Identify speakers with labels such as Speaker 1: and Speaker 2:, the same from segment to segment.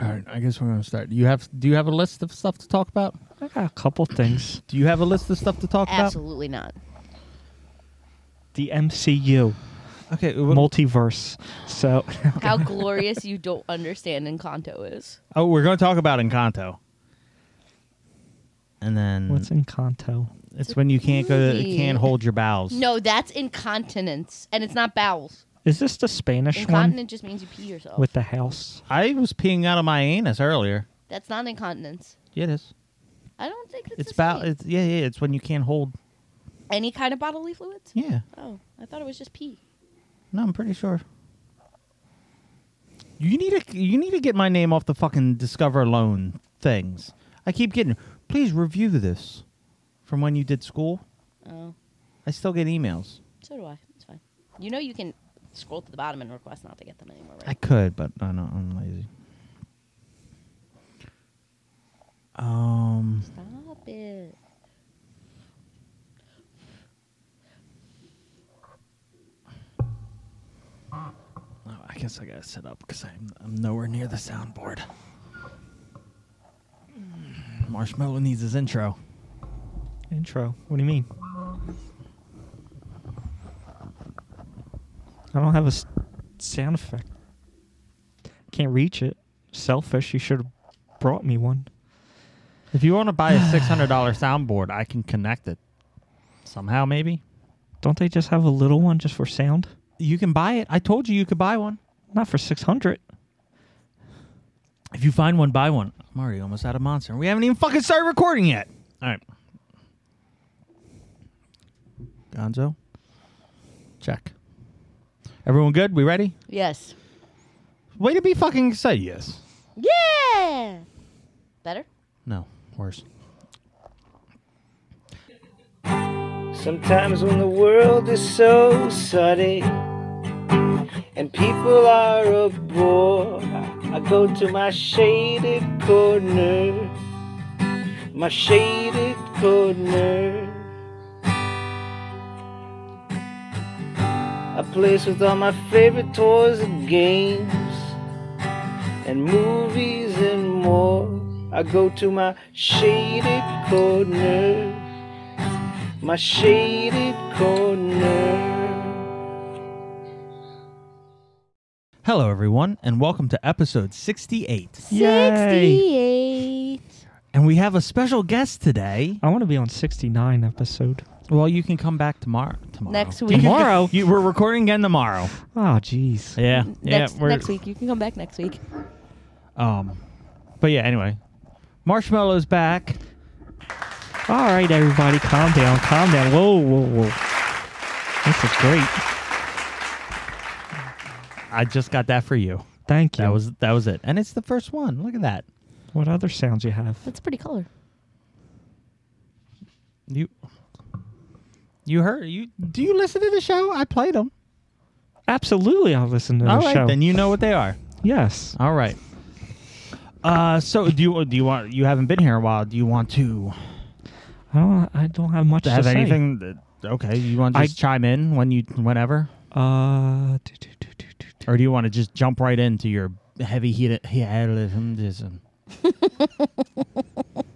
Speaker 1: All right, I guess we're gonna start. Do you have Do you have a list of stuff to talk about?
Speaker 2: I got a couple things.
Speaker 1: Do you have a list of stuff to talk
Speaker 3: Absolutely not.
Speaker 2: The MCU,
Speaker 1: about? Okay, well,
Speaker 2: multiverse. So
Speaker 3: How glorious you don't understand Encanto is.
Speaker 1: oh, we're gonna talk about Encanto. And then
Speaker 2: what's in Kanto?
Speaker 1: it's when you can't go, to,
Speaker 3: movie?
Speaker 1: can't hold your bowels.
Speaker 3: No, that's incontinence, and it's not bowels.
Speaker 2: Is this the Spanish one
Speaker 3: Incontinent just means you pee yourself.
Speaker 2: with the house?
Speaker 1: I was peeing out of my anus earlier.
Speaker 3: that's not incontinence.
Speaker 1: Yeah, it is.
Speaker 3: I don't think that's
Speaker 1: It's
Speaker 3: the
Speaker 1: about.
Speaker 3: same.
Speaker 1: It's, yeah, yeah. It's when you can't hold.
Speaker 3: any kind of bodily fluids.
Speaker 1: Yeah.
Speaker 3: Oh, I thought it was just pee.
Speaker 1: No, I'm pretty sure. You need to you need to get my name off the fucking Discover Loan things. I keep getting. Please review this from when you did school.
Speaker 3: Oh,
Speaker 1: I still get emails.
Speaker 3: so do I. It's fine. You know you can scroll to the bottom and request not to get them anymore,
Speaker 1: I
Speaker 3: right?
Speaker 1: could, but I know I'm lazy. Um,
Speaker 3: Stop it.
Speaker 1: oh, I guess I gotta sit up because I'm I'm nowhere near the soundboard. Marshmallow needs his intro.
Speaker 2: Intro. What do you mean? I don't have a s- sound effect. Can't reach it. Selfish. You should have brought me one.
Speaker 1: If you want to buy a six hundred dollar soundboard, I can connect it somehow. Maybe
Speaker 2: Don't they just have a little one just for sound?
Speaker 1: you can buy it. I told you you could buy one.
Speaker 2: Not for six hundred.
Speaker 1: If you find one, buy one. I'm already almost out of monster. We haven't even fucking started recording yet. All right, Gonzo, check. Everyone good? We ready?
Speaker 3: Yes.
Speaker 1: Way to be fucking excited. Yes.
Speaker 3: Yeah. Better.
Speaker 1: No. Worse.
Speaker 4: Sometimes when the world is so sunny and people are a bore, I go to my shaded corner, my shaded corner. A place with all my favorite toys and games and movies and more. I go to my shaded corner my shaded corner.
Speaker 1: Hello, everyone, and welcome to episode sixty-eight.
Speaker 2: Yay.
Speaker 3: Sixty-eight.
Speaker 1: And we have a special guest today.
Speaker 2: I want to be on sixty nine episode.
Speaker 1: Well, you can come back tomorrow. Tomorrow.
Speaker 3: Next
Speaker 1: You
Speaker 3: week.
Speaker 1: can-
Speaker 2: Tomorrow?
Speaker 1: You, we're recording again tomorrow.
Speaker 2: Oh jeez.
Speaker 1: Yeah.
Speaker 3: Next,
Speaker 1: yeah. We're,
Speaker 3: next week you can come back next week.
Speaker 1: Um, but yeah. Anyway, Marshmallow's back.
Speaker 2: All right, everybody, calm down, calm down. Whoa, whoa, whoa. This is great.
Speaker 1: I just got that for you.
Speaker 2: Thank you.
Speaker 1: That was that was it. And it's the first one. Look at that.
Speaker 2: what other sounds you have?
Speaker 3: That's a pretty color.
Speaker 1: You. You heard you? Do you listen to the show? I played them.
Speaker 2: Absolutely, I'll listen to the
Speaker 1: All right,
Speaker 2: show.
Speaker 1: then you know what they are.
Speaker 2: yes.
Speaker 1: All right. Uh, so do you do you want you haven't been here a while? Do you want to
Speaker 2: I don't. I don't have much
Speaker 1: have
Speaker 2: to say.
Speaker 1: anything? That, okay, you want to
Speaker 2: I-
Speaker 1: just chime in when you whenever,
Speaker 2: Uh, do, do, do, do, do, do.
Speaker 1: or do you want to just jump right into your heavy heated? Yeah,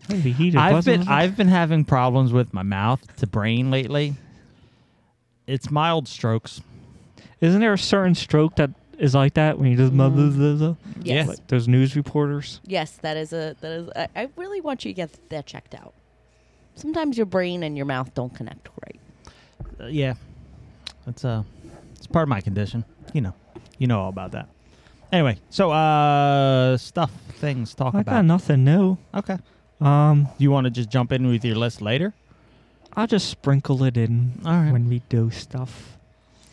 Speaker 2: Maybe he did,
Speaker 1: I've
Speaker 2: wasn't
Speaker 1: been
Speaker 2: it?
Speaker 1: I've been having problems with my mouth to brain lately. It's mild strokes.
Speaker 2: Isn't there a certain stroke that is like that when you just blah,
Speaker 1: Mm.
Speaker 2: blah, blah, blah?
Speaker 3: Yes.
Speaker 2: Like those news reporters.
Speaker 3: Yes, that is a that is. I, I really want you to get that checked out. Sometimes your brain and your mouth don't connect right.
Speaker 1: Uh, yeah, it's uh, it's part of my condition. You know, you know all about that. Anyway, so uh, stuff things talk
Speaker 2: I got
Speaker 1: about.
Speaker 2: nothing new.
Speaker 1: Okay, do
Speaker 2: Um,
Speaker 1: you want to just jump in with your list later?
Speaker 2: I'll just sprinkle it in
Speaker 1: All right.
Speaker 2: when we do stuff.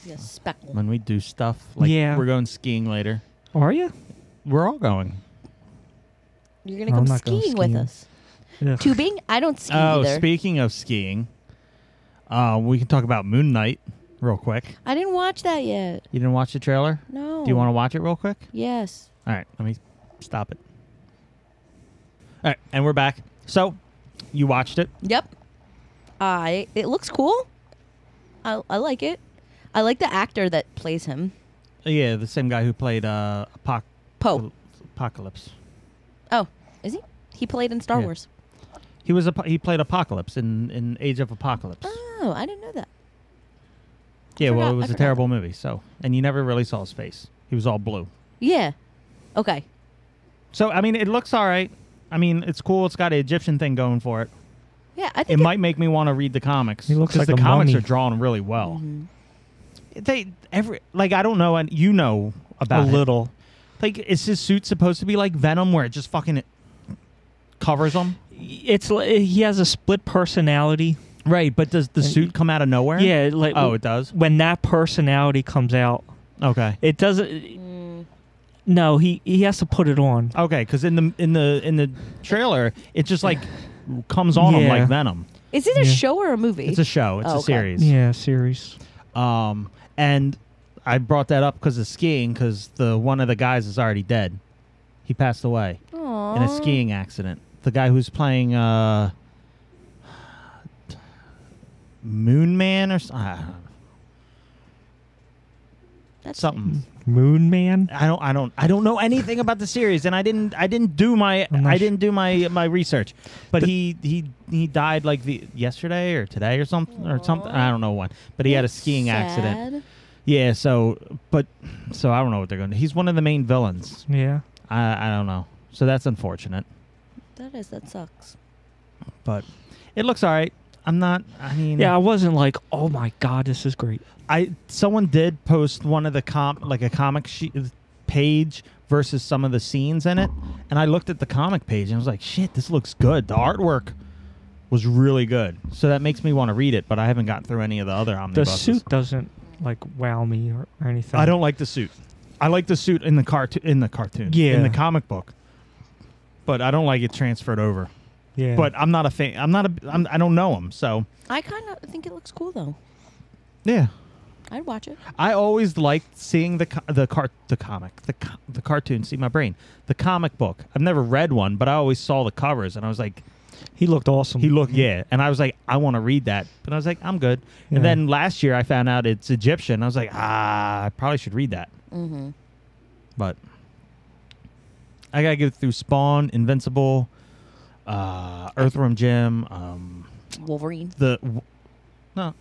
Speaker 3: Yes, speckle.
Speaker 1: When we do stuff, like
Speaker 2: Yeah.
Speaker 1: we're going skiing later.
Speaker 2: Are you?
Speaker 1: We're all going.
Speaker 3: You're gonna
Speaker 2: I'm
Speaker 3: come
Speaker 2: not gonna
Speaker 3: skiing with
Speaker 2: ski.
Speaker 3: us.
Speaker 2: Ugh.
Speaker 3: Tubing? I don't ski
Speaker 1: Oh,
Speaker 3: either.
Speaker 1: speaking of skiing, uh, we can talk about Moon Knight real quick.
Speaker 3: I didn't watch that yet.
Speaker 1: You didn't watch the trailer?
Speaker 3: No.
Speaker 1: Do you want to watch it real quick?
Speaker 3: Yes.
Speaker 1: All right, let me stop it. All right, and we're back. So, you watched it?
Speaker 3: Yep. I. It looks cool. I I like it. I like the actor that plays him.
Speaker 1: Yeah, the same guy who played uh, Apoc-
Speaker 3: Poe.
Speaker 1: Apocalypse.
Speaker 3: Oh, is he? He played in Star
Speaker 1: Yeah.
Speaker 3: Wars.
Speaker 1: He was a, he played Apocalypse in, in Age of Apocalypse.
Speaker 3: Oh, I didn't know that.
Speaker 1: yeah, well, it
Speaker 3: forgot- I
Speaker 1: was a
Speaker 3: forgot.
Speaker 1: terrible movie. So, and you never really saw his face. He was all blue.
Speaker 3: Yeah. Okay.
Speaker 1: So, I mean, it looks all right. I mean, it's cool. It's got an Egyptian thing going for it.
Speaker 3: Yeah, I
Speaker 1: It
Speaker 3: think
Speaker 1: might make me want to read the comics.
Speaker 2: He looks
Speaker 1: 'cause
Speaker 2: like
Speaker 1: the
Speaker 2: a
Speaker 1: comics
Speaker 2: mummy.
Speaker 1: are drawn really well. Mm-hmm. They every like I don't know, and you know
Speaker 2: a
Speaker 1: about it.
Speaker 2: little.
Speaker 1: Like, is his suit supposed to be like Venom, where it just fucking covers him?
Speaker 2: It's li- he has a split personality.
Speaker 1: Right, but does the
Speaker 2: And-
Speaker 1: suit come out of nowhere?
Speaker 2: Yeah, like
Speaker 1: Oh, it does.
Speaker 2: when that personality comes out,
Speaker 1: Okay.
Speaker 2: it doesn't. No, he he has to put it on.
Speaker 1: Okay, because in the in the in the trailer, it just like comes on 'em
Speaker 2: Yeah.
Speaker 1: like Venom.
Speaker 3: Is it a
Speaker 2: Yeah.
Speaker 3: show or a movie?
Speaker 1: It's a show. It's
Speaker 3: Oh,
Speaker 1: a
Speaker 3: okay.
Speaker 1: series.
Speaker 2: Yeah, series.
Speaker 1: Um, and I brought that up because of skiing, because the one of the guys is already dead. He passed away
Speaker 3: Aw.
Speaker 1: in a skiing accident. The guy who's playing uh, Moon Man or s- I don't know.
Speaker 3: That's
Speaker 1: something.
Speaker 2: Moon Man.
Speaker 1: I don't I don't I don't know anything about the series and I didn't I didn't do my
Speaker 2: I'm not
Speaker 1: I
Speaker 2: su-
Speaker 1: didn't do my my research. But
Speaker 2: The-
Speaker 1: he he he died like the yesterday or today or something or something I don't know when. But he had a skiing accident.
Speaker 3: sad.
Speaker 1: Yeah, so but so I don't know what they're going to. He's one of the main villains.
Speaker 2: Yeah.
Speaker 1: I I don't know. So that's unfortunate,
Speaker 3: That is. That sucks.
Speaker 1: but it looks all right. I'm not I mean
Speaker 2: Yeah, I wasn't like, oh my god, this is great.
Speaker 1: I someone did post one of the comp like a comic she- page versus some of the scenes in it, and I looked at the comic page and I was like, "Shit, this looks good. The artwork was really good." So that makes me want to read it, but I haven't gotten through any of the other
Speaker 2: The
Speaker 1: omnibuses.
Speaker 2: suit doesn't like wow me or, or anything.
Speaker 1: I don't like the suit. Um, I like the suit in the cartoon in the cartoon
Speaker 2: Yeah.
Speaker 1: in the comic book, but I don't like it transferred over.
Speaker 2: Yeah.
Speaker 1: But I'm not a fan. I'm not a. I'm, I don't know him, so
Speaker 3: I kind of think it looks cool though.
Speaker 1: yeah.
Speaker 3: I'd watch it.
Speaker 1: I always liked seeing the co- the car the comic the co- the cartoon. See my brain, the comic book. I've never read one, but I always saw the covers, and I was like,
Speaker 2: he looked awesome.
Speaker 1: he looked yeah, and I was like, I want to read that, but I was like, I'm good.
Speaker 2: Yeah.
Speaker 1: And then last year I found out it's Egyptian. I was like, ah, I probably should read that,
Speaker 3: Mm-hmm.
Speaker 1: but I gotta get through Spawn, Invincible, uh, Earthworm Jim, um,
Speaker 3: Wolverine.
Speaker 1: the w- no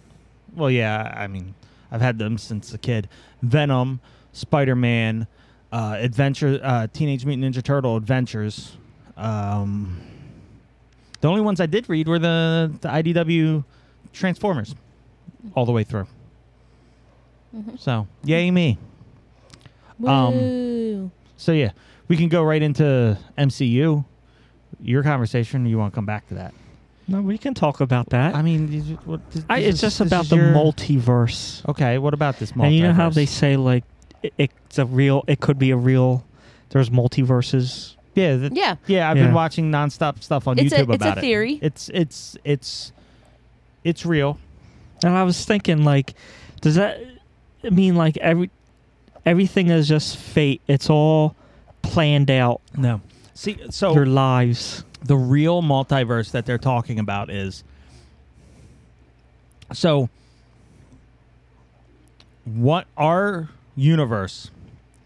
Speaker 1: well yeah i mean i've had them since a kid venom spider-man uh adventure uh teenage mutant ninja turtle adventures um the only ones i did read were the the idw transformers all the way through
Speaker 3: Mm-hmm.
Speaker 1: so yay me Um,
Speaker 3: Woo.
Speaker 1: so yeah we can go right into mcu your conversation you want to come back to that
Speaker 2: No, we can talk about that.
Speaker 1: i mean these- what, this,
Speaker 2: I,
Speaker 1: this
Speaker 2: it's
Speaker 1: is-
Speaker 2: just
Speaker 1: this
Speaker 2: about
Speaker 1: is
Speaker 2: the
Speaker 1: your-
Speaker 2: multiverse.
Speaker 1: Okay, what about this multiverse?
Speaker 2: And you know how they say like it, it's a real it could be a real there's multiverses.
Speaker 1: yeah, th-
Speaker 3: Yeah.
Speaker 1: yeah. I've
Speaker 2: Yeah.
Speaker 1: been watching nonstop stuff on
Speaker 3: It's a-
Speaker 1: YouTube
Speaker 3: it's a
Speaker 1: about it.
Speaker 3: theory.
Speaker 1: It's it's it's it's real.
Speaker 2: And I was thinking like does that mean like every everything is just fate. It's all planned out
Speaker 1: No, see, so
Speaker 2: your lives.
Speaker 1: the real multiverse that they're talking about is so what our universe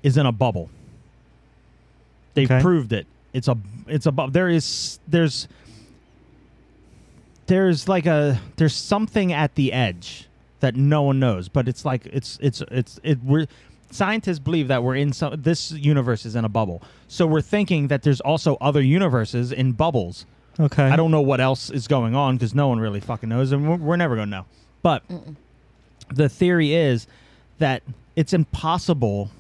Speaker 1: is in a bubble. They've
Speaker 2: Okay.
Speaker 1: proved it. It's a it's a bubble. There is there's there's like a there's something at the edge that no one knows, but it's like it's it's it's it we're scientists believe that we're in some this universe is in a bubble. So we're thinking that there's also other universes in bubbles.
Speaker 2: Okay.
Speaker 1: I don't know what else is going on because no one really fucking knows, and we're, we're never going to know. But the theory is that it's impossible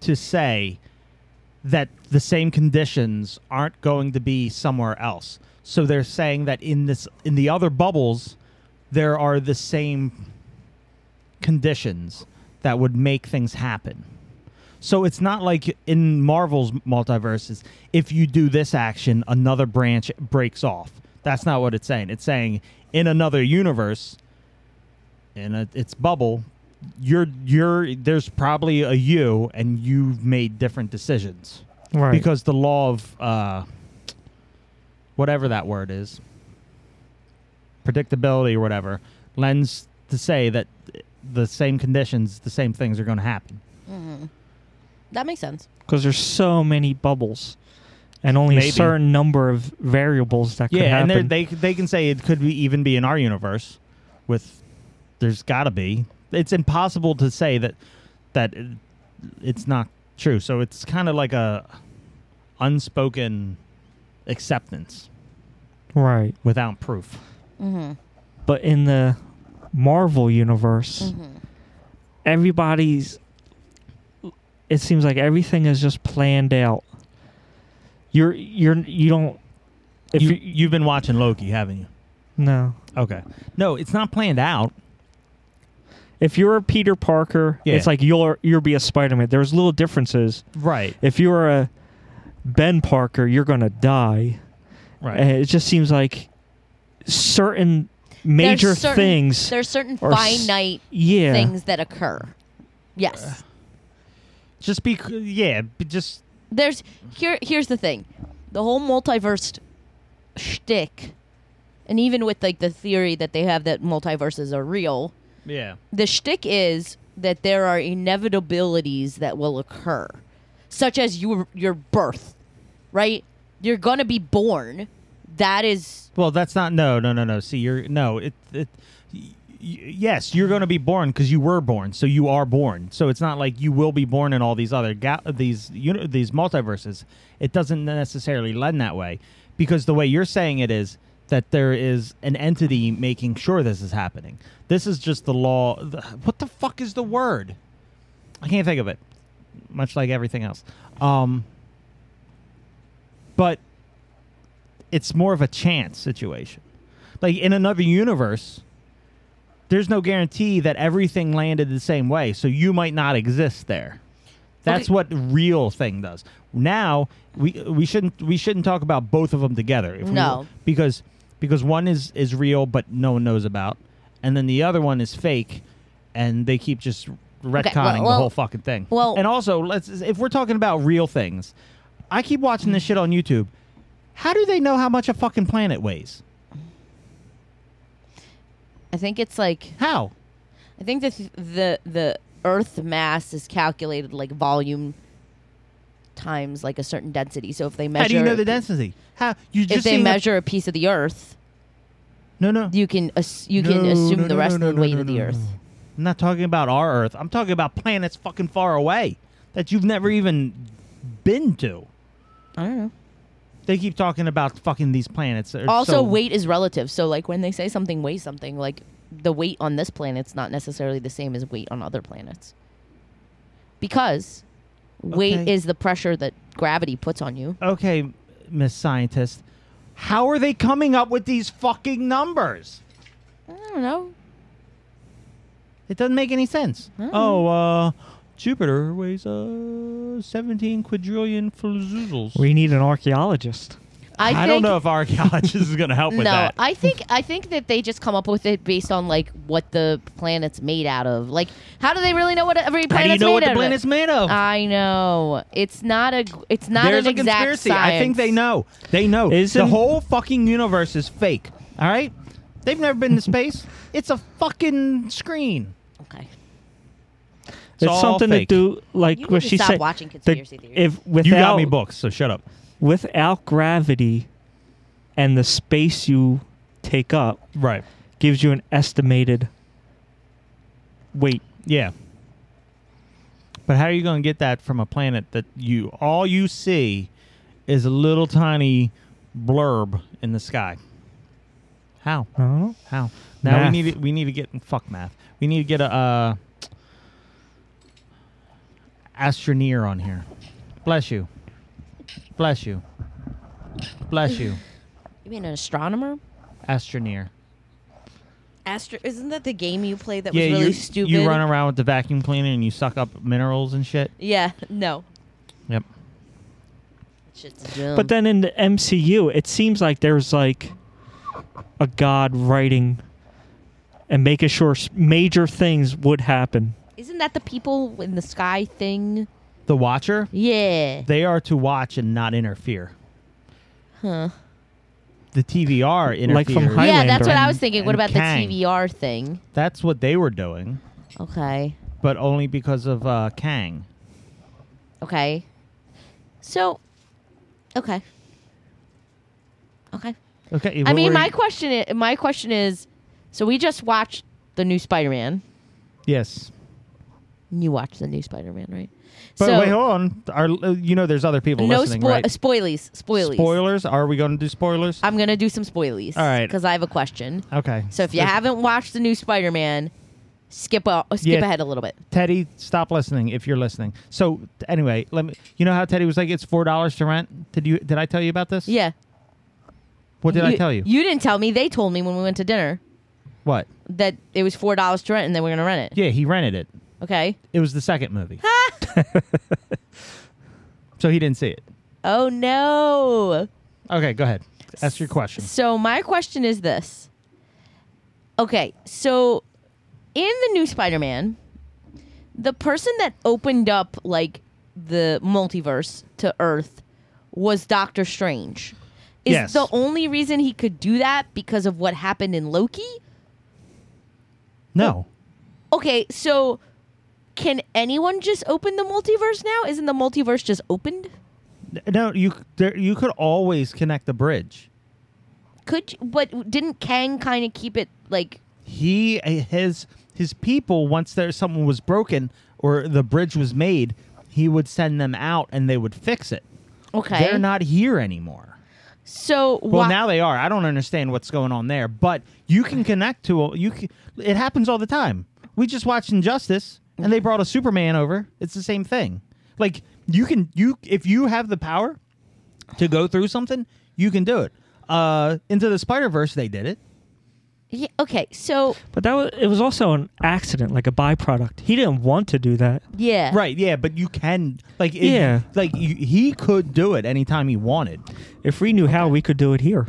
Speaker 1: to say that the same conditions aren't going to be somewhere else. So they're saying that in this in the other bubbles, there are the same conditions that would make things happen. So it's not like in Marvel's multiverses, if you do this action, another branch breaks off. That's not what it's saying. It's saying in another universe, in a, its bubble, you're you're there's probably a you, and you've made different decisions
Speaker 2: right.
Speaker 1: because the law of uh, whatever that word is, predictability or whatever, lends to say that the same conditions, the same things are going to happen.
Speaker 3: That makes sense.
Speaker 2: because there's so many bubbles. and only
Speaker 1: Maybe.
Speaker 2: a certain number of variables that could
Speaker 1: yeah, and
Speaker 2: happen.
Speaker 1: they're- they they can say it could be even be in our universe. With there's got to be. It's impossible to say that that it- it's not true. So it's kind of like a unspoken acceptance
Speaker 2: right,
Speaker 1: without proof.
Speaker 3: Mm-hmm.
Speaker 2: but in the Marvel universe, everybody's. It seems like everything is just planned out. You're you're you don't. If
Speaker 1: you,
Speaker 2: you,
Speaker 1: you've been watching Loki, haven't you?
Speaker 2: no,
Speaker 1: Okay. No, it's not planned out.
Speaker 2: if you're a Peter Parker,
Speaker 1: Yeah.
Speaker 2: it's like you'll you'll be a Spider Man. There's little differences.
Speaker 1: Right.
Speaker 2: If you're a Ben Parker, you're gonna die.
Speaker 1: Right.
Speaker 2: And it just seems like certain major
Speaker 3: There's certain-
Speaker 2: things.
Speaker 3: There's certain
Speaker 2: are s-
Speaker 3: finite
Speaker 2: yeah,
Speaker 3: things that occur.
Speaker 1: Uh.
Speaker 3: Yes.
Speaker 1: just be c- yeah, be just
Speaker 3: There's here. Here's the thing, the whole multiverse shtick, and even with like the theory that they have that multiverses are real,
Speaker 1: yeah.
Speaker 3: the shtick is that there are inevitabilities that will occur, such as your your birth, right? You're gonna be born. That is
Speaker 1: Well, that's not no, no, no, no. See, you're no, it it y- y- yes, you're going to be born cuz you were born. So you are born. So it's not like you will be born in all these other ga- these you know these multiverses. It doesn't necessarily lend that way because the way you're saying it is that there is an entity making sure this is happening. This is just the law. the- What the fuck is the word? I can't think of it. Much like everything else. Um but it's more of a chance situation. Like in another universe, there's no guarantee that everything landed the same way, so you might not exist there. That's
Speaker 3: Okay.
Speaker 1: what real thing does. Now we we shouldn't we shouldn't talk about both of them together. If we-
Speaker 3: No.
Speaker 1: because because one is is real but no one knows about, and then the other one is fake, and they keep just retconning the
Speaker 3: well-
Speaker 1: whole fucking thing.
Speaker 3: well-
Speaker 1: and also let's if we're talking about real things, I keep watching this shit on YouTube. How do they know how much a fucking planet weighs?
Speaker 3: I think it's like
Speaker 1: How?
Speaker 3: I think the th- the the Earth mass is calculated like volume times like a certain density. So if they measure,
Speaker 1: how do you know the density? How you just
Speaker 3: If they
Speaker 1: seen the-
Speaker 3: measure a piece of the Earth,
Speaker 1: no, no.
Speaker 3: you can ass- you can
Speaker 1: No,
Speaker 3: assume
Speaker 1: no,
Speaker 3: the
Speaker 1: no,
Speaker 3: rest
Speaker 1: no,
Speaker 3: of the
Speaker 1: no,
Speaker 3: weight
Speaker 1: no,
Speaker 3: of the
Speaker 1: no,
Speaker 3: Earth.
Speaker 1: no. I'm not talking about our Earth. I'm talking about planets fucking far away that you've never even been to.
Speaker 3: I don't know.
Speaker 1: They keep talking about fucking these planets. that are
Speaker 3: Also,
Speaker 1: so-
Speaker 3: weight is relative. So like when they say something weighs something, like the weight on this planet's not necessarily the same as weight on other planets, because weight
Speaker 1: Okay.
Speaker 3: is the pressure that gravity puts on you.
Speaker 1: Okay, Miss Scientist, how are they coming up with these fucking numbers?
Speaker 3: I don't know.
Speaker 1: It doesn't make any sense.
Speaker 3: Mm.
Speaker 1: Oh, uh, Jupiter weighs uh, 17 quadrillion fluzoozles.
Speaker 2: we need an archaeologist.
Speaker 3: I,
Speaker 1: I,
Speaker 3: think,
Speaker 1: don't know if archaeologists is going to help with
Speaker 3: no,
Speaker 1: that.
Speaker 3: I think I think that they just come up with it based on like what the planet's made out of. Like, how do they really know what every
Speaker 1: how do you
Speaker 3: planet's
Speaker 1: know
Speaker 3: made
Speaker 1: what
Speaker 3: out
Speaker 1: the
Speaker 3: of?
Speaker 1: planet's made of?
Speaker 3: I know it's not a g- it's not
Speaker 1: There's
Speaker 3: an
Speaker 1: a
Speaker 3: exact
Speaker 1: conspiracy.
Speaker 3: science.
Speaker 1: I think they know. They know. the
Speaker 2: Isn't-
Speaker 1: whole fucking universe is fake. All right? They've never been to space. it's a fucking screen.
Speaker 3: Okay.
Speaker 1: It's all
Speaker 2: it's something
Speaker 1: fake.
Speaker 2: to do like
Speaker 3: You need
Speaker 2: what
Speaker 3: to
Speaker 2: she
Speaker 3: stop
Speaker 2: said.
Speaker 3: watching
Speaker 2: the-
Speaker 3: conspiracy theories.
Speaker 2: If without
Speaker 1: You got me books, so shut up.
Speaker 2: without gravity and the space you take up
Speaker 1: Right.
Speaker 2: gives you an estimated weight.
Speaker 1: Yeah. But how are you going to get that from a planet that you all you see is a little tiny blurb in the sky? How?
Speaker 2: I don't know.
Speaker 1: How? Now
Speaker 2: Math.
Speaker 1: we need to, we need to get fuck math. We need to get a uh, astroneer on here. Bless you. Bless you. Bless you.
Speaker 3: You mean an astronomer?
Speaker 1: Astroneer.
Speaker 3: Astro isn't that the game you played that
Speaker 1: yeah,
Speaker 3: was really
Speaker 1: you,
Speaker 3: stupid?
Speaker 1: you run around with the vacuum cleaner and you suck up minerals and shit.
Speaker 3: Yeah, no.
Speaker 1: Yep.
Speaker 3: Shit's dumb.
Speaker 2: But then in the MCU, it seems like there's like a god writing and making sure s- major things would happen.
Speaker 3: isn't that the people in the sky thing?
Speaker 1: The Watcher.
Speaker 3: Yeah.
Speaker 1: They are to watch and not interfere.
Speaker 3: Huh.
Speaker 1: The TVR interferes.
Speaker 2: Like from High-
Speaker 3: Yeah, that's what I
Speaker 2: Highlander
Speaker 3: was thinking. What
Speaker 1: and
Speaker 3: about
Speaker 1: Kang.
Speaker 3: the TVR thing?
Speaker 1: That's what they were doing,
Speaker 3: Okay.
Speaker 1: but only because of uh, Kang.
Speaker 3: Okay. So Okay. Okay.
Speaker 1: Okay.
Speaker 3: I
Speaker 1: what
Speaker 3: mean,
Speaker 1: were
Speaker 3: my
Speaker 1: you-
Speaker 3: question is, my question is, so we just watched the new Spider-Man.
Speaker 1: yes.
Speaker 3: You watched the new Spider-Man, right?
Speaker 1: But
Speaker 3: so
Speaker 1: wait, hold on. Our, you know, there's other people
Speaker 3: no
Speaker 1: listening,
Speaker 3: spo-
Speaker 1: right?
Speaker 3: spoilies, spoilies.
Speaker 1: Spoilers? Are we going to do spoilers?
Speaker 3: I'm gonna do some spoilies.
Speaker 1: All right.
Speaker 3: Because I have a question.
Speaker 1: okay.
Speaker 3: So if you haven't watched the new Spider-Man, skip o- skip
Speaker 1: Yeah.
Speaker 3: ahead a little bit.
Speaker 1: Teddy, stop listening if you're listening. So t- anyway, let me. You know how Teddy was like, it's four dollars to rent. Did you? Did I tell you about this?
Speaker 3: Yeah.
Speaker 1: What did I tell you?
Speaker 3: You didn't tell me. They told me when we went to dinner
Speaker 1: What?
Speaker 3: that it was four dollars to rent, and then we're gonna rent it.
Speaker 1: Yeah, he rented it.
Speaker 3: Okay.
Speaker 1: It was the second movie. so he didn't see it.
Speaker 3: Oh no.
Speaker 1: Okay, go ahead. Ask your question.
Speaker 3: So my question is this. Okay, so in the new Spider-Man, the person that opened up like the multiverse to Earth was Doctor Strange. Is
Speaker 1: Yes.
Speaker 3: the only reason he could do that because of what happened in Loki?
Speaker 1: No.
Speaker 3: Okay, so can anyone just open the multiverse now? Isn't the multiverse just opened?
Speaker 1: N- No, you c- there, you could always connect the bridge.
Speaker 3: Could you, but didn't Kang kind of keep it like
Speaker 1: He his his people once there something was broken or the bridge was made, he would send them out and they would fix it.
Speaker 3: okay?
Speaker 1: They're not here anymore.
Speaker 3: so
Speaker 1: Well,
Speaker 3: why-
Speaker 1: now they are. I don't understand what's going on there, but you can connect to a, you. Can, it happens all the time. We just watched Injustice, and they brought a Superman over. It's the same thing. Like you can you if you have the power to go through something, you can do it. Uh, Into the Spider Verse, they did it.
Speaker 3: Yeah, okay, so
Speaker 2: But that was, it was also an accident, like a byproduct. He didn't want to do that.
Speaker 3: yeah,
Speaker 1: Right? Yeah, but you can like it,
Speaker 2: Yeah.
Speaker 1: like you, he could do it anytime he wanted.
Speaker 2: If we knew how, we could do it here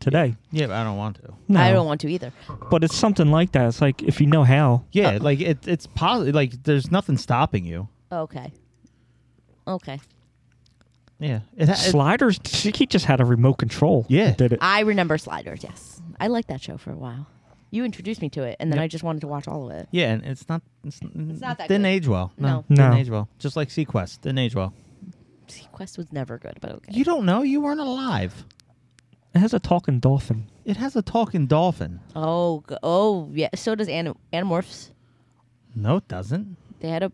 Speaker 2: today.
Speaker 1: Yeah, but I don't want to.
Speaker 2: No,
Speaker 3: I don't want to either.
Speaker 2: But it's something like that. It's like if you know how.
Speaker 1: Yeah, like it, it's positive. Like there's nothing stopping you.
Speaker 3: Okay. Okay.
Speaker 1: Yeah, it, ha- it,
Speaker 2: Sliders, he just had a remote control.
Speaker 1: Yeah.
Speaker 2: that Did it.
Speaker 3: I remember Sliders, yes. I liked that show for a while. You introduced me to it, and then I just wanted to watch all of it.
Speaker 1: Yeah, and it's not. It's, it's
Speaker 3: not that
Speaker 1: Didn't
Speaker 3: good.
Speaker 1: age well. No,
Speaker 2: No.
Speaker 1: Didn't
Speaker 2: No.
Speaker 1: age well. Just like Sequest, didn't age well.
Speaker 3: Sequest was never good, but okay.
Speaker 1: You don't know. You weren't alive.
Speaker 2: It has a talking dolphin.
Speaker 1: It has a talking dolphin.
Speaker 3: oh, go- oh, yeah. So does Anim- Animorphs.
Speaker 1: No, it doesn't.
Speaker 3: They had a.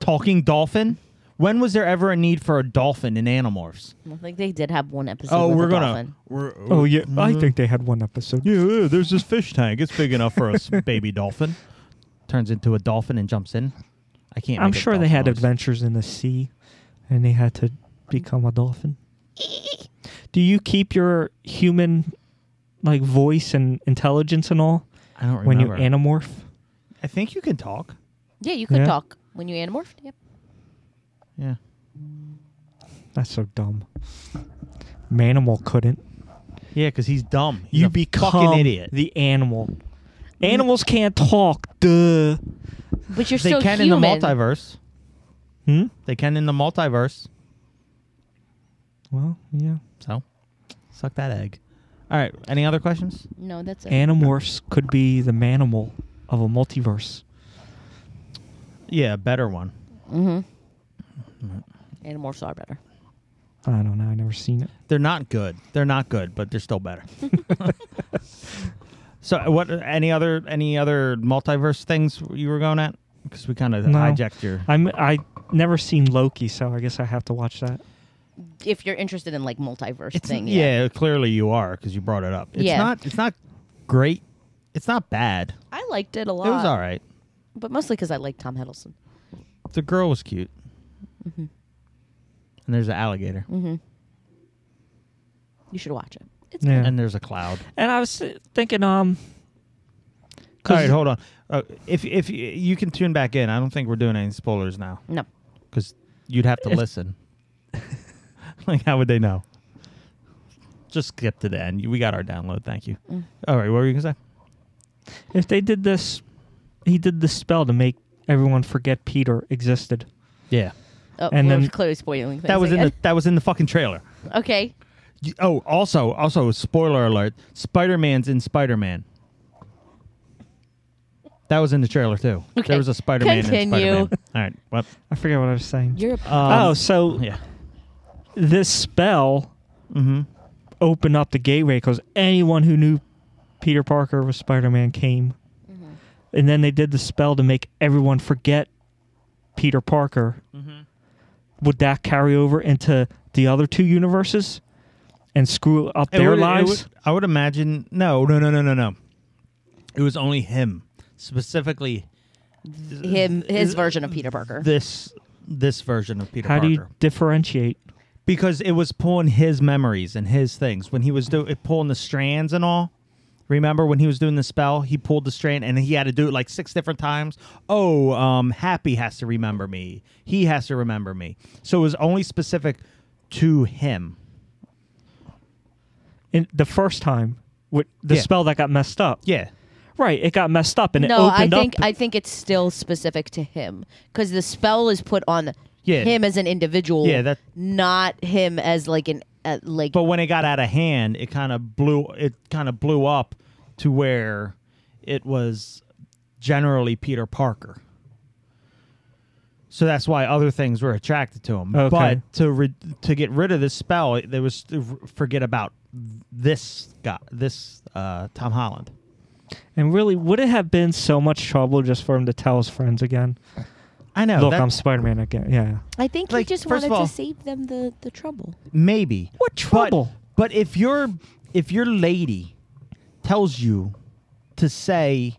Speaker 1: Talking dolphin. When was there ever a need for a dolphin in Animorphs?
Speaker 3: I think they did have one episode.
Speaker 1: Oh,
Speaker 3: with
Speaker 1: we're
Speaker 3: a
Speaker 1: gonna.
Speaker 3: dolphin.
Speaker 1: We're,
Speaker 2: Oh yeah, I
Speaker 3: Mm-hmm.
Speaker 2: think they had one episode.
Speaker 1: Yeah, there's this fish tank. It's big enough for a s- baby dolphin. Turns into a dolphin and jumps in. I can't.
Speaker 2: I'm
Speaker 1: make a
Speaker 2: sure they
Speaker 1: dolphin
Speaker 2: had
Speaker 1: noise.
Speaker 2: adventures in the sea, and they had to become a dolphin. Do you keep your human, like voice and intelligence and all
Speaker 1: I don't
Speaker 2: when you
Speaker 1: remember.
Speaker 2: anamorph?
Speaker 1: I think you can talk.
Speaker 3: Yeah, you could
Speaker 2: Yeah.
Speaker 3: talk when you Animorphed. Yep.
Speaker 1: Yeah.
Speaker 2: That's so dumb. Manimal couldn't.
Speaker 1: Yeah, because he's dumb. He's
Speaker 2: you
Speaker 1: a
Speaker 2: become
Speaker 1: fucking idiot.
Speaker 2: the animal. Animals can't talk. Duh.
Speaker 3: But you're
Speaker 1: they
Speaker 3: still
Speaker 1: can
Speaker 3: human.
Speaker 1: in the multiverse.
Speaker 2: Hmm.
Speaker 1: They can in the multiverse.
Speaker 2: Well, yeah.
Speaker 1: So, suck that egg. All right. Any other questions?
Speaker 3: No, that's it.
Speaker 2: Animorphs could be the manimal of a multiverse.
Speaker 1: Yeah, a better one.
Speaker 3: Mm-hmm.
Speaker 1: Mm-hmm.
Speaker 3: Animorphs are better.
Speaker 2: I don't know. I never seen it.
Speaker 1: They're not good. They're not good, but they're still better. so, what? Any other any other multiverse things you were going at? Because we kind of
Speaker 2: No.
Speaker 1: hijacked your.
Speaker 2: I'm. I never seen Loki, so I guess I have to watch that.
Speaker 3: If you're interested in like multiverse
Speaker 1: It's,
Speaker 3: thing, yeah.
Speaker 1: yeah. clearly you are because you brought it up. It's
Speaker 3: Yeah.
Speaker 1: not. It's not great. It's not bad.
Speaker 3: I liked it a lot.
Speaker 1: It was all right.
Speaker 3: but mostly because I like Tom Hiddleston.
Speaker 1: The girl was cute.
Speaker 3: Mm-hmm.
Speaker 1: And there's an alligator.
Speaker 3: You should watch it. It's
Speaker 2: Yeah.
Speaker 1: And there's a cloud.
Speaker 2: And I was thinking, um,
Speaker 1: All right, hold on. Uh, if if you, you can tune back in, I don't think we're doing any spoilers now
Speaker 3: no.
Speaker 1: because you'd have to
Speaker 2: If-
Speaker 1: listen. like, how would they know? Just skip to the end. We got our download. Thank you. All right, what were you gonna say?
Speaker 2: if they did this, he did this spell to make everyone forget Peter existed.
Speaker 1: Yeah,
Speaker 3: Oh,
Speaker 2: And
Speaker 3: we're
Speaker 2: then-
Speaker 3: clearly spoiling things.
Speaker 1: that was in the
Speaker 3: again.
Speaker 1: that was in the fucking trailer.
Speaker 3: okay.
Speaker 1: You- Oh, also, also, spoiler alert: Spider Man's in Spider Man. That was in the trailer too.
Speaker 3: Okay,
Speaker 1: There was a Spider Man in
Speaker 3: continue.
Speaker 1: Spider Man. All right, what? Uh,
Speaker 2: I forget what I was saying.
Speaker 3: You're a
Speaker 1: Um,
Speaker 2: oh, so
Speaker 1: yeah.
Speaker 2: this spell
Speaker 1: Mm-hmm.
Speaker 2: opened up the gateway because anyone who knew Peter Parker was Spider Man came. And then they did the spell to make everyone forget Peter Parker.
Speaker 1: Mm-hmm.
Speaker 2: Would that carry over into the other two universes and screw up
Speaker 1: It
Speaker 2: their
Speaker 1: would- it
Speaker 2: lives?
Speaker 1: would- I would imagine. No, no, no, no, no, no. It was only him specifically.
Speaker 3: Him, his version of Peter Parker.
Speaker 1: This this version of Peter
Speaker 2: How
Speaker 1: Parker.
Speaker 2: do you differentiate?
Speaker 1: because it was pulling his memories and his things when he was doing pulling the strands and all. Remember when he was doing the spell, he pulled the strand and he had to do it like six different times. Oh, um, Happy has to remember me. He has to remember me. So it was only specific to him.
Speaker 2: In the first time with the
Speaker 1: Yeah.
Speaker 2: spell that got messed up.
Speaker 1: Yeah,
Speaker 2: Right, it got messed up and it
Speaker 3: no, I
Speaker 2: opened
Speaker 3: think
Speaker 2: up.
Speaker 3: I think it's still specific to him because the spell is put on
Speaker 1: Yeah.
Speaker 3: him as an individual.
Speaker 1: Yeah, that-
Speaker 3: not him as like an uh, like.
Speaker 1: but when it got out of hand, it kind of blew. It kind of blew up to where it was generally Peter Parker. So that's why other things were attracted to him.
Speaker 2: Okay.
Speaker 1: But to re- to get rid of this spell, it- there was to r- forget about this guy, this uh, Tom Holland.
Speaker 2: and really, would it have been so much trouble just for him to tell his friends again?
Speaker 1: I know.
Speaker 2: Look,
Speaker 1: Oh, that-
Speaker 2: I'm Spider Man again. Yeah.
Speaker 3: I think
Speaker 1: like,
Speaker 3: he just
Speaker 1: first
Speaker 3: wanted
Speaker 1: of all-
Speaker 3: to save them the the trouble.
Speaker 1: maybe
Speaker 2: What trouble?
Speaker 1: But, but if your if your lady tells you to say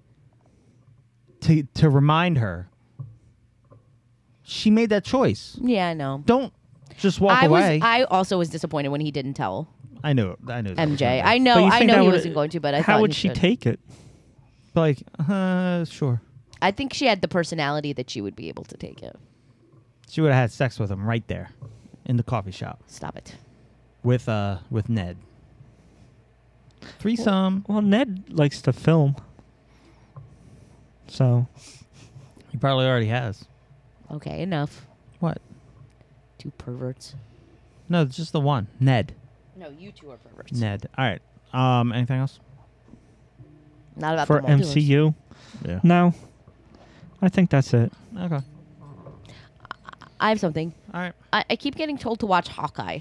Speaker 1: to to remind her, she made that choice.
Speaker 3: Yeah, I know.
Speaker 1: Don't just walk
Speaker 3: I
Speaker 1: away.
Speaker 3: was. I also was disappointed when he didn't tell
Speaker 1: I knew. it. I knew. that was
Speaker 3: MJ.
Speaker 1: gonna
Speaker 3: I
Speaker 1: be-
Speaker 3: know.
Speaker 2: But you
Speaker 3: I
Speaker 2: think that
Speaker 3: know he
Speaker 2: would-
Speaker 3: wasn't going to, but I
Speaker 2: How
Speaker 3: thought
Speaker 2: would
Speaker 3: he
Speaker 2: she
Speaker 3: should.
Speaker 2: take it?
Speaker 1: Like, uh, sure.
Speaker 3: I think she had the personality that she would be able to take it.
Speaker 1: She would have had sex with him right there, in the coffee shop
Speaker 3: Stop it.
Speaker 1: with uh with Ned. Threesome.
Speaker 2: Well, Ned likes to film. So,
Speaker 1: He probably already has.
Speaker 3: Okay, enough.
Speaker 1: What?
Speaker 3: Two perverts.
Speaker 1: No, just the one. Ned.
Speaker 3: No, you two are perverts.
Speaker 1: Ned. All right. Um. Anything else?
Speaker 3: Not about
Speaker 2: for
Speaker 3: the Multiverse.
Speaker 2: MCU,
Speaker 1: Yeah.
Speaker 2: no. I think that's it.
Speaker 1: Okay. All
Speaker 3: I have something.
Speaker 1: right.
Speaker 3: I, I keep getting told to watch Hawkeye.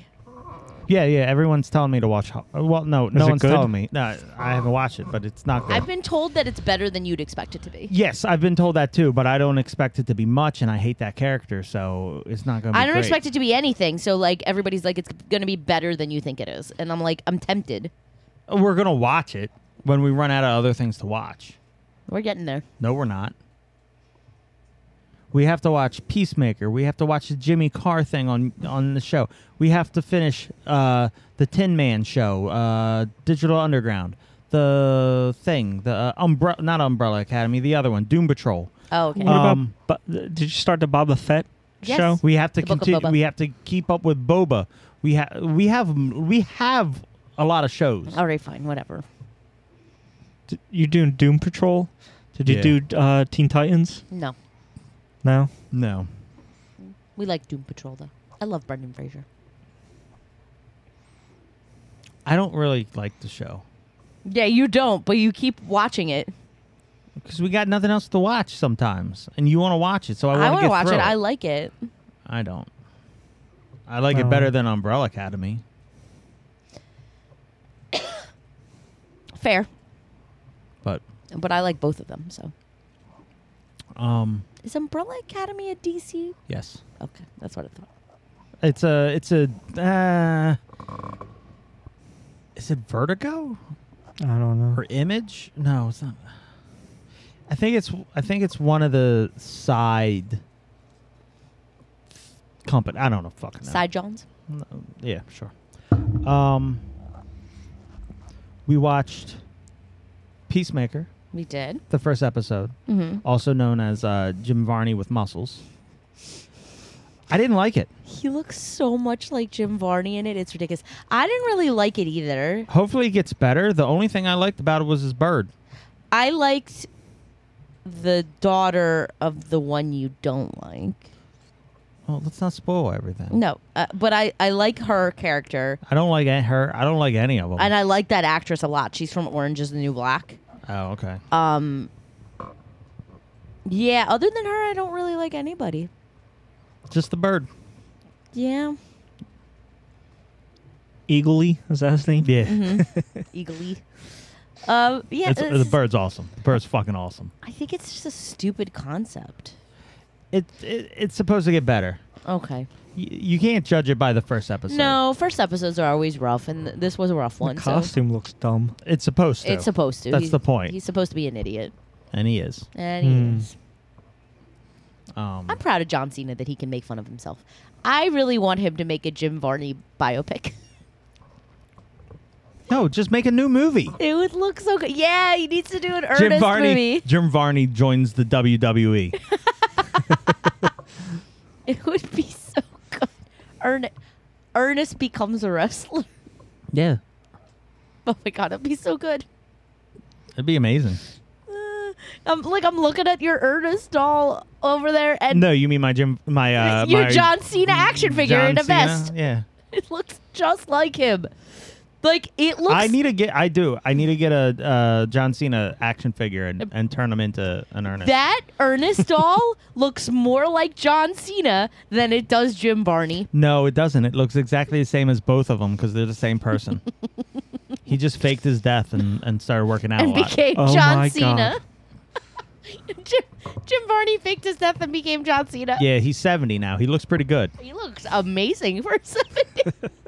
Speaker 1: Yeah, yeah. Everyone's telling me to watch. Ho- uh, Well, no, no
Speaker 2: it
Speaker 1: one's
Speaker 2: good?
Speaker 1: telling me. No, I haven't watched it, but it's not good.
Speaker 3: I've been told that it's better than you'd expect it to be.
Speaker 1: yes, I've been told that too, but I don't expect it to be much, and I hate that character, so it's not going to.
Speaker 3: I don't expect it to be anything. So like everybody's like it's going to be better than you think it is. And I'm like I'm tempted.
Speaker 1: We're going to watch it when we run out of other things to watch.
Speaker 3: We're getting there.
Speaker 1: No, we're not. We have to watch Peacemaker. We have to watch the Jimmy Carr thing on on the show. We have to finish uh, the Tin Man show, uh, Digital Underground, the thing, the uh, umbrella, not Umbrella Academy, the other one, Doom Patrol.
Speaker 3: Oh, okay.
Speaker 2: What
Speaker 1: Um,
Speaker 2: about? Bo- did you start the Boba Fett
Speaker 3: Yes.
Speaker 2: show?
Speaker 1: We have to
Speaker 3: The Book of
Speaker 1: continue.
Speaker 3: Boba.
Speaker 1: We have to keep up with Boba. We have we have we have a lot of shows.
Speaker 3: All right, fine, whatever.
Speaker 2: D- you doing Doom Patrol? Did you
Speaker 1: Yeah.
Speaker 2: do uh, Teen Titans?
Speaker 3: No.
Speaker 2: No.
Speaker 1: No,
Speaker 3: We like Doom Patrol though. I love Brendan Fraser.
Speaker 1: I don't really like the show
Speaker 3: Yeah, you don't, but you keep watching it.
Speaker 1: because we got nothing else to watch sometimes, and you want to watch it. So I
Speaker 3: I
Speaker 1: want
Speaker 3: want
Speaker 1: to
Speaker 3: to watch it.
Speaker 1: it.
Speaker 3: I like it.
Speaker 1: I don't. I like it
Speaker 2: Well-
Speaker 1: better than Umbrella Academy.
Speaker 3: Fair,
Speaker 1: But
Speaker 3: but I like both of them. So
Speaker 1: um
Speaker 3: is Umbrella Academy a DC?
Speaker 1: yes.
Speaker 3: Okay, that's what I thought.
Speaker 1: It's a it's a uh Is it Vertigo
Speaker 2: I don't know.
Speaker 1: or Image? No, it's not. I think it's I think it's one of the side company. I don't know fucking know.
Speaker 3: Side Johns.
Speaker 1: No, yeah, sure. Um we watched Peacemaker,
Speaker 3: We did.
Speaker 1: the first episode.
Speaker 3: Mm-hmm.
Speaker 1: also known as uh, Jim Varney with muscles. I didn't like it.
Speaker 3: He looks so much like Jim Varney in it. It's ridiculous. I didn't really like it either.
Speaker 1: Hopefully, it gets better. The only thing I liked about it was his bird.
Speaker 3: I liked the daughter of the one you don't like.
Speaker 1: Well, let's not spoil everything.
Speaker 3: No, uh, but I, I like her character,
Speaker 1: I don't like a- her. I don't like any of them.
Speaker 3: and I like that actress a lot. She's from Orange is the New Black.
Speaker 1: oh, okay.
Speaker 3: Um, yeah, other than her, I don't really like anybody.
Speaker 1: Just the bird.
Speaker 3: Yeah.
Speaker 2: Eagley, is that his name?
Speaker 1: Yeah.
Speaker 3: eagerly. Uh, Mm-hmm. yeah,
Speaker 1: It's-
Speaker 3: it's-
Speaker 1: the bird's awesome. The bird's fucking awesome.
Speaker 3: I think it's just a stupid concept.
Speaker 1: It, it it's supposed to get better.
Speaker 3: Okay.
Speaker 1: Y- you can't judge it by the first episode.
Speaker 3: No, first episodes are always rough, and th- this was a rough
Speaker 2: The
Speaker 3: one. so
Speaker 2: costume looks dumb.
Speaker 1: it's supposed to.
Speaker 3: it's supposed to.
Speaker 1: That's
Speaker 3: He's-
Speaker 1: the point.
Speaker 3: He's supposed to be an idiot,
Speaker 1: and he is.
Speaker 3: and he
Speaker 2: Hmm.
Speaker 3: is.
Speaker 1: Um,
Speaker 3: I'm proud of John Cena that he can make fun of himself. I really want him to make a Jim Varney biopic.
Speaker 1: no, just make a new movie.
Speaker 3: It would look so good. Yeah, he needs to do an earnest
Speaker 1: Jim Varney.
Speaker 3: movie.
Speaker 1: Jim Varney joins the E. WWE.
Speaker 3: It would be so good. Ern- Ernest becomes a wrestler.
Speaker 1: yeah,
Speaker 3: Oh my god, it'd be so good.
Speaker 1: it'd be amazing.
Speaker 3: Uh, I'm like I'm looking at your Ernest doll over there, and
Speaker 1: no, you mean my Jim, my uh,
Speaker 3: your
Speaker 1: my
Speaker 3: John Cena action figure
Speaker 1: John
Speaker 3: in a
Speaker 1: Cena?
Speaker 3: vest.
Speaker 1: Yeah,
Speaker 3: It looks just like him. Like it looks.
Speaker 1: I need to get. I do. I need to get a uh, John Cena action figure and, and turn him into an earnest.
Speaker 3: that Ernest doll looks more like John Cena than it does Jim Barney.
Speaker 1: no, it doesn't. It looks exactly the same as both of them because they're the same person. he just faked his death and, and started working out
Speaker 3: and
Speaker 1: a lot.
Speaker 3: became
Speaker 2: Oh
Speaker 3: John
Speaker 2: my
Speaker 3: Cena. Jim, Jim Barney faked his death and became John Cena.
Speaker 1: yeah, he's seventy now. He looks pretty good.
Speaker 3: He looks amazing for 70.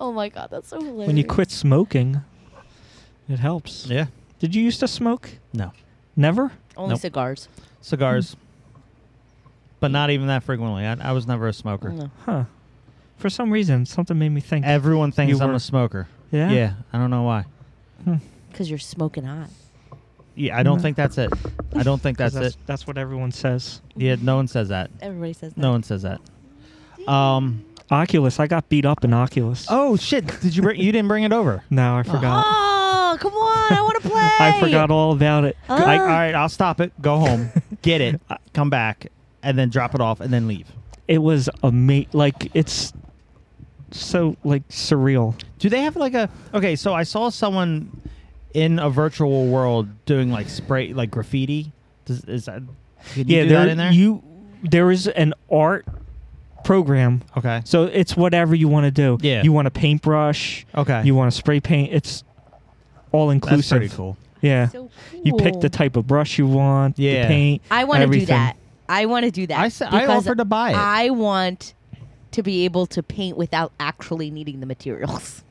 Speaker 3: oh my god, that's so hilarious.
Speaker 2: When you quit smoking, it helps.
Speaker 1: Yeah.
Speaker 2: Did you used to smoke?
Speaker 1: No
Speaker 2: Never?
Speaker 3: Only
Speaker 1: Nope.
Speaker 3: cigars. Hmm.
Speaker 1: cigars, but not even that frequently. I, I was never a smoker.
Speaker 3: No.
Speaker 2: Huh. For some reason, something made me think.
Speaker 1: Everyone thinks
Speaker 2: You
Speaker 1: I'm
Speaker 2: were-
Speaker 1: a smoker.
Speaker 2: yeah?
Speaker 1: Yeah, I don't know why.
Speaker 3: Because you're smoking hot.
Speaker 1: Yeah, I don't
Speaker 2: No.
Speaker 1: think that's it. I don't think
Speaker 2: Mm-hmm. 'Cause
Speaker 1: that's,
Speaker 2: That's,
Speaker 1: it.
Speaker 2: that's what everyone says.
Speaker 1: Yeah, no one says that.
Speaker 3: Everybody says that.
Speaker 1: No one says that. Um.
Speaker 2: Oculus. I got beat up in Oculus.
Speaker 1: Oh shit! Did you bring? you didn't bring it over.
Speaker 2: No, I forgot.
Speaker 3: Oh, come on. I want to play.
Speaker 2: I forgot all about it.
Speaker 3: Oh.
Speaker 1: I, all right, I'll stop it. Go home, get it, Uh, come back, and then drop it off, and then leave.
Speaker 2: It was a ama- Like it's so like surreal.
Speaker 1: Do they have like a? Okay, so I saw someone in a virtual world doing like spray, like graffiti. Does, is that? Can you do that in there?
Speaker 2: You there is an art program.
Speaker 1: okay.
Speaker 2: So it's whatever you want to do.
Speaker 1: Yeah.
Speaker 2: You want a paintbrush.
Speaker 1: Okay.
Speaker 2: You want to spray paint. It's all inclusive.
Speaker 1: That's pretty cool.
Speaker 2: Yeah.
Speaker 3: So
Speaker 2: You pick
Speaker 3: cool.
Speaker 2: the type of brush you want.
Speaker 1: Yeah.
Speaker 2: The paint.
Speaker 3: I want to do
Speaker 2: everything.
Speaker 3: that. I want to do that.
Speaker 1: I sa- I
Speaker 3: because
Speaker 1: offered to buy it.
Speaker 3: I want to be able to paint without actually needing the materials.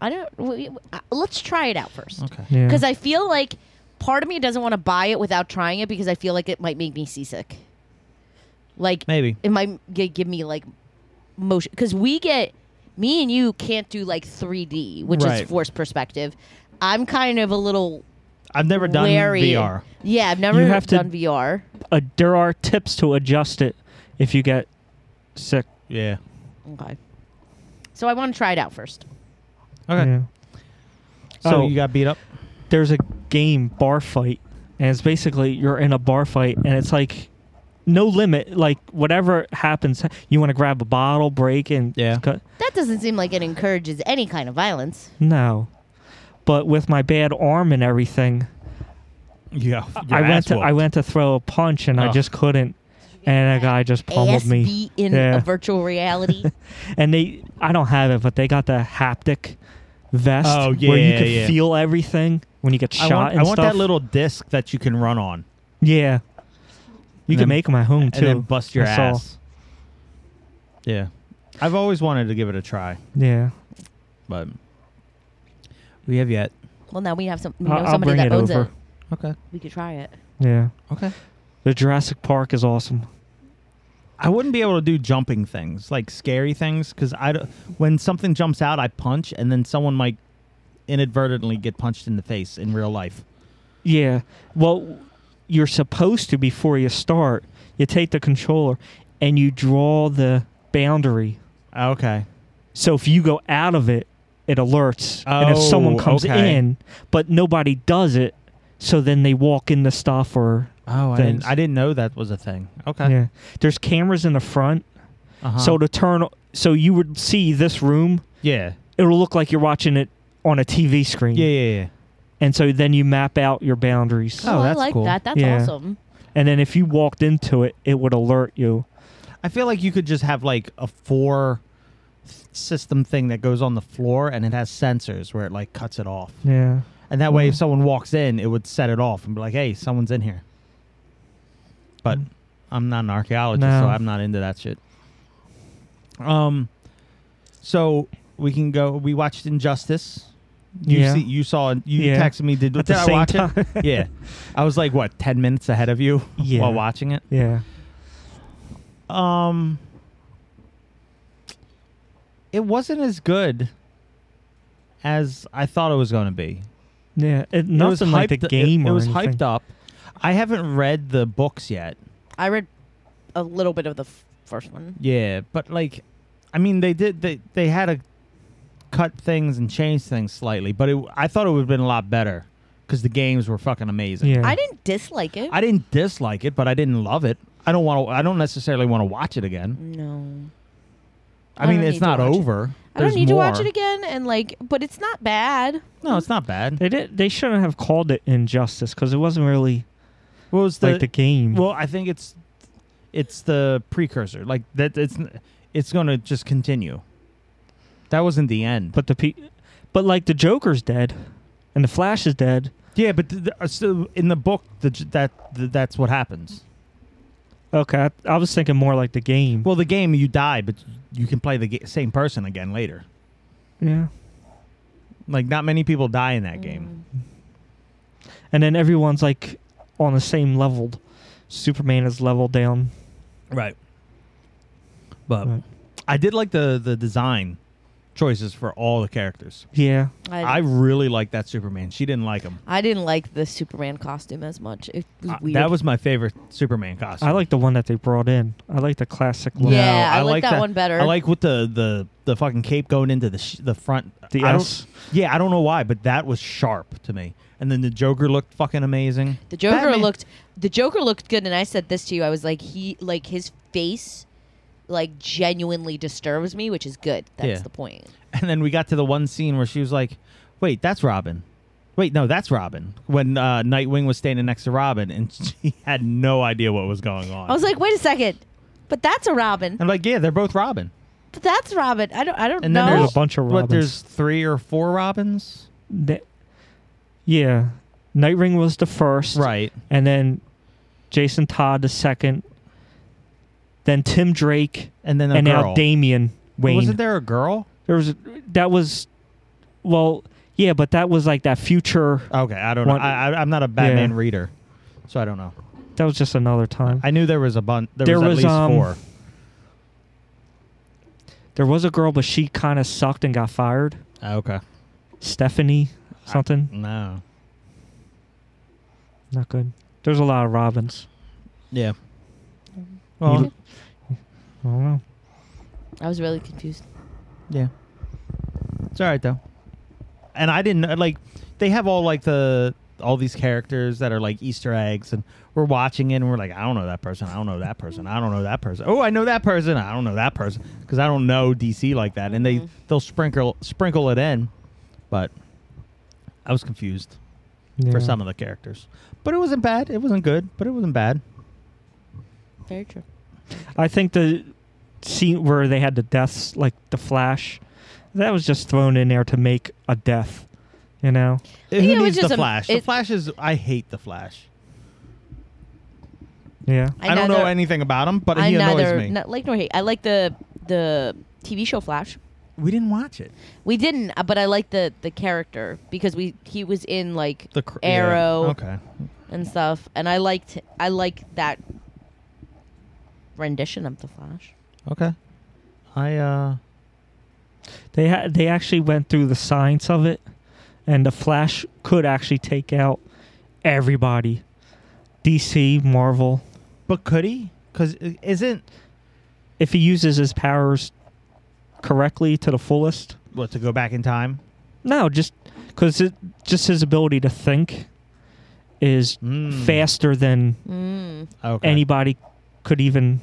Speaker 3: I don't. We, uh, let's try it out first.
Speaker 1: Okay.
Speaker 2: Yeah.
Speaker 3: Because I feel like part of me doesn't want to buy it without trying it because I feel like it might make me seasick. Like
Speaker 1: Maybe.
Speaker 3: it might g- give me like motion because we get me and you can't do like 3D, which
Speaker 1: Right.
Speaker 3: is forced perspective. I'm kind of a little
Speaker 1: I've never done
Speaker 3: wary.
Speaker 1: VR.
Speaker 3: Yeah, I've never
Speaker 2: You have to-
Speaker 3: done VR.
Speaker 2: Uh, there are tips to adjust it if you get sick.
Speaker 1: Yeah.
Speaker 3: Okay. So I want to try it out first.
Speaker 1: Okay.
Speaker 2: Yeah.
Speaker 1: So
Speaker 2: Oh.
Speaker 1: you got beat up.
Speaker 2: there's a game bar fight and it's basically you're in a bar fight and it's like no limit like whatever happens you want to grab a bottle break and
Speaker 1: Yeah.
Speaker 2: cut-
Speaker 3: That doesn't seem like it encourages any kind of violence.
Speaker 2: no but with my bad arm and everything
Speaker 1: Yeah.
Speaker 2: i went to i went to throw a punch and i
Speaker 1: Ugh.
Speaker 2: just couldn't and a guy just pummeled
Speaker 3: ASB
Speaker 2: me
Speaker 3: in
Speaker 2: Yeah.
Speaker 3: a virtual reality.
Speaker 2: and they i don't have it but they got the haptic vest
Speaker 1: Oh,
Speaker 2: where you
Speaker 1: yeah,
Speaker 2: can
Speaker 1: yeah.
Speaker 2: feel everything when you get shot
Speaker 1: I want,
Speaker 2: and
Speaker 1: I want
Speaker 2: stuff
Speaker 1: that little disc that you can run on
Speaker 2: yeah you
Speaker 1: And
Speaker 2: can
Speaker 1: then-
Speaker 2: make them at home
Speaker 1: and
Speaker 2: too
Speaker 1: then bust your
Speaker 2: I saw.
Speaker 1: ass. Yeah. I've always wanted to give it a try,
Speaker 2: yeah
Speaker 1: but we have yet.
Speaker 3: well, now we have some. We know
Speaker 2: I'll- I'll
Speaker 3: somebody
Speaker 2: bring
Speaker 3: that
Speaker 2: it
Speaker 3: owns
Speaker 2: over.
Speaker 3: it.
Speaker 1: Okay.
Speaker 3: We could try it.
Speaker 2: Yeah.
Speaker 1: Okay.
Speaker 2: The Jurassic Park is awesome.
Speaker 1: I wouldn't be able to do jumping things, like scary things, because I don't- when something jumps out, I punch, and then someone might inadvertently get punched in the face in real life.
Speaker 2: Yeah. Well, you're supposed to before you start, you take the controller and you draw the boundary.
Speaker 1: Okay.
Speaker 2: So if you go out of it, it alerts. and if
Speaker 1: Oh,
Speaker 2: someone comes
Speaker 1: okay.
Speaker 2: in, but nobody does it, so then they walk in the stuff or
Speaker 1: Oh, I
Speaker 2: Things.
Speaker 1: didn't, I didn't know that was a thing. Okay.
Speaker 2: yeah. There's cameras in the front,
Speaker 1: Uh-huh.
Speaker 2: so to turn so you would see this room,
Speaker 1: yeah.
Speaker 2: it'll look like you're watching it on a TV screen.
Speaker 1: Yeah, yeah, yeah.
Speaker 2: And so then you map out your boundaries.
Speaker 1: Oh,
Speaker 3: I
Speaker 1: that's
Speaker 3: like
Speaker 1: cool.
Speaker 3: that. That's
Speaker 2: Yeah.
Speaker 3: awesome.
Speaker 2: And then if you walked into it, it would alert you.
Speaker 1: I feel like you could just have like a four system thing that goes on the floor and it has sensors where it like cuts it off.
Speaker 2: Yeah.
Speaker 1: And that way,
Speaker 2: Mm.
Speaker 1: if someone walks in, it would set it off and be like, "Hey, someone's in here." But I'm not an archaeologist, so
Speaker 2: Mm. No.
Speaker 1: I'm not into that shit. Um, so we can go. We watched Injustice. You
Speaker 2: Yeah.
Speaker 1: see, you saw. You
Speaker 2: Yeah.
Speaker 1: texted me. Did,
Speaker 2: At
Speaker 1: did
Speaker 2: the
Speaker 1: I
Speaker 2: same
Speaker 1: watch
Speaker 2: time.
Speaker 1: it? Yeah, I was like what ten minutes ahead of you
Speaker 2: Yeah.
Speaker 1: while watching it.
Speaker 2: Yeah.
Speaker 1: Um, it wasn't as good as I thought it was going to be.
Speaker 2: Yeah.
Speaker 1: It
Speaker 2: It,
Speaker 1: was
Speaker 2: nothing like the
Speaker 1: hyped- it-
Speaker 2: game
Speaker 1: It,
Speaker 2: or
Speaker 1: was
Speaker 2: anything.
Speaker 1: hyped up. I haven't read the books yet.
Speaker 3: I read a little bit of the f- first one.
Speaker 1: Yeah, but like, I mean, they did. They they had to cut things and change things slightly, but it, I thought it would have been a lot better because the games were fucking amazing.
Speaker 2: Yeah.
Speaker 3: I didn't dislike it.
Speaker 1: I didn't dislike it, but I didn't love it. I don't want to. I don't necessarily want to watch it again.
Speaker 3: no.
Speaker 1: I,
Speaker 3: I
Speaker 1: mean,
Speaker 3: don't
Speaker 1: it's
Speaker 3: need to
Speaker 1: not
Speaker 3: watch it.
Speaker 1: over.
Speaker 3: I don't
Speaker 1: There's
Speaker 3: need to watch
Speaker 1: more.
Speaker 3: it again and like but it's not bad.
Speaker 1: No, it's not bad.
Speaker 2: They did. They shouldn't have called it injustice because it wasn't really
Speaker 1: What was
Speaker 2: like the game.
Speaker 1: Well, I think it's it's the precursor. Like that, it's it's going to just continue. That wasn't the end.
Speaker 2: but the pe- but like the Joker's dead, and the Flash is dead.
Speaker 1: Yeah, but th- th- uh, so in the book, the, j- that th- that's what happens.
Speaker 2: Okay, I, I was thinking more like the game.
Speaker 1: Well, the game you die, but you can play the ga- same person again later.
Speaker 2: yeah.
Speaker 1: Like not many people die in that game.
Speaker 2: And then everyone's like on the same level. Superman is leveled down.
Speaker 1: Mm. Right. But
Speaker 2: Right.
Speaker 1: I did like the the design choices for all the characters.
Speaker 2: Yeah.
Speaker 1: I
Speaker 3: I,
Speaker 1: really liked that Superman. She didn't like him.
Speaker 3: I didn't like the Superman costume as much. It was
Speaker 1: Uh,
Speaker 3: weird.
Speaker 1: that was my favorite Superman costume.
Speaker 2: I like the one that they brought in. I like the classic look.
Speaker 3: Yeah. I like that one better.
Speaker 1: I like with the the the fucking cape going into the sh- the front.
Speaker 2: The
Speaker 1: I don't-
Speaker 2: S.
Speaker 1: Yeah, I don't know why, but that was sharp to me. And then the Joker looked fucking amazing.
Speaker 3: The Joker
Speaker 1: Batman-
Speaker 3: looked the Joker looked good and I said this to you. I was like he like his face like genuinely disturbs me, which is good. That's
Speaker 1: Yeah.
Speaker 3: the point.
Speaker 1: And then we got to the one scene where she was like, "Wait, that's Robin." Wait, no, that's Robin. When uh, Nightwing was standing next to Robin, and she had no idea what was going on.
Speaker 3: I was like, "Wait a second. But that's a Robin.
Speaker 1: I'm like, yeah, they're both Robin.
Speaker 3: But that's Robin. I don't I don't
Speaker 1: And
Speaker 3: know.
Speaker 1: then
Speaker 2: There's
Speaker 1: there's
Speaker 2: a bunch of
Speaker 1: But
Speaker 2: Robins.
Speaker 1: there's three or four Robins,
Speaker 2: Th- yeah. Nightwing was the first.
Speaker 1: right?
Speaker 2: And then Jason Todd the second. Then Tim Drake.
Speaker 1: And then a
Speaker 2: and
Speaker 1: girl.
Speaker 2: now Damian Wayne.
Speaker 1: Wasn't there a girl?
Speaker 2: There was that was well, yeah, but that was like that future
Speaker 1: Okay, I don't know.
Speaker 2: One-
Speaker 1: I, I, I'm not a Batman
Speaker 2: Yeah.
Speaker 1: reader, so I don't know.
Speaker 2: that was just another time.
Speaker 1: I knew there was a bunch. There,
Speaker 2: There
Speaker 1: was,
Speaker 2: was,
Speaker 1: at least
Speaker 2: um,
Speaker 1: four.
Speaker 2: there was a girl but she kind of sucked and got fired.
Speaker 1: Oh, okay.
Speaker 2: Stephanie something.
Speaker 1: No.
Speaker 2: Not good. There's a lot of Robins.
Speaker 1: Yeah. Well,
Speaker 2: You- I don't know.
Speaker 3: I was really confused.
Speaker 1: yeah. It's all right though. And I didn't like. They have all like the all these characters that are like Easter eggs, and we're watching it, and we're like, I don't know that person. I don't know that person. I don't know that person. Oh, I know that person. I don't know that person because I don't know DC like that, and they they'll sprinkle sprinkle it in, but I was confused.
Speaker 2: Yeah.
Speaker 1: for some of the characters. But it wasn't bad. It wasn't good, but it wasn't bad.
Speaker 3: Very true.
Speaker 2: I think the scene where they had the deaths like the Flash, that was just thrown in there to make a death, you know.
Speaker 1: Who
Speaker 3: think it was
Speaker 1: needs
Speaker 3: just
Speaker 1: the
Speaker 3: a-
Speaker 1: Flash? the
Speaker 3: it-
Speaker 1: Flash is. I hate the Flash.
Speaker 2: Yeah.
Speaker 1: I, don't know
Speaker 3: neither-
Speaker 1: anything about him, but
Speaker 3: I
Speaker 1: he annoys
Speaker 3: neither
Speaker 1: me.
Speaker 3: not like nor hate. I like the the TV show Flash.
Speaker 1: we didn't watch it.
Speaker 3: We didn't, uh, but I like the the character because we he was in like
Speaker 1: The cr- yeah,
Speaker 3: Arrow
Speaker 1: Okay.
Speaker 3: and stuff, and I liked I like that rendition of the Flash.
Speaker 1: Okay. I uh.
Speaker 2: They ha- they actually went through the science of it, and the Flash could actually take out everybody, DC, Marvel,
Speaker 1: But could he? Because isn't
Speaker 2: if he uses his powers correctly to the fullest.
Speaker 1: what to go back in time?
Speaker 2: No, just because just his ability to think is
Speaker 1: Mm.
Speaker 2: faster than
Speaker 3: Mm.
Speaker 1: Okay.
Speaker 2: anybody could even.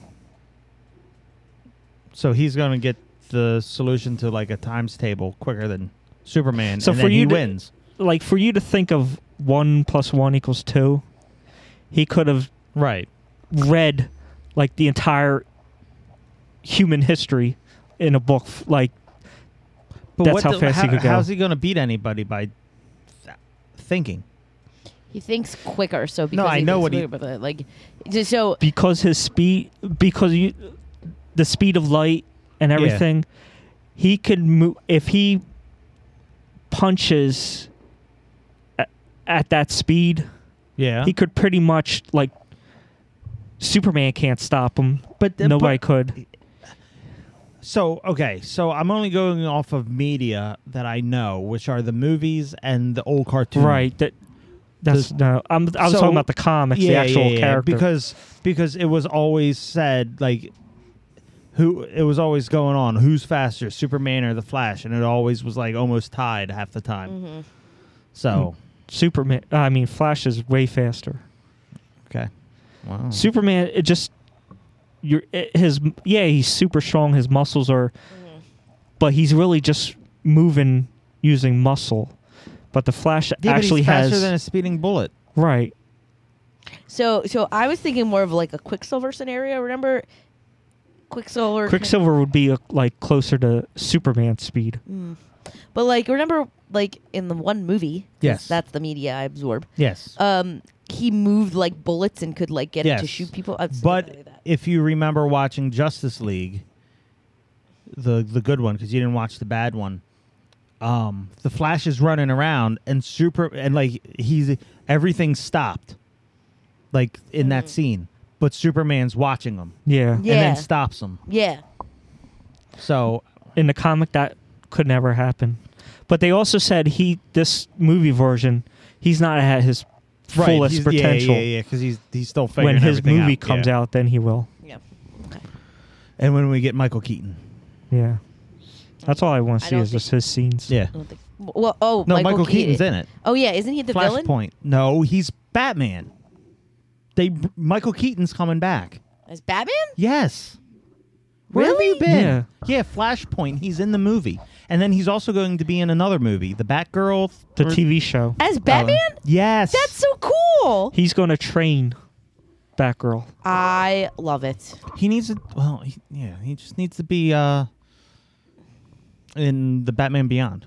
Speaker 1: so he's gonna get the solution to like a times table quicker than Superman.
Speaker 2: So
Speaker 1: and
Speaker 2: for
Speaker 1: then he
Speaker 2: you to-
Speaker 1: wins.
Speaker 2: Like for you to think of one plus one equals two, he could have
Speaker 1: Right.
Speaker 2: read like the entire human history in a book f- like
Speaker 1: But
Speaker 2: That's
Speaker 1: what
Speaker 2: how
Speaker 1: the-
Speaker 2: fast he could go.
Speaker 1: How's he going to beat anybody by th- thinking?
Speaker 3: He thinks quicker, so because
Speaker 1: I
Speaker 3: he
Speaker 1: know
Speaker 3: thinks
Speaker 1: what he-
Speaker 3: quicker, but, like just so
Speaker 2: because his speed because you the speed of light and
Speaker 1: Yeah.
Speaker 2: everything he could move if he punches at, at that speed
Speaker 1: Yeah.
Speaker 2: he could pretty much like superman can't stop him
Speaker 1: but the-
Speaker 2: nobody
Speaker 1: but-
Speaker 2: could
Speaker 1: So okay, so I'm only going off of media that I know, which are the movies and the old cartoons.
Speaker 2: right that that's no i'm i was
Speaker 1: So-
Speaker 2: talking about the comics the actual character
Speaker 1: Because because it was always said like who it was always going on who's faster, Superman or the Flash, and it always was like almost tied half the time. So
Speaker 2: Hmm. superman uh, i mean flash is way faster
Speaker 1: okay, wow,
Speaker 2: Superman, it just your it, his yeah, he's super strong. His muscles are, but he's really just moving using muscle. But the Flash
Speaker 1: yeah, but he's
Speaker 2: actually
Speaker 1: faster
Speaker 2: has
Speaker 1: than a speeding bullet.
Speaker 2: right.
Speaker 3: so so I was thinking more of like a Quicksilver scenario. Remember Quicksilver?
Speaker 2: Quicksilver would be uh like closer to Superman speed.
Speaker 3: But like remember like in the one movie. 'cause
Speaker 1: Yes.
Speaker 3: That's the media I absorb.
Speaker 1: Yes,
Speaker 3: Um, he moved like bullets and could like get it to
Speaker 1: Yes.
Speaker 3: shoot people. I've seen
Speaker 1: but
Speaker 3: that.
Speaker 1: if you remember watching Justice League, the the good one, because you didn't watch the bad one. Um, the Flash is running around and super and like he's everything stopped, like in that scene. But Superman's watching him
Speaker 2: Yeah.
Speaker 3: Mm-hmm. Yeah.
Speaker 1: and then stops him.
Speaker 3: yeah.
Speaker 1: So
Speaker 2: In the comic, that could never happen. But they also said he this movie version, he's not at his
Speaker 1: right,
Speaker 2: fullest
Speaker 1: he's-
Speaker 2: potential.
Speaker 1: Yeah, yeah, yeah. Because he's he's still figuring
Speaker 2: When his
Speaker 1: everything
Speaker 2: movie
Speaker 1: out.
Speaker 2: comes
Speaker 1: yeah.
Speaker 2: out, then he will.
Speaker 3: Yeah.
Speaker 1: and when we get Michael Keaton,
Speaker 2: Yeah. That's all I want
Speaker 3: I
Speaker 2: to see
Speaker 3: don't
Speaker 2: is just his scenes.
Speaker 1: yeah.
Speaker 3: I don't think. Well, oh,
Speaker 1: No,
Speaker 3: Michael,
Speaker 1: Michael Keaton's
Speaker 3: Keaton.
Speaker 1: in it.
Speaker 3: Oh yeah, isn't he the villain?
Speaker 1: Flashpoint. No, he's Batman. They Michael Keaton's coming back.
Speaker 3: As Batman?
Speaker 1: Yes. Where have you
Speaker 3: Really?
Speaker 1: been?
Speaker 2: Yeah.
Speaker 1: yeah, Flashpoint. He's in the movie. And then he's also going to be in another movie, The Batgirl.
Speaker 2: The
Speaker 1: or-
Speaker 2: TV show.
Speaker 1: Uh-huh.
Speaker 3: As Batman?
Speaker 1: Yes.
Speaker 3: That's so cool.
Speaker 2: He's going to train Batgirl.
Speaker 3: I love it.
Speaker 1: he needs to well, he, yeah, he just needs to be uh in the Batman Beyond.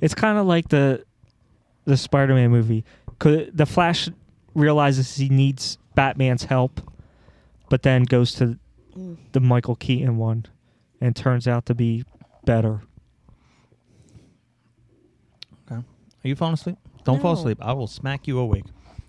Speaker 2: It's kind of like the the Spider-Man movie. 'Cause The Flash realizes he needs Batman's help, but then goes to
Speaker 3: Mm.
Speaker 2: the Michael Keaton one and turns out to be better.
Speaker 1: Okay. Are you falling asleep? Don't fall
Speaker 3: No.
Speaker 1: asleep. I will smack you awake.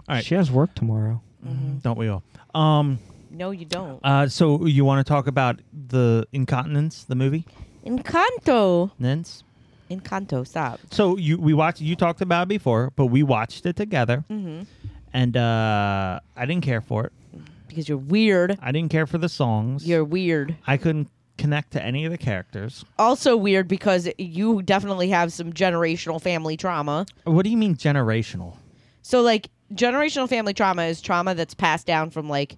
Speaker 1: All right.
Speaker 2: She has work tomorrow.
Speaker 3: Mm-hmm.
Speaker 1: Don't we all? Um
Speaker 3: No, you don't.
Speaker 1: uh so you want to talk about the Incontinence, the movie?
Speaker 3: Encanto.
Speaker 1: Nins?
Speaker 3: Encanto. Stop.
Speaker 1: So you we watched you talked about it before, but we watched it together.
Speaker 3: Mhm.
Speaker 1: And uh I didn't care for it.
Speaker 3: Because you're weird.
Speaker 1: I didn't care for the songs.
Speaker 3: You're weird.
Speaker 1: I couldn't connect to any of the characters.
Speaker 3: Also weird because you definitely have some generational family trauma.
Speaker 1: What do you mean generational?
Speaker 3: So like generational family trauma is trauma that's passed down from like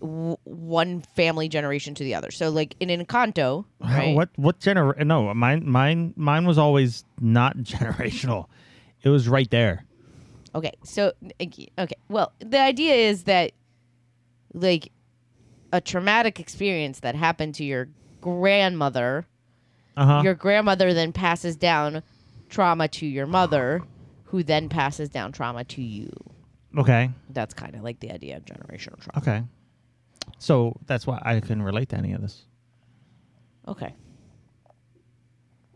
Speaker 3: w- one family generation to the other. So like in Encanto,
Speaker 1: How-
Speaker 3: right?
Speaker 1: What what gener? No, mine mine mine was always not generational. It was right there.
Speaker 3: Okay, so okay, well, the idea is that like a traumatic experience that happened to your grandmother,
Speaker 1: Uh huh.
Speaker 3: your grandmother then passes down trauma to your mother, who then passes down trauma to you.
Speaker 1: Okay.
Speaker 3: That's kind of like the idea of generational trauma.
Speaker 1: Okay. So that's why I couldn't relate to any of this.
Speaker 3: Okay.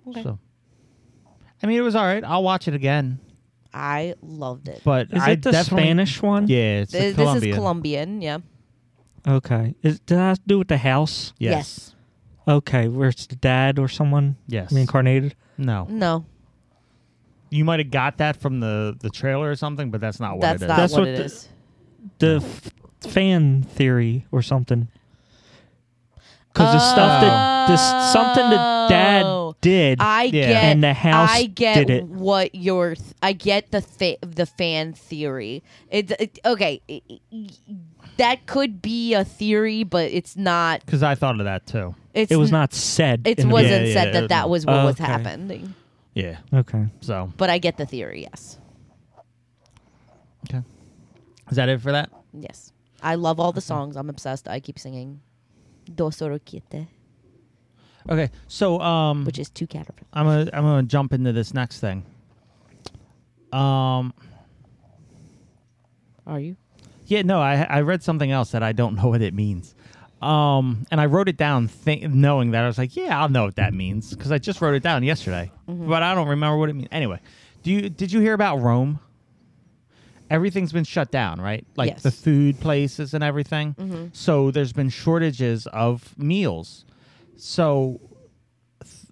Speaker 3: Okay.
Speaker 1: So, I mean, it was all right. I'll watch it again.
Speaker 3: I loved it.
Speaker 1: But
Speaker 2: Is
Speaker 1: I
Speaker 2: it the
Speaker 1: definitely-
Speaker 2: Spanish one?
Speaker 1: Yeah, it's
Speaker 3: Th-
Speaker 1: the Colombian.
Speaker 3: this is Colombian, yeah.
Speaker 2: Okay. Is, did that have to do with the house?
Speaker 1: Yes.
Speaker 2: Okay, where it's the dad or someone
Speaker 1: Yes.
Speaker 2: reincarnated.
Speaker 1: No.
Speaker 3: No.
Speaker 1: Mm. You might have got that from the the trailer or something, but that's not what
Speaker 3: That's
Speaker 1: it is.
Speaker 3: not
Speaker 2: That's
Speaker 3: what,
Speaker 2: what
Speaker 3: it is.
Speaker 2: the- the f- fan theory or something. Because the stuff that this something the
Speaker 3: Oh.
Speaker 2: dad did.
Speaker 3: I
Speaker 1: Yeah.
Speaker 3: get
Speaker 2: And the house
Speaker 3: I get
Speaker 2: did it.
Speaker 3: what your th- I get the fa- the fan theory. It, it okay, it- it- that could be a theory, but it's not.
Speaker 1: Because I thought of that too.
Speaker 3: It's
Speaker 2: it was
Speaker 3: n-
Speaker 2: not said.
Speaker 3: It
Speaker 2: in the-
Speaker 1: Yeah,
Speaker 3: wasn't
Speaker 1: yeah,
Speaker 3: said
Speaker 1: it was
Speaker 3: that that
Speaker 1: not.
Speaker 3: was what was
Speaker 2: Okay.
Speaker 3: happening,
Speaker 1: Yeah.
Speaker 2: Okay.
Speaker 1: So
Speaker 3: but I get the theory. Yes,
Speaker 1: okay. Is that it for that?
Speaker 3: yes, I love all the songs. I'm obsessed. I keep singing. Dos Oroquete.
Speaker 1: Okay, so um,
Speaker 3: which is two caterpillars.
Speaker 1: I'm gonna I'm gonna jump into this next thing. Um,
Speaker 3: Are you?
Speaker 1: yeah, no, I I read something else that I don't know what it means. Um, and I wrote it down, th- knowing that I was like, yeah, I'll know what that means because I just wrote it down yesterday, but I don't remember what it means. Anyway, do you did you hear about Rome? Everything's been shut down, right? Like
Speaker 3: Yes.
Speaker 1: the food places and everything. So there's been shortages of meals. So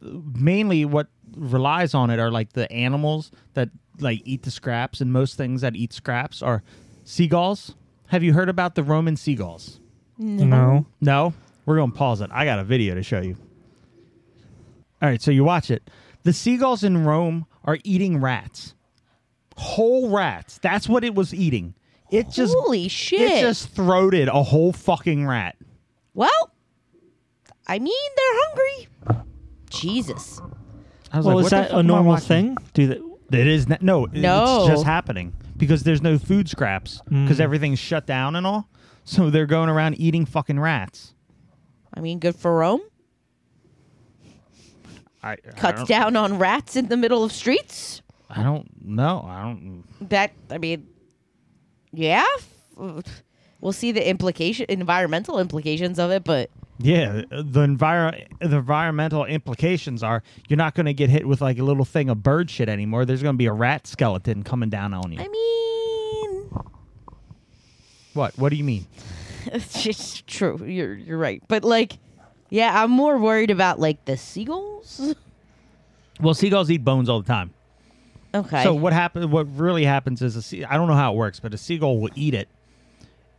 Speaker 1: mainly what relies on it are like the animals that like eat the scraps and most things that eat scraps are seagulls have you heard about the roman seagulls
Speaker 2: No.
Speaker 1: no we're gonna pause it i got a video to show you all right so you watch it the seagulls in rome are eating rats whole rats that's what it was eating it just
Speaker 3: Holy shit!
Speaker 1: it just throated a whole fucking rat
Speaker 3: well, I mean they're hungry. Jesus.
Speaker 1: I was
Speaker 2: Well,
Speaker 1: like,
Speaker 2: is
Speaker 1: what the fuck
Speaker 2: that a
Speaker 1: am I
Speaker 2: normal
Speaker 1: watching?
Speaker 2: thing? Do that?
Speaker 1: It is not, no,
Speaker 3: No.
Speaker 1: It's just happening because there's no food scraps because everything's shut down and all. So they're going around eating fucking rats.
Speaker 3: I mean, good for Rome.
Speaker 1: I I
Speaker 3: Cuts
Speaker 1: don't-
Speaker 3: down on rats in the middle of streets.
Speaker 1: I don't know. I don't.
Speaker 3: That I mean, yeah. We'll see the implication, environmental implications of it, but
Speaker 1: Yeah, the envir- the environmental implications are you're not going to get hit with like a little thing of bird shit anymore. There's going to be a rat skeleton coming down on you.
Speaker 3: I mean,
Speaker 1: what? What do you mean?
Speaker 3: it's just true. You're you're right, but like, yeah, I'm more worried about like the seagulls.
Speaker 1: Well, seagulls eat bones all the time.
Speaker 3: Okay.
Speaker 1: So what happen? What really happens is a sea. I don't know how it works, but a seagull will eat it.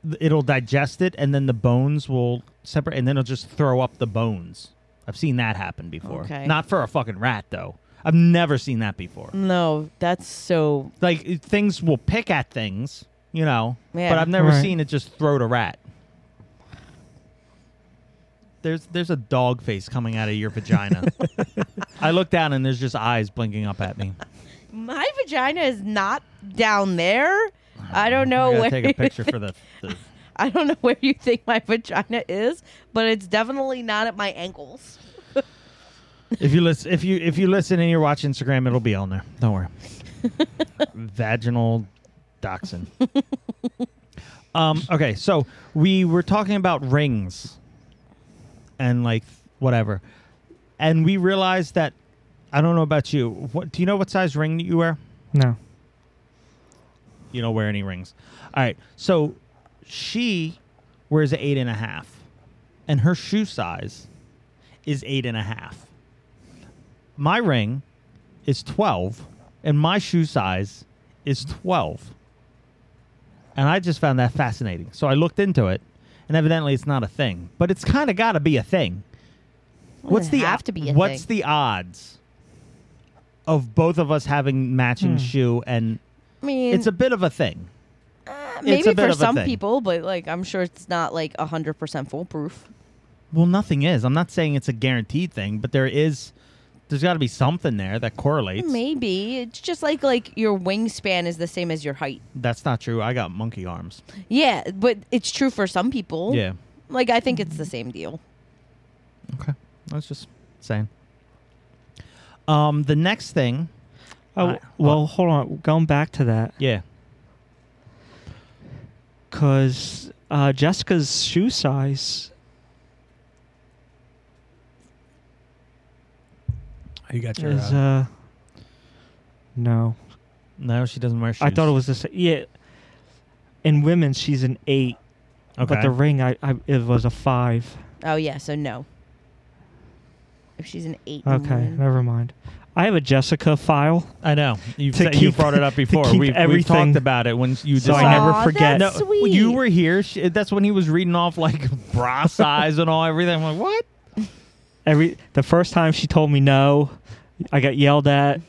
Speaker 1: Th- It'll digest it, and then the bones will separate, and then it'll just throw up the bones. I've seen that happen before.
Speaker 3: Okay.
Speaker 1: Not for a fucking rat though. I've never seen that before.
Speaker 3: no, that's so
Speaker 1: Like it- things will pick at things, you know,
Speaker 3: Yeah.
Speaker 1: but I've never
Speaker 2: Right.
Speaker 1: seen it just throw to rat. There's there's a dog face coming out of your vagina. I look down and there's just eyes blinking up at me.
Speaker 3: My vagina is not down there. I don't know
Speaker 1: I gotta
Speaker 3: where.
Speaker 1: take a picture for the, the
Speaker 3: I don't know where you think my vagina is, but it's definitely not at my ankles.
Speaker 1: If you listen, if you if you listen and you watch Instagram, it'll be on there. Don't worry. Vaginal dachshund. um. Okay, so we were talking about rings, and like whatever, and we realized that I don't know about you. What do you know? What size ring you wear?
Speaker 2: No.
Speaker 1: You don't wear any rings. All right. So she wears an eight and a half, and her shoe size is eight and a half. My ring is 12, and my shoe size is 12. And I just found that fascinating. So I looked into it, and evidently it's not a thing, but it's kind of got to be a thing. What's
Speaker 3: doesn't
Speaker 1: the
Speaker 3: have to be a
Speaker 1: What's
Speaker 3: thing.
Speaker 1: the odds of both of us having matching
Speaker 3: Hmm.
Speaker 1: shoe and
Speaker 3: I mean,
Speaker 1: it's a bit of a thing.
Speaker 3: uh,
Speaker 1: it's
Speaker 3: maybe
Speaker 1: a bit
Speaker 3: for
Speaker 1: of a
Speaker 3: some
Speaker 1: thing.
Speaker 3: people, but like I'm sure it's not like hundred percent foolproof.
Speaker 1: Well, nothing is. I'm not saying it's a guaranteed thing, but there is. There's got to be something there that correlates.
Speaker 3: Maybe it's just like like your wingspan is the same as your height.
Speaker 1: That's not true. I got monkey arms.
Speaker 3: Yeah, but it's true for some people.
Speaker 1: Yeah.
Speaker 3: like I think it's the same deal.
Speaker 1: Okay. I was just saying. Um, the next thing.
Speaker 2: Oh,
Speaker 1: Uh,
Speaker 2: well, hold on. Going back to that,
Speaker 1: Yeah.
Speaker 2: because uh, Jessica's shoe size.
Speaker 1: You got
Speaker 2: is uh no
Speaker 1: no, she doesn't wear shoes.
Speaker 2: i thought it was the same yeah in women she's an eight
Speaker 1: Okay.
Speaker 2: but the ring I, I it was a five
Speaker 3: Oh yeah, so no. If she's an eight. in
Speaker 2: okay
Speaker 3: women.
Speaker 2: never mind i have a jessica file
Speaker 1: I know. You've,
Speaker 2: To
Speaker 1: said, you
Speaker 2: keep-
Speaker 1: brought it up
Speaker 2: to
Speaker 1: before.
Speaker 2: keep
Speaker 1: We've, we've talked
Speaker 2: everything.
Speaker 1: about it when you
Speaker 2: So I
Speaker 1: decided-
Speaker 2: never
Speaker 3: Aw,
Speaker 2: forget-
Speaker 3: that's
Speaker 1: No,
Speaker 3: sweet.
Speaker 1: you were here. She, that's when he was reading off like bra size and all everything. I'm like, what?
Speaker 2: every the first time she told me no i got yelled at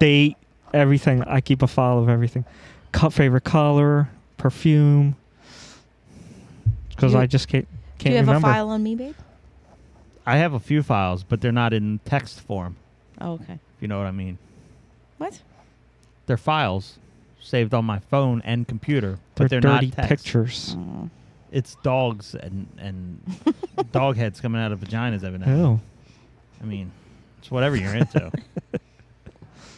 Speaker 2: date everything i keep a file of everything cut favorite color perfume because
Speaker 3: You-
Speaker 2: i just can't
Speaker 3: Do
Speaker 2: can't
Speaker 3: you have
Speaker 2: remember
Speaker 3: a file on me, babe?
Speaker 1: I have a few files, but they're not in text form.
Speaker 3: Oh, okay.
Speaker 1: If you know what I mean.
Speaker 3: What?
Speaker 1: They're files saved on my phone and computer,
Speaker 2: they're,
Speaker 1: but they're
Speaker 2: dirty
Speaker 1: not text.
Speaker 2: pictures
Speaker 3: Mm.
Speaker 1: It's dogs and and dog heads coming out of vaginas evidently.
Speaker 2: oh
Speaker 1: mean, it's whatever you're into.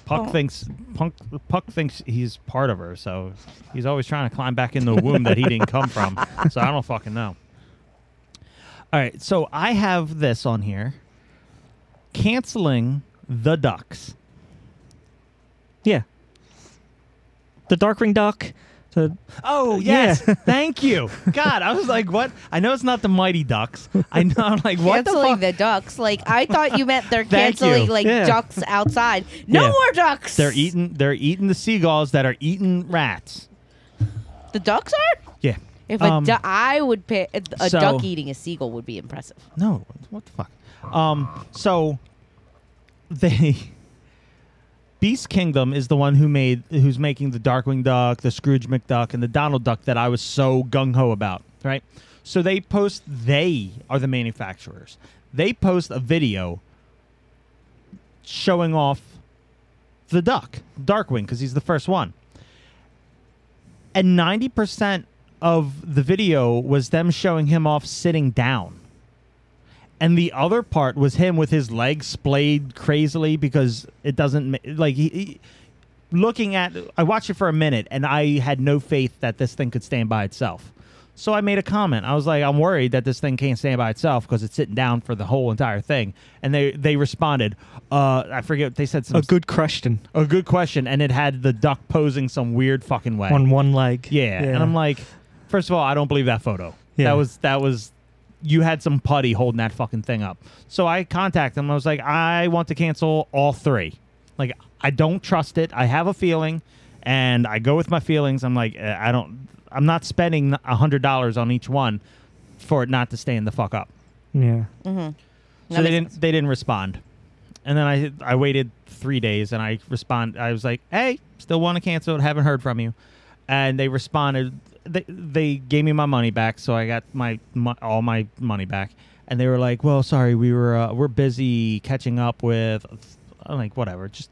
Speaker 1: Puck thinks Punk, Puck thinks he's part of her, so he's always trying to climb back in the womb that he didn't come from. So I don't fucking know. All right, so I have this on here. Canceling the ducks.
Speaker 2: Yeah. The Dark Ring Duck. The
Speaker 1: Oh yes, thank you. God, I was like, what? I know it's not the Mighty Ducks. I know. I'm like, what the
Speaker 3: canceling
Speaker 1: fuck?
Speaker 3: the, ducks. Like I thought you meant they're
Speaker 1: Thank
Speaker 3: canceling
Speaker 1: you.
Speaker 3: like
Speaker 2: Yeah.
Speaker 3: ducks outside. No
Speaker 1: Yeah.
Speaker 3: more ducks.
Speaker 1: they're eating. They're eating the seagulls that are eating rats.
Speaker 3: The ducks are.
Speaker 1: Yeah.
Speaker 3: If
Speaker 1: Um,
Speaker 3: a du- I would pay a
Speaker 1: so-
Speaker 3: duck eating a seagull would be impressive.
Speaker 1: No, what the fuck? Um, so they Beast Kingdom is the one who made who's making the Darkwing Duck, the Scrooge McDuck, and the Donald Duck that I was so gung ho about, right? So they post they are the manufacturers. They post a video showing off the duck, Darkwing, because he's the first one. And ninety percent of the video was them showing him off sitting down and the other part was him with his legs splayed crazily because it doesn't ma- like he, he- looking at I watched it for a minute and I had no faith that this thing could stand by itself. So I made a comment. I was like, I'm worried that this thing can't stand by itself because it's sitting down for the whole entire thing. And they they responded, uh, I forget they said some
Speaker 2: a good question
Speaker 1: a good question, and it had the duck posing some weird fucking way.
Speaker 2: on one leg.
Speaker 1: Yeah. And I'm like, first of all, I don't believe that photo.
Speaker 2: Yeah.
Speaker 1: That was that was you had some putty holding that fucking thing up. So I contacted him. I was like, I want to cancel all three. Like I don't trust it. I have a feeling and I go with my feelings. I'm like, eh, I don't I'm not spending a hundred dollars on each one for it not to stand the fuck up.
Speaker 2: yeah.
Speaker 1: So
Speaker 3: That
Speaker 1: they
Speaker 3: makes
Speaker 1: didn't. They didn't respond. And then I I waited three days and I respond. I was like, hey, still want to cancel it? Haven't heard from you. And they responded. They, they gave me my money back, so I got my, my all my money back. And they were like, well, sorry, we were uh, we're busy catching up with. I'm like, whatever. Just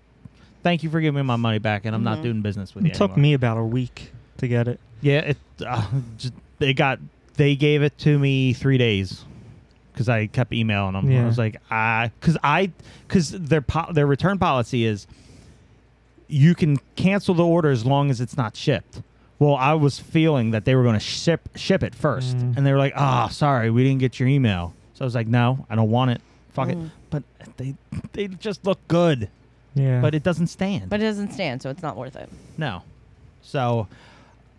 Speaker 1: thank you for giving me my money back, and I'm
Speaker 3: Mm-hmm.
Speaker 1: not doing business with you.
Speaker 2: It took
Speaker 1: anymore."
Speaker 2: me about a week to get it.
Speaker 1: Yeah, it uh, just, they got they gave it to me three days because I kept emailing them. I
Speaker 2: Yeah.
Speaker 1: was like, I because I because their po- their return policy is you can cancel the order as long as it's not shipped. Well, I was feeling that they were going to ship ship it first,
Speaker 2: Mm.
Speaker 1: and they were like, "Ah, sorry, we didn't get your email." So I was like, "No, I don't want it. Fuck
Speaker 2: Mm.
Speaker 1: it." But they they just look good,
Speaker 2: Yeah.
Speaker 1: but it doesn't stand.
Speaker 3: But it doesn't stand, so it's not worth it.
Speaker 1: no, so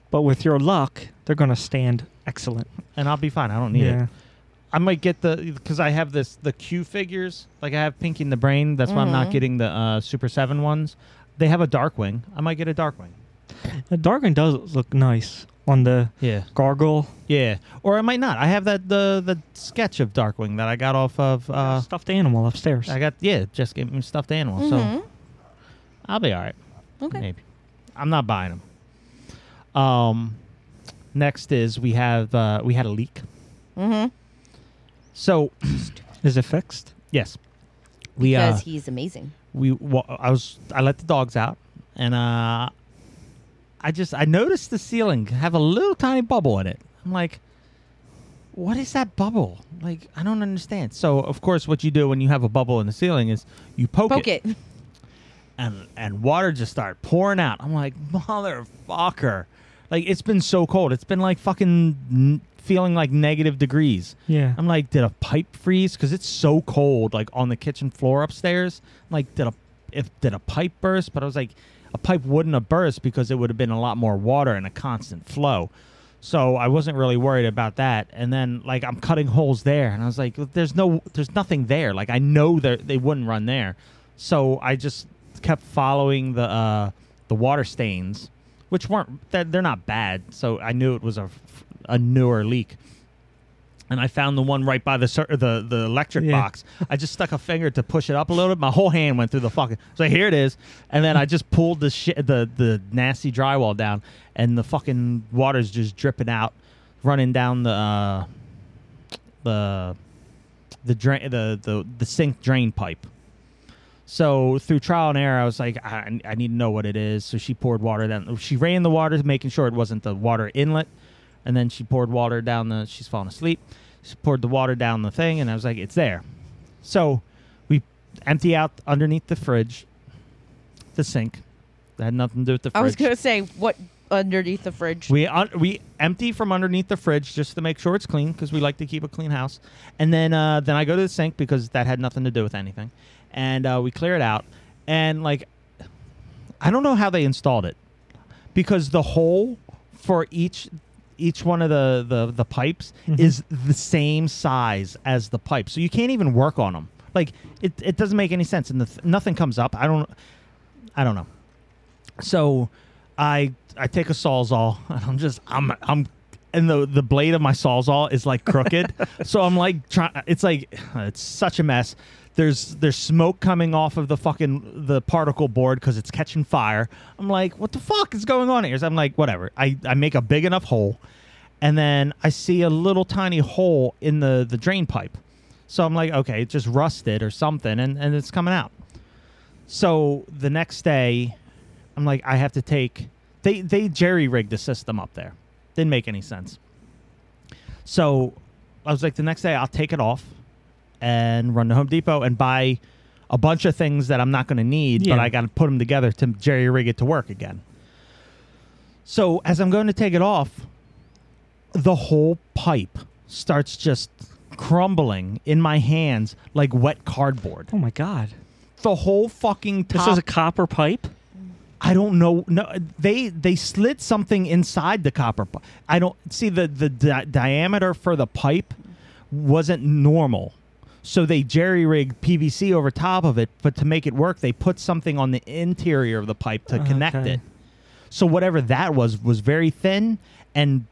Speaker 2: but with your luck, they're gonna stand excellent.
Speaker 1: and I'll be fine. I don't need it.
Speaker 2: Yeah.
Speaker 1: I might get the because I have this the Q figures. Like I have Pinky in the Brain. That's why I'm
Speaker 3: Mm-hmm.
Speaker 1: not getting the uh, Super Seven ones. They have a Darkwing. I might get a Darkwing.
Speaker 2: The Dargon does look nice on the
Speaker 1: Yeah,
Speaker 2: gargoyle
Speaker 1: yeah. Or I might not. I have that the the sketch of Darkwing that I got off of. Uh,
Speaker 2: stuffed animal upstairs.
Speaker 1: I got yeah, just gave me stuffed animal. So I'll be all right.
Speaker 3: Mm-hmm. Okay.
Speaker 1: Maybe I'm not buying them. Um, next is we have uh, we had a leak.
Speaker 3: Mm-hmm.
Speaker 1: So
Speaker 2: Is it fixed?
Speaker 1: yes, we uh,
Speaker 3: Because he's amazing.
Speaker 1: we wa- I was I let the dogs out and uh I just I noticed the ceiling have a little tiny bubble in it. I'm like what is that bubble? Like I don't understand. So of course what you do when you have a bubble in the ceiling is you poke,
Speaker 3: Poke it.
Speaker 1: and and water just started pouring out. I'm like motherfucker. Like it's been so cold. It's been like fucking n- feeling like negative degrees.
Speaker 2: Yeah.
Speaker 1: I'm like, did a pipe freeze? Because it's so cold, like on the kitchen floor upstairs. I'm like, did a if did a pipe burst? But I was like, a pipe wouldn't have burst because it would have been a lot more water and a constant flow. So I wasn't really worried about that. And then like I'm cutting holes there, and I was like, there's no, there's nothing there. Like I know that they wouldn't run there. So I just kept following the uh, the water stains, which weren't that they're not bad. So I knew it was a a newer leak and I found the one right by the cer- the the electric
Speaker 2: Yeah.
Speaker 1: box. I just stuck a finger to push it up a little bit. My whole hand went through the fucking. So here it is, and then I just pulled the shit the the nasty drywall down, and the fucking water's just dripping out, running down the uh, the the drain the, the the sink drain pipe. So through trial and error, I was like, I, I need to know what it is. So she poured water down. She ran the water, making sure it wasn't the water inlet, and then she poured water down the. She's falling asleep. She poured the water down the thing, and I was like, it's there. So we empty out underneath the fridge, the sink. That had nothing to do with the fridge.
Speaker 3: I was gonna say what underneath the fridge.
Speaker 1: We un- we empty from underneath the fridge just to make sure it's clean because we like to keep a clean house. And then uh, then I go to the sink because that had nothing to do with anything, and uh, we clear it out. And like, I don't know how they installed it because the hole for each each one of the the, the pipes is the same size as the pipe, so you can't even work on them. Like it, it doesn't make any sense, and the th- nothing comes up. I don't I don't know. So I I take a sawzall and I'm just I'm I'm and the the blade of my sawzall is like crooked. so I'm like trying it's like it's such a mess. There's there's smoke coming off of the fucking the particle board cuz it's catching fire. I'm like what the fuck is going on here? So I'm like whatever. I I make a big enough hole and then I see a little tiny hole in the the drain pipe. So I'm like okay, it just rusted or something and and it's coming out. So the next day, I'm like, I have to take. They they jerry rigged the system up there. Didn't make any sense. So I was like, the next day I'll take it off and run to Home Depot and buy a bunch of things that I'm not going to need, but
Speaker 2: Yeah.
Speaker 1: I got to put them together to jerry rig it to work again. So as I'm going to take it off, the whole pipe starts just crumbling in my hands like wet cardboard.
Speaker 2: Oh my god.
Speaker 1: The whole fucking
Speaker 2: This
Speaker 1: top
Speaker 2: is a copper pipe.
Speaker 1: I don't know. No, they they slid something inside the copper. pi- I don't see the the di- diameter for the pipe wasn't normal, so they jerry rigged PVC over top of it. But to make it work, they put something on the interior of the pipe to connect
Speaker 2: Okay.
Speaker 1: it. So whatever that was was very thin and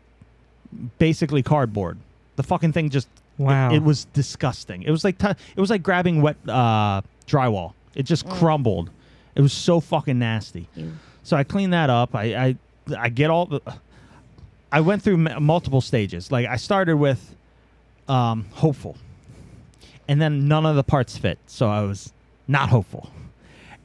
Speaker 1: basically cardboard. The fucking thing just
Speaker 2: Wow.
Speaker 1: It, it was disgusting. It was like t- it was like grabbing wet uh, drywall. It just crumbled. It was so fucking nasty. So I cleaned that up. I I, I get all the. I went through m- multiple stages. Like I started with um, hopeful, and then none of the parts fit, so I was not hopeful.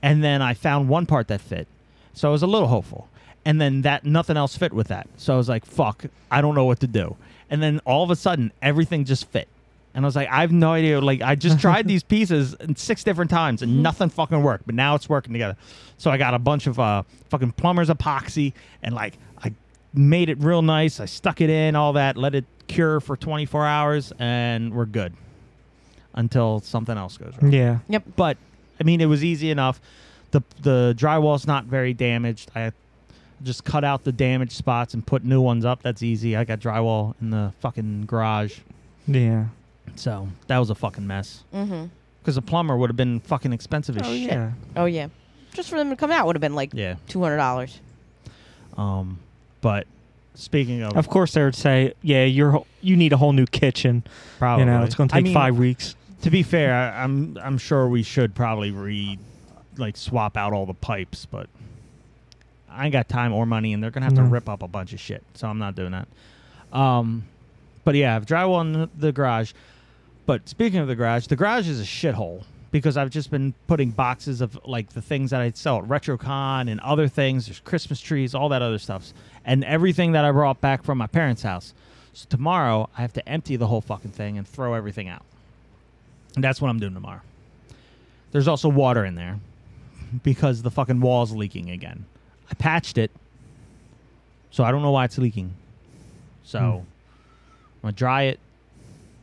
Speaker 1: And then I found one part that fit, so I was a little hopeful. And then that nothing else fit with that, so I was like, "Fuck, I don't know what to do." And then all of a sudden, everything just fit, and I was like, "I have no idea." Like I just tried these pieces in six different times, and nothing fucking worked. But now it's working together. So I got a bunch of uh, fucking plumber's epoxy, and like I made it real nice. I stuck it in, all that, let it cure for 24 hours, and we're good until something else goes wrong.
Speaker 2: yeah.
Speaker 3: yep.
Speaker 1: But I mean, it was easy enough. the The drywall's not very damaged. I just cut out the damaged spots and put new ones up. That's easy. I got drywall in the fucking garage,
Speaker 2: Yeah.
Speaker 1: so that was a fucking mess.
Speaker 3: Mm-hmm.
Speaker 1: Because a plumber would have been fucking expensive as
Speaker 2: Oh
Speaker 1: shit.
Speaker 2: yeah.
Speaker 3: Oh yeah. Just for them to come out would have been like
Speaker 1: Yeah.
Speaker 3: two hundred dollars.
Speaker 1: Um, but speaking of,
Speaker 2: Of course they would say, "Yeah, you're ho- you need a whole new kitchen.
Speaker 1: probably,
Speaker 2: You know, it's going to
Speaker 1: I
Speaker 2: take
Speaker 1: mean,
Speaker 2: five weeks."
Speaker 1: To be fair, I, I'm I'm sure we should probably re like swap out all the pipes, but I ain't got time or money, and they're gonna have
Speaker 2: No.
Speaker 1: to rip up a bunch of shit, so I'm not doing that. Um, but yeah, I've drywall in the- the garage. But speaking of the garage, the garage is a shithole because I've just been putting boxes of like the things that I sell at RetroCon and other things. There's Christmas trees, all that other stuff, and everything that I brought back from my parents' house. So tomorrow I have to empty the whole fucking thing and throw everything out. And that's what I'm doing tomorrow. There's also water in there because the fucking wall's leaking again. I patched it, so I don't know why it's leaking. So
Speaker 2: Hmm.
Speaker 1: I'm gonna dry it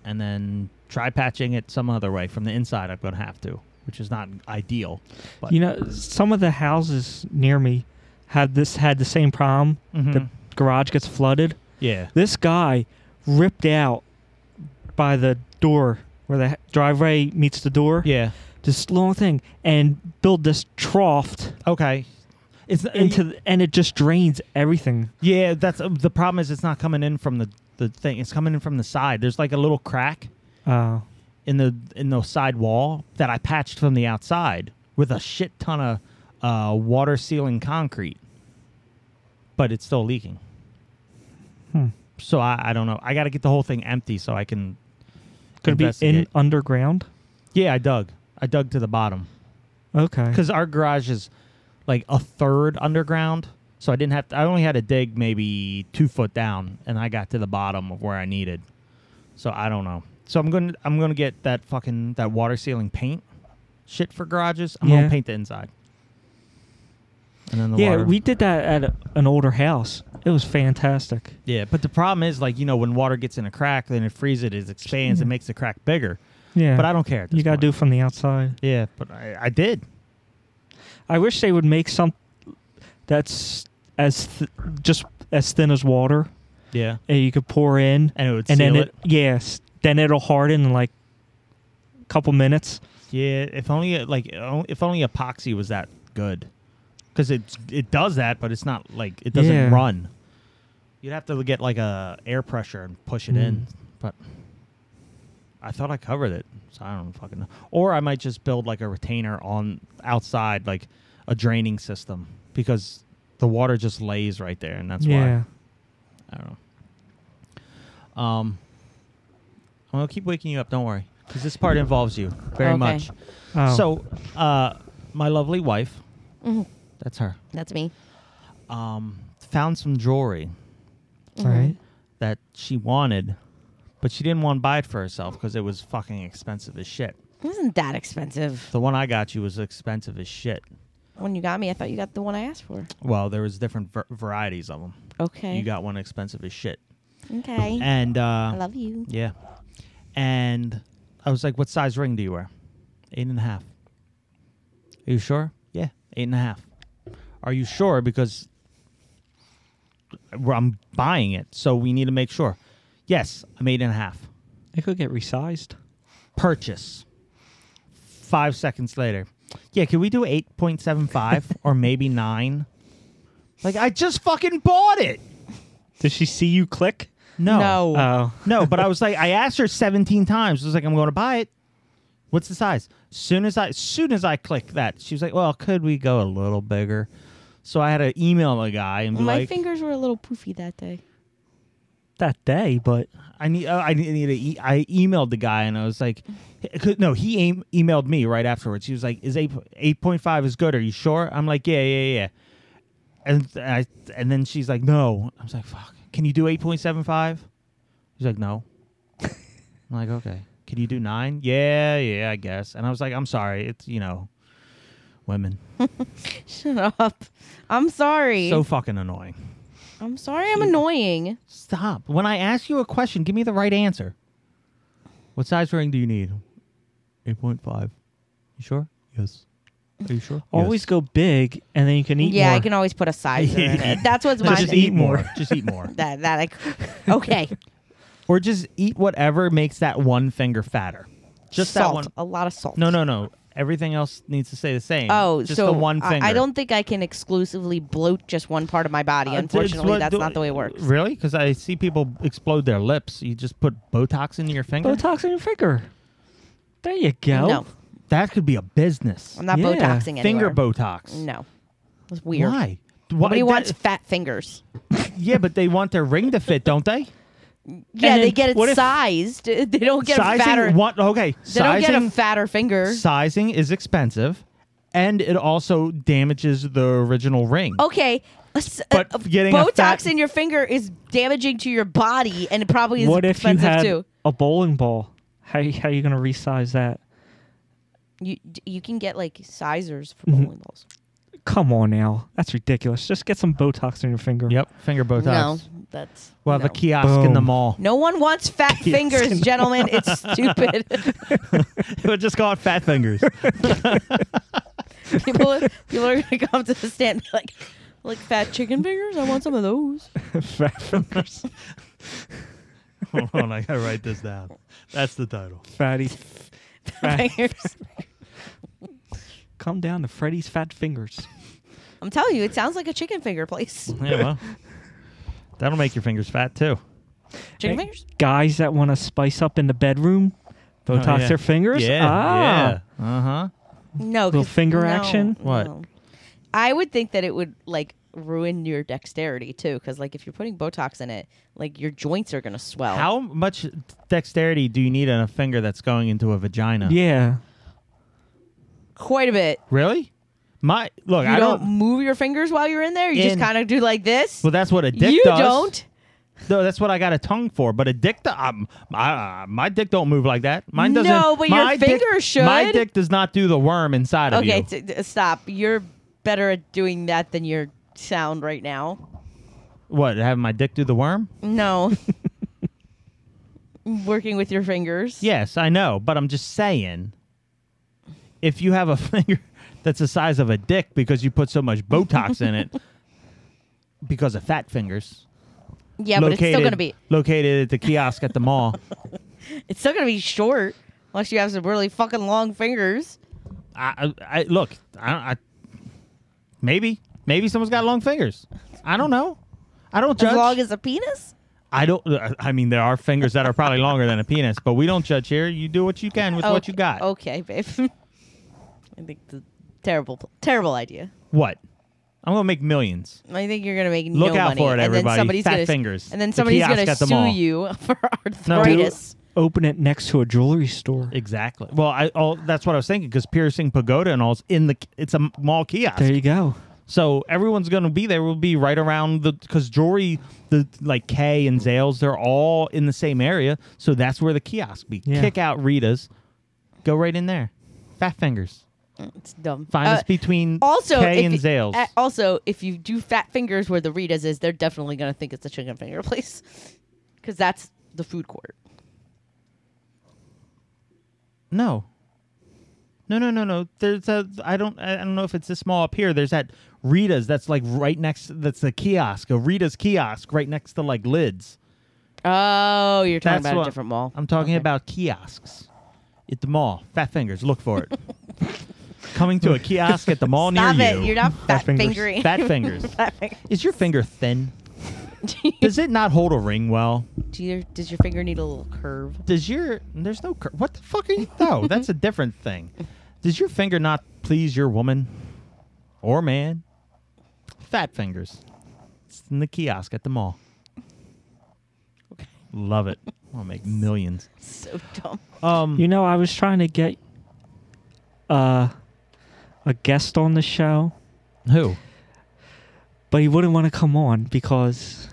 Speaker 1: and then try patching it some other way from the inside. I'm gonna have to, which is not ideal. But
Speaker 2: You know, some of the houses near me had this had the same problem. The
Speaker 1: Mhm.
Speaker 2: garage gets flooded.
Speaker 1: yeah,
Speaker 2: This guy ripped out by the door where the h- driveway meets the door.
Speaker 1: yeah,
Speaker 2: This long thing and build this trough
Speaker 1: okay. It's
Speaker 2: into the, and it just drains everything.
Speaker 1: yeah. That's uh, the problem is it's not coming in from the the thing. It's coming in from the side. There's like a little crack.
Speaker 2: Uh,
Speaker 1: in the in the side wall that I patched from the outside with a shit ton of uh, water sealing concrete, but it's still leaking.
Speaker 2: Hmm.
Speaker 1: So I, I don't know. I got to get the whole thing empty so I can.
Speaker 2: could it be in
Speaker 1: investigate.
Speaker 2: underground?
Speaker 1: Yeah, I dug. I dug to the bottom
Speaker 2: Okay.
Speaker 1: because our garage is like a third underground. So I didn't have to, I only had to dig maybe two foot down, and I got to the bottom of where I needed. So I don't know. So I'm gonna I'm gonna get that fucking that water sealing paint shit for garages, I'm
Speaker 2: Yeah.
Speaker 1: gonna paint the inside. And then the
Speaker 2: yeah,
Speaker 1: water.
Speaker 2: we did that at a, an older house. It was fantastic.
Speaker 1: yeah, but the problem is like you know when water gets in a crack, then it freezes it, it expands, and
Speaker 2: Yeah.
Speaker 1: makes the crack bigger.
Speaker 2: Yeah,
Speaker 1: But I don't care. At this
Speaker 2: You gotta
Speaker 1: point.
Speaker 2: do it from the outside.
Speaker 1: Yeah, but I, I did.
Speaker 2: I wish they would make some that's as th- just as thin as water,
Speaker 1: Yeah,
Speaker 2: and you could pour in,
Speaker 1: and it would
Speaker 2: and
Speaker 1: seal
Speaker 2: then
Speaker 1: it.
Speaker 2: it, yes, then it'll harden in like a couple minutes.
Speaker 1: Yeah, if only it- like o- if only epoxy was that good, because it it does that, but it's not like it doesn't
Speaker 2: Yeah.
Speaker 1: run. You'd have to get like a air pressure and push it in,
Speaker 2: Mm.
Speaker 1: but I thought I covered it, so I don't fucking know. Or I might just build like a retainer on outside, like a draining system, because the water just lays right there, and that's why
Speaker 2: yeah,
Speaker 1: I don't know. Um, I'm gonna keep waking you up. Don't worry, because this part involves you very
Speaker 3: Okay.
Speaker 1: much.
Speaker 2: Oh.
Speaker 1: So, uh, my lovely wife,
Speaker 3: Mm-hmm.
Speaker 1: that's her,
Speaker 3: That's me.
Speaker 1: um, found some jewelry
Speaker 2: all right,
Speaker 1: that she wanted, but she didn't want to buy it for herself because it was fucking expensive as shit.
Speaker 3: It wasn't that expensive.
Speaker 1: The one I got you was expensive as shit.
Speaker 3: When you got me, I thought you got the one I asked for.
Speaker 1: Well, there was different ver- varieties of them.
Speaker 3: Okay.
Speaker 1: You got one expensive as shit,
Speaker 3: okay.
Speaker 1: and uh,
Speaker 3: I love you.
Speaker 1: yeah, and I was like, "What size ring do you wear?" Eight and a half. Are you sure? Yeah, eight and a half. Are you sure? Because we're- I'm buying it, so we need to make sure. Yes, I'm eight and a half.
Speaker 2: it could get resized.
Speaker 1: Purchase. Five seconds later. Yeah, can we do 8.75 or maybe nine? Like, I just fucking bought it.
Speaker 2: Did she see you click?
Speaker 1: No.
Speaker 3: No.
Speaker 2: Oh,
Speaker 1: No, but I was like, I asked her 17 times. I was like, I'm going to buy it. What's the size? Soon as I, soon as I click that, she was like, Well, could we go a little bigger? So I had to email the guy and be
Speaker 3: My
Speaker 1: like,
Speaker 3: fingers were a little poofy that day.
Speaker 2: that day, but
Speaker 1: I need. Uh, I need. need to e- I emailed the guy and I was like, h- could- no, he aim- emailed me right afterwards. He was like, "Is eight eight point five is good? Are you sure?" I'm like, "Yeah, yeah, yeah." And th- I and then she's like, "No." I was like, "Fuck." Can you do eight point seven five? He's like, "No." I'm like, "Okay." Can you do nine? Yeah, yeah, I guess. And I was like, "I'm sorry. It's you know, women.
Speaker 3: Shut up. I'm sorry.
Speaker 1: So fucking annoying."
Speaker 3: I'm sorry I'm annoying.
Speaker 1: Stop. When I ask you a question, give me the right answer. What size ring do you need? 8.5. You sure? Yes. Are you sure?
Speaker 2: always go big, and then you can eat.
Speaker 3: yeah, I
Speaker 2: more.
Speaker 3: can always put a size in it. That's what's my
Speaker 1: Just, eat more. just eat more.
Speaker 3: that that I c- Okay.
Speaker 1: Or just eat whatever makes that one finger fatter. Just
Speaker 3: salt.
Speaker 1: that one.
Speaker 3: A lot of salt.
Speaker 1: No, no, no. Everything else needs to stay the same.
Speaker 3: Oh,
Speaker 1: just
Speaker 3: so
Speaker 1: the one
Speaker 3: I-
Speaker 1: finger.
Speaker 3: I, don't think I can exclusively bloat just one part of my body.
Speaker 1: Uh, it's
Speaker 3: Unfortunately,
Speaker 1: what-
Speaker 3: that's
Speaker 1: do-
Speaker 3: not the way it works.
Speaker 1: Really? Because I see people explode their lips. You just put Botox into your finger.
Speaker 2: Botox in your finger. There you go.
Speaker 3: No,
Speaker 1: That could be a business.
Speaker 3: I'm not
Speaker 2: Yeah.
Speaker 3: botoxing
Speaker 1: Finger
Speaker 3: anywhere.
Speaker 1: Botox.
Speaker 3: No, it's weird.
Speaker 1: Why?
Speaker 3: Nobody
Speaker 1: Why-
Speaker 3: wants
Speaker 1: that-
Speaker 3: fat fingers.
Speaker 1: Yeah, but they want their ring to fit, don't they?
Speaker 3: Yeah,
Speaker 2: And
Speaker 3: they
Speaker 2: then
Speaker 3: get it
Speaker 2: what if-
Speaker 3: sized. They don't get
Speaker 1: sizing,
Speaker 3: a fatter.
Speaker 1: What? Okay,
Speaker 3: they don't get a
Speaker 1: sizing.
Speaker 3: fatter finger.
Speaker 1: Sizing is expensive, and it also damages the original ring.
Speaker 3: Okay. a s-
Speaker 1: But
Speaker 3: a-
Speaker 1: getting a
Speaker 3: Botox
Speaker 1: fat-
Speaker 3: in your finger is damaging to your body, and it probably is
Speaker 2: what if you
Speaker 3: expensive
Speaker 2: had
Speaker 3: too.
Speaker 2: a bowling ball? How how you gonna resize that?
Speaker 3: You d- you can get like sizers for
Speaker 1: Mm-hmm.
Speaker 3: bowling balls.
Speaker 2: Come on now, that's ridiculous. Just get some Botox in your finger.
Speaker 1: Yep, finger Botox.
Speaker 3: No, that's
Speaker 1: We'll have
Speaker 3: no.
Speaker 1: a kiosk in the
Speaker 2: Boom.
Speaker 1: mall.
Speaker 3: No one wants fat fingers, gentlemen. It's stupid.
Speaker 1: we'll just call it Fat Fingers.
Speaker 3: people, people are gonna come to the stand and be like, like fat chicken fingers. I want some of those.
Speaker 2: fat fingers,
Speaker 1: Hold on, I gotta write this down. That's the title.
Speaker 2: fatty. Fat.
Speaker 3: Fingers.
Speaker 2: Come down to Freddy's fat fingers.
Speaker 3: I'm telling you, it sounds like a chicken finger place.
Speaker 1: Yeah, well, that'll make your fingers fat too.
Speaker 3: Chicken
Speaker 2: Hey.
Speaker 3: fingers.
Speaker 2: Guys that want to spice up in the bedroom, Botox
Speaker 1: yeah.
Speaker 2: their fingers.
Speaker 1: Yeah,
Speaker 2: ah,
Speaker 1: yeah. Uh huh.
Speaker 3: No,
Speaker 2: Little
Speaker 3: 'cause-
Speaker 2: finger
Speaker 3: no,
Speaker 2: action?
Speaker 1: What?
Speaker 3: no. I would think that it would like ruin your dexterity too, because like if you're putting Botox in it, like your joints are gonna swell.
Speaker 1: How much dexterity do you need on a finger that's going into a vagina?
Speaker 2: yeah.
Speaker 3: Quite a bit.
Speaker 1: Really? My look,
Speaker 3: You
Speaker 1: I
Speaker 3: don't, move your fingers while you're in there. You just
Speaker 1: In-
Speaker 3: kind of do like this.
Speaker 1: Well, that's what a dick
Speaker 3: you
Speaker 1: does.
Speaker 3: don't.
Speaker 1: No, that's what I got a tongue for. But a dick, do- um, I, uh, my dick don't move like that. Mine doesn't.
Speaker 3: No, but your
Speaker 1: my
Speaker 3: finger
Speaker 1: dick,
Speaker 3: should.
Speaker 1: My dick does not do the worm inside of
Speaker 3: Okay,
Speaker 1: you.
Speaker 3: t- t- stop. You're better at doing that than your sound right now.
Speaker 1: what? Have my dick do the worm?
Speaker 3: No. Working with your fingers.
Speaker 1: Yes, I know, but I'm just saying. If you have a finger that's the size of a dick because you put so much Botox in it, because of fat fingers.
Speaker 3: Yeah, but it's still gonna be
Speaker 1: located at the kiosk at the mall.
Speaker 3: it's still gonna be short unless you have some really fucking long fingers.
Speaker 1: I, I, I look. I, I maybe maybe someone's got long fingers. I don't know. I don't judge.
Speaker 3: As long as a penis?
Speaker 1: I don't. uh, I mean, there are fingers that are probably longer than a penis, but we don't judge here. You do what you can with what
Speaker 3: Okay- Oh.
Speaker 1: you got.
Speaker 3: Okay, babe. I think the terrible pl- terrible idea.
Speaker 1: What? I'm gonna make millions.
Speaker 3: I think you're gonna make
Speaker 1: Look
Speaker 3: no
Speaker 1: out
Speaker 3: money,
Speaker 1: for it,
Speaker 3: and
Speaker 1: everybody.
Speaker 3: then somebody's
Speaker 1: Fat
Speaker 3: gonna,
Speaker 1: fingers.
Speaker 3: and then
Speaker 1: The
Speaker 3: somebody's
Speaker 1: kiosk
Speaker 3: gonna
Speaker 1: at the
Speaker 3: sue
Speaker 1: mall.
Speaker 3: you for
Speaker 1: No, dude.
Speaker 3: arthritis.
Speaker 2: Open it next to a jewelry store.
Speaker 1: Exactly. Well, I all that's what I was thinking because piercing pagoda and all's in the. It's a mall kiosk.
Speaker 2: There you go.
Speaker 1: So everyone's gonna be there. Will be right around the because jewelry, the like K and Zales, they're all in the same area. So that's where the kiosk be.
Speaker 2: Yeah.
Speaker 1: Kick out Rita's, go right in there. Fat fingers.
Speaker 3: It's dumb.
Speaker 1: Find us
Speaker 3: Uh,
Speaker 1: between
Speaker 3: also,
Speaker 1: K
Speaker 3: if
Speaker 1: and
Speaker 3: you-
Speaker 1: Zales.
Speaker 3: uh, also, if you do fat fingers where the Rita's is, they're definitely gonna think it's a chicken finger place, because that's the food court.
Speaker 1: no. No, no, no, no. There's a. I don't. I don't know if it's this small up here. There's that Rita's. That's like right next. That's the kiosk. A Rita's kiosk right next to like lids.
Speaker 3: Oh, you're talking
Speaker 1: That's
Speaker 3: about
Speaker 1: what-
Speaker 3: a different mall.
Speaker 1: I'm talking
Speaker 3: Okay.
Speaker 1: about kiosks at the mall. Fat fingers, look for it. Coming to a kiosk at the mall
Speaker 3: Stop
Speaker 1: near
Speaker 3: it!
Speaker 1: you.
Speaker 3: You're not fat
Speaker 2: fingers.
Speaker 3: fingering.
Speaker 1: Fat fingers.
Speaker 3: Fat finger.
Speaker 1: Is your finger thin?
Speaker 3: Do you-
Speaker 1: Does it not hold a ring well?
Speaker 3: do your, does your finger need a little curve?
Speaker 1: Does your there's no cur- what the fuck are you? No, that's a different thing. Does your finger not please your woman or man? Fat fingers. It's in the kiosk at the mall.
Speaker 3: Okay.
Speaker 1: Love it. I'll make millions.
Speaker 3: So dumb.
Speaker 1: Um,
Speaker 2: You know, I was trying to get uh, a guest on the show,
Speaker 1: who?
Speaker 2: but he wouldn't want to come on because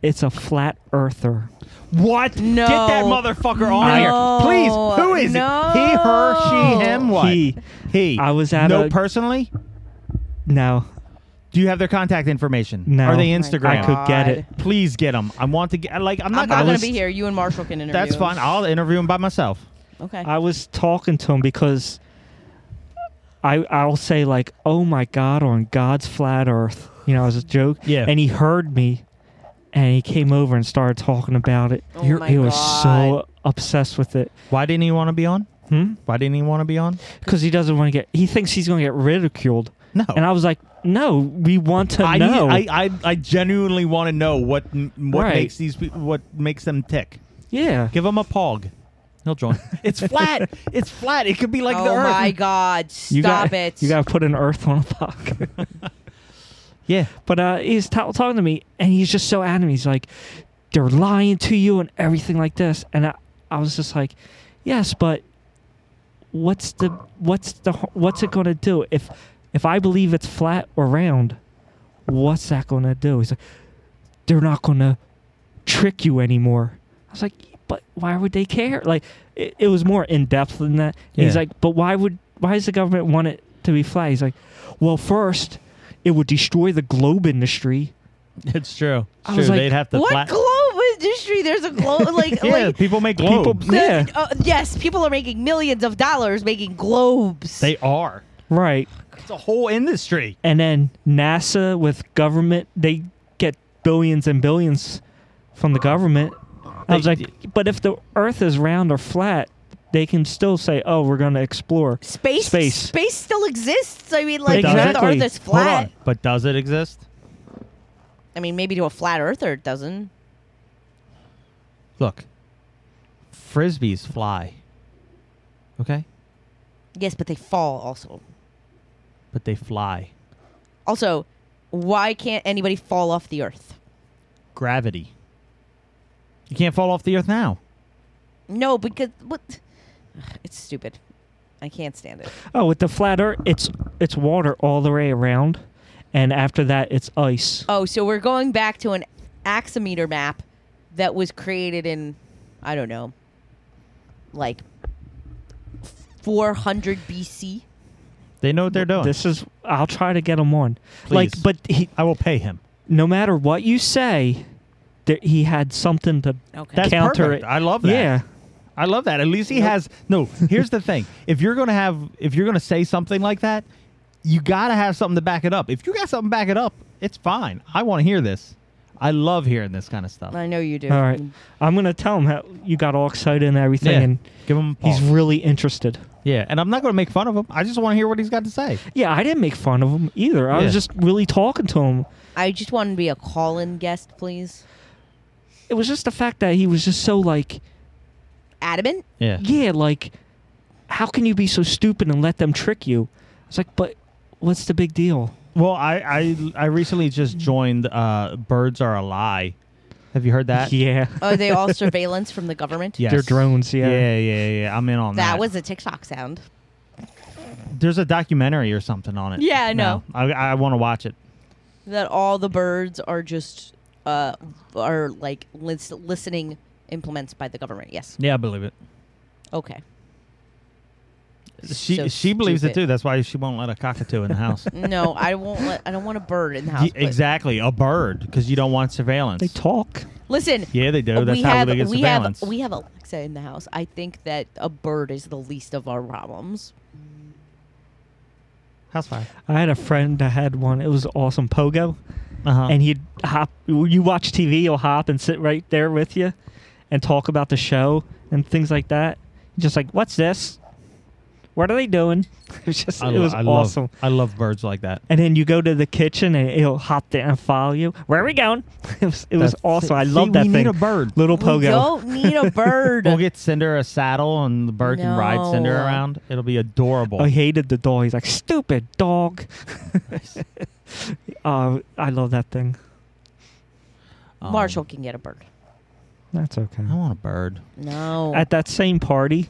Speaker 2: it's a flat earther.
Speaker 1: What?
Speaker 3: No.
Speaker 1: Get that motherfucker on
Speaker 3: No.
Speaker 1: here. Please. Who is
Speaker 3: No.
Speaker 1: it? He, her, she, him, what?
Speaker 2: He.
Speaker 1: He.
Speaker 2: I was at
Speaker 1: No
Speaker 2: a-
Speaker 1: personally?
Speaker 2: No,
Speaker 1: Do you have their contact information?
Speaker 2: No.
Speaker 1: Are they
Speaker 2: Oh my
Speaker 1: Instagram?
Speaker 2: I could get it.
Speaker 1: Please get them. I want to get like I'm not
Speaker 3: I'm not
Speaker 1: gonna
Speaker 3: gonna
Speaker 1: list-
Speaker 3: be here. You and Marshall can interview.
Speaker 1: That's fine. I'll interview him by myself.
Speaker 3: Okay.
Speaker 2: I was talking to him because I I'll say like, "Oh my God, on God's flat Earth," you know, as a joke.
Speaker 1: Yeah.
Speaker 2: And he heard me, and he came over and started talking about it.
Speaker 3: Oh
Speaker 2: You're-
Speaker 3: my
Speaker 2: he was so obsessed with it.
Speaker 1: Why didn't he want to be on?
Speaker 2: Hmm?
Speaker 1: Why didn't he want to be on?
Speaker 2: Because he doesn't want to get. He thinks he's going to get ridiculed.
Speaker 1: No.
Speaker 2: And I was like, "No, we want to
Speaker 1: Oh. I,
Speaker 2: know."
Speaker 1: need, I I I genuinely want to know what m- what
Speaker 2: Right.
Speaker 1: makes these people what makes them tick.
Speaker 2: yeah.
Speaker 1: Give him a pog. He'll join. it's flat. It's flat. It could be like
Speaker 3: oh
Speaker 1: the earth.
Speaker 3: my God!
Speaker 2: You
Speaker 3: Stop
Speaker 2: got,
Speaker 3: it!
Speaker 2: You got to put an Earth on a puck.
Speaker 1: Yeah.
Speaker 2: But uh, he's ta- talking to me, and he's just so adamant. He's like, "They're lying to you and everything like this." And I, I was just like, "Yes, but what's the what's the h- what's it going to do if if I believe it's flat or round? What's that going to do?" He's like, "They're not going to trick you anymore." I was like, "But why would they care?" Like, it, it was more in depth than that. And He's
Speaker 1: Yeah.
Speaker 2: like, "But why would why does the government want it to be flat?" He's like, "Well, first, it would destroy the globe industry."
Speaker 1: It's true. It's
Speaker 2: I
Speaker 1: true.
Speaker 2: was like,
Speaker 1: They'd have to
Speaker 3: what
Speaker 1: flat.
Speaker 3: globe industry? There's a globe like
Speaker 1: yeah,
Speaker 3: like
Speaker 1: people make globes.
Speaker 2: People-
Speaker 3: the-
Speaker 2: Yeah.
Speaker 3: uh, yes, people are making millions of dollars making globes.
Speaker 1: they are.
Speaker 2: Right.
Speaker 1: It's a whole industry.
Speaker 2: And then NASA with government, they get billions and billions from the government. I was
Speaker 1: They-
Speaker 2: like, but if the Earth is round or flat, they can still say, "Oh, we're going to explore
Speaker 3: space,
Speaker 2: Space.
Speaker 3: space still exists. I mean, like
Speaker 2: does
Speaker 3: the
Speaker 2: it?
Speaker 3: Earth is
Speaker 1: Hold
Speaker 3: flat.
Speaker 1: on. But does it exist?
Speaker 3: I mean, maybe to a flat Earther it doesn't.
Speaker 1: Look, frisbees fly. Okay,
Speaker 3: Yes, but they fall also.
Speaker 1: but they fly.
Speaker 3: Also, why can't anybody fall off the Earth?
Speaker 1: Gravity. You can't fall off the earth now.
Speaker 3: No, because what? It's stupid. I can't stand it.
Speaker 2: Oh, with the flat Earth, it's it's water all the way around, and after that, it's ice.
Speaker 3: Oh, so we're Oh, going back to an axometer map that was created in, I don't know, like 400 BC.
Speaker 1: They know what they're doing.
Speaker 2: This is. I'll try to get him on.
Speaker 1: Please.
Speaker 2: Like, but he,
Speaker 1: I will pay him.
Speaker 2: no matter what you say, there, he had something to
Speaker 3: Okay.
Speaker 1: That's
Speaker 2: counter
Speaker 1: perfect.
Speaker 2: it.
Speaker 1: I love that.
Speaker 2: Yeah.
Speaker 1: I love that. At least he has no. Here's the thing: if you're gonna have, if you're gonna say something like that, you gotta have something to back it up. If you got something to back it up, it's fine. I want to hear this. I love hearing this kind of stuff.
Speaker 3: I know you do.
Speaker 2: All right. I'm gonna tell him how you got all excited and everything,
Speaker 1: Yeah.
Speaker 2: and
Speaker 1: Give him.
Speaker 2: he's really interested.
Speaker 1: yeah, and I'm not gonna make fun of him. I just want to hear what he's got to say.
Speaker 2: Yeah, I didn't make fun of him either. I
Speaker 1: Yeah.
Speaker 2: was just really talking to him.
Speaker 3: I just want to be a call in guest, please.
Speaker 2: It was just the fact that he was just so like,
Speaker 3: Adamant?
Speaker 1: Yeah.
Speaker 2: yeah, like, how can you be so stupid and let them trick you? It's like, but what's the big deal?
Speaker 1: Well, I I, I recently just joined. Uh, Birds are a lie. Have you heard that?
Speaker 2: yeah,
Speaker 3: Are they all surveillance from the government?
Speaker 1: Yes.
Speaker 2: They're drones, yeah.
Speaker 1: Yeah. Yeah. Yeah. I'm in on that.
Speaker 3: That was a TikTok sound.
Speaker 1: There's a documentary or something on it.
Speaker 3: Yeah, I
Speaker 1: No, I I want to watch it.
Speaker 3: That all the birds are just uh are like lis- listening implements by the government. Yes.
Speaker 1: Yeah, I believe it.
Speaker 3: Okay.
Speaker 1: She
Speaker 3: So
Speaker 1: she believes it
Speaker 3: stupid.
Speaker 1: too. That's why she won't let a cockatoo in the house.
Speaker 3: No, I won't. Let, I don't want a bird in the house.
Speaker 1: Ye- exactly, a bird because you don't want surveillance.
Speaker 2: they talk.
Speaker 3: but- Listen.
Speaker 1: yeah, they do. That's
Speaker 3: we
Speaker 1: how
Speaker 3: have
Speaker 1: they get
Speaker 3: we
Speaker 1: surveillance.
Speaker 3: have we have Alexa in the house. I think that a bird is the least of our problems.
Speaker 1: house fire.
Speaker 2: I had a friend that had one. It was awesome, Pogo,
Speaker 1: Uh huh.
Speaker 2: and he'd hop. You watch TV, he'll hop and sit right there with you, and talk about the show and things like that. Just like, what's this? What are they doing? It was just, it was awesome.
Speaker 1: Love, I love birds like that.
Speaker 2: and then you go to the kitchen and it'll hop there and follow you. Where are we going? It was, it was
Speaker 1: That's-
Speaker 2: awesome. I
Speaker 1: see,
Speaker 2: love that
Speaker 1: we
Speaker 2: thing.
Speaker 1: need a bird.
Speaker 2: Little pogo.
Speaker 3: We don't need a bird.
Speaker 1: We'll get Cinder a saddle, and the bird can ride Cinder
Speaker 3: No.
Speaker 1: around. It'll be adorable.
Speaker 2: I hated the dog. He's like stupid dog. uh, I love that thing.
Speaker 1: Um,
Speaker 3: Marshall can get a bird.
Speaker 2: That's okay.
Speaker 1: I want a bird.
Speaker 3: No.
Speaker 2: At that same party,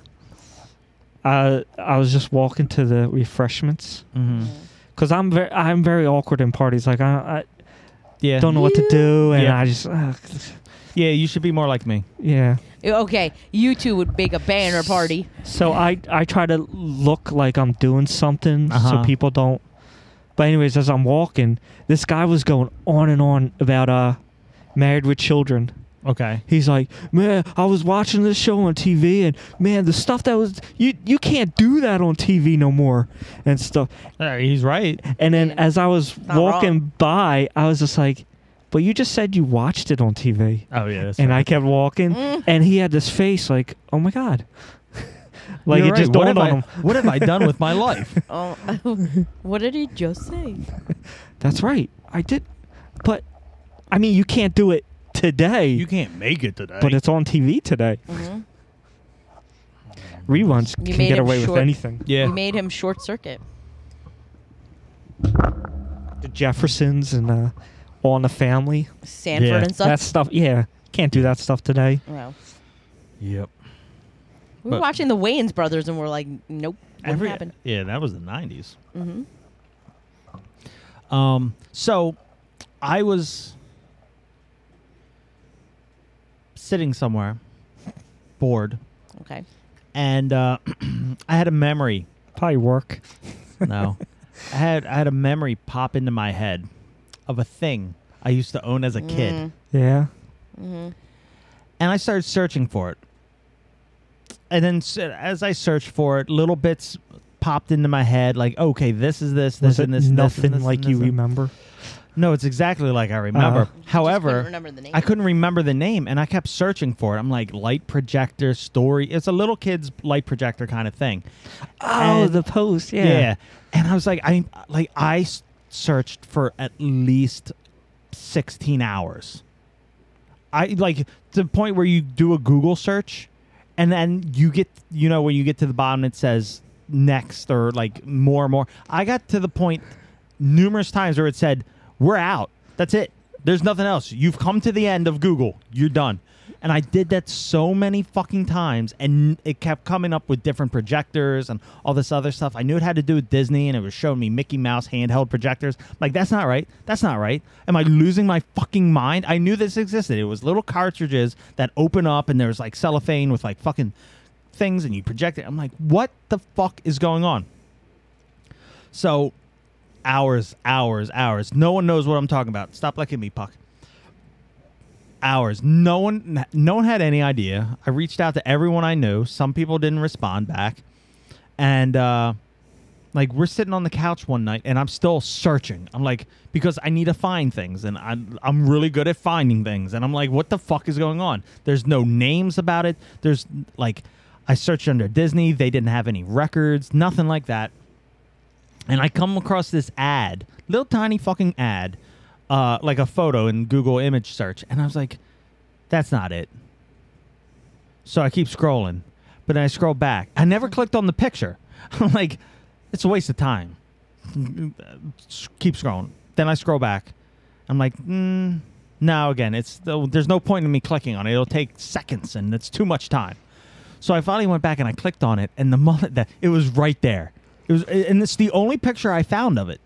Speaker 2: uh, I was just walking to the refreshments
Speaker 1: Mm-hmm.
Speaker 3: Mm.
Speaker 2: because I'm very I'm very awkward in parties. Like I,
Speaker 1: Yeah,
Speaker 2: I don't know what to do, and
Speaker 1: Yeah.
Speaker 2: I just uh,
Speaker 1: yeah. You should be more like me.
Speaker 2: yeah.
Speaker 3: okay, you two would make a banner party.
Speaker 2: So I I try to look like I'm doing something
Speaker 1: Uh-huh.
Speaker 2: so people don't. But anyways, as I'm walking, this guy was going on and on about uh, married with children.
Speaker 1: Okay.
Speaker 2: He's like, man, I was watching this show on TV, and man, the stuff that was you you can't do that on TV no more, and stuff.
Speaker 1: Uh, he's right.
Speaker 2: And then
Speaker 3: Yeah.
Speaker 2: as I was
Speaker 3: Not wrong.
Speaker 2: walking by, I was just like, but you just said you watched it on TV,
Speaker 1: Oh yeah. That's
Speaker 2: and
Speaker 1: right. Mm.
Speaker 2: I kept walking, and he had this face like, oh my god, like
Speaker 1: You're
Speaker 2: it just
Speaker 1: right. What have
Speaker 2: dawned on
Speaker 1: I-
Speaker 2: him.
Speaker 1: What have I done with my life?
Speaker 3: Oh, what did he just say?
Speaker 2: That's right. I did. But I mean, you can't do it today,
Speaker 1: You can't make it today.
Speaker 2: but it's on TV today.
Speaker 3: Mm-hmm.
Speaker 2: Reruns
Speaker 3: You
Speaker 2: can
Speaker 3: made
Speaker 2: get
Speaker 3: him
Speaker 2: away
Speaker 3: short.
Speaker 2: with anything.
Speaker 1: yeah.
Speaker 3: You made him short circuit.
Speaker 2: The Jeffersons and uh, All in the Family.
Speaker 3: Sanford
Speaker 1: Yeah,
Speaker 3: and
Speaker 2: That
Speaker 3: such.
Speaker 2: stuff, yeah. Can't do that stuff today.
Speaker 3: Wow.
Speaker 1: Yep.
Speaker 3: We were
Speaker 1: But-
Speaker 3: watching the Wayans brothers and we're like, nope, what
Speaker 1: Every-
Speaker 3: happened?
Speaker 1: Yeah, that was the 90s. Mm-hmm. Um, so I was sitting somewhere, bored,
Speaker 3: Okay.
Speaker 1: and uh, I had a memory.
Speaker 2: Probably work.
Speaker 1: No, I had I had a memory pop into my head of a thing I used to own as a kid,
Speaker 3: Mm.
Speaker 2: Yeah.
Speaker 1: and I started searching for it. And then s- as I searched for it, little bits popped into my head, like, okay, this is this, this,
Speaker 2: Was it
Speaker 1: and this, and this,
Speaker 2: nothing
Speaker 1: and this, and
Speaker 2: like
Speaker 1: this,
Speaker 2: you
Speaker 1: and-
Speaker 2: remember?
Speaker 1: No, it's exactly like I remember.
Speaker 2: Uh-huh.
Speaker 1: However,
Speaker 3: couldn't remember the name.
Speaker 1: I couldn't remember the name, and I kept searching for it. I'm like light projector story. It's a little kid's light projector kind of thing.
Speaker 2: Oh,
Speaker 1: And-
Speaker 2: the post. Yeah.
Speaker 1: and I was like, I like I s- searched for at least 16 hours. I like to the point where you do a Google search, and then you get you know when you get to the bottom it says next or like more and more. I got to the point numerous times where it said we're out. That's it. There's nothing else. You've come to the end of Google. You're done. And I did that so many fucking times, and it kept coming up with different projectors and all this other stuff. I knew it had to do with Disney, and it was showing me Mickey Mouse handheld projectors. I'm like, that's not right. That's not right. Am I losing my fucking mind? I knew this existed. It was little cartridges that open up, and there was like cellophane with like fucking things, and you project it. I'm like, what the fuck is going on? So hours, hours, hours. No one knows what I'm talking about. Stop looking at me, Puck. Hours. No one, no one had any idea. I reached out to everyone I knew. Some people didn't respond back, and uh, like we're sitting on the couch one night, and I'm still searching. I'm like, because I need to find things, and I'm I'm really good at finding things, and I'm like, what the fuck is going on? There's no names about it. There's like, I searched under Disney. They didn't have any records, nothing like that and I come across this ad, little tiny fucking ad, uh, like a photo in Google image search, and I was like, "That's not it." So I keep scrolling, but then I scroll back. I never clicked on the picture. I'm like, "It's a waste of time." keep scrolling. Then I scroll back. I'm like, mm, "No, again, it's there's no point in me clicking on it. It'll take seconds, and it's too much time." So I finally went back and I clicked on it, and the moment that it was right there, it was, and it's the only picture I found of it,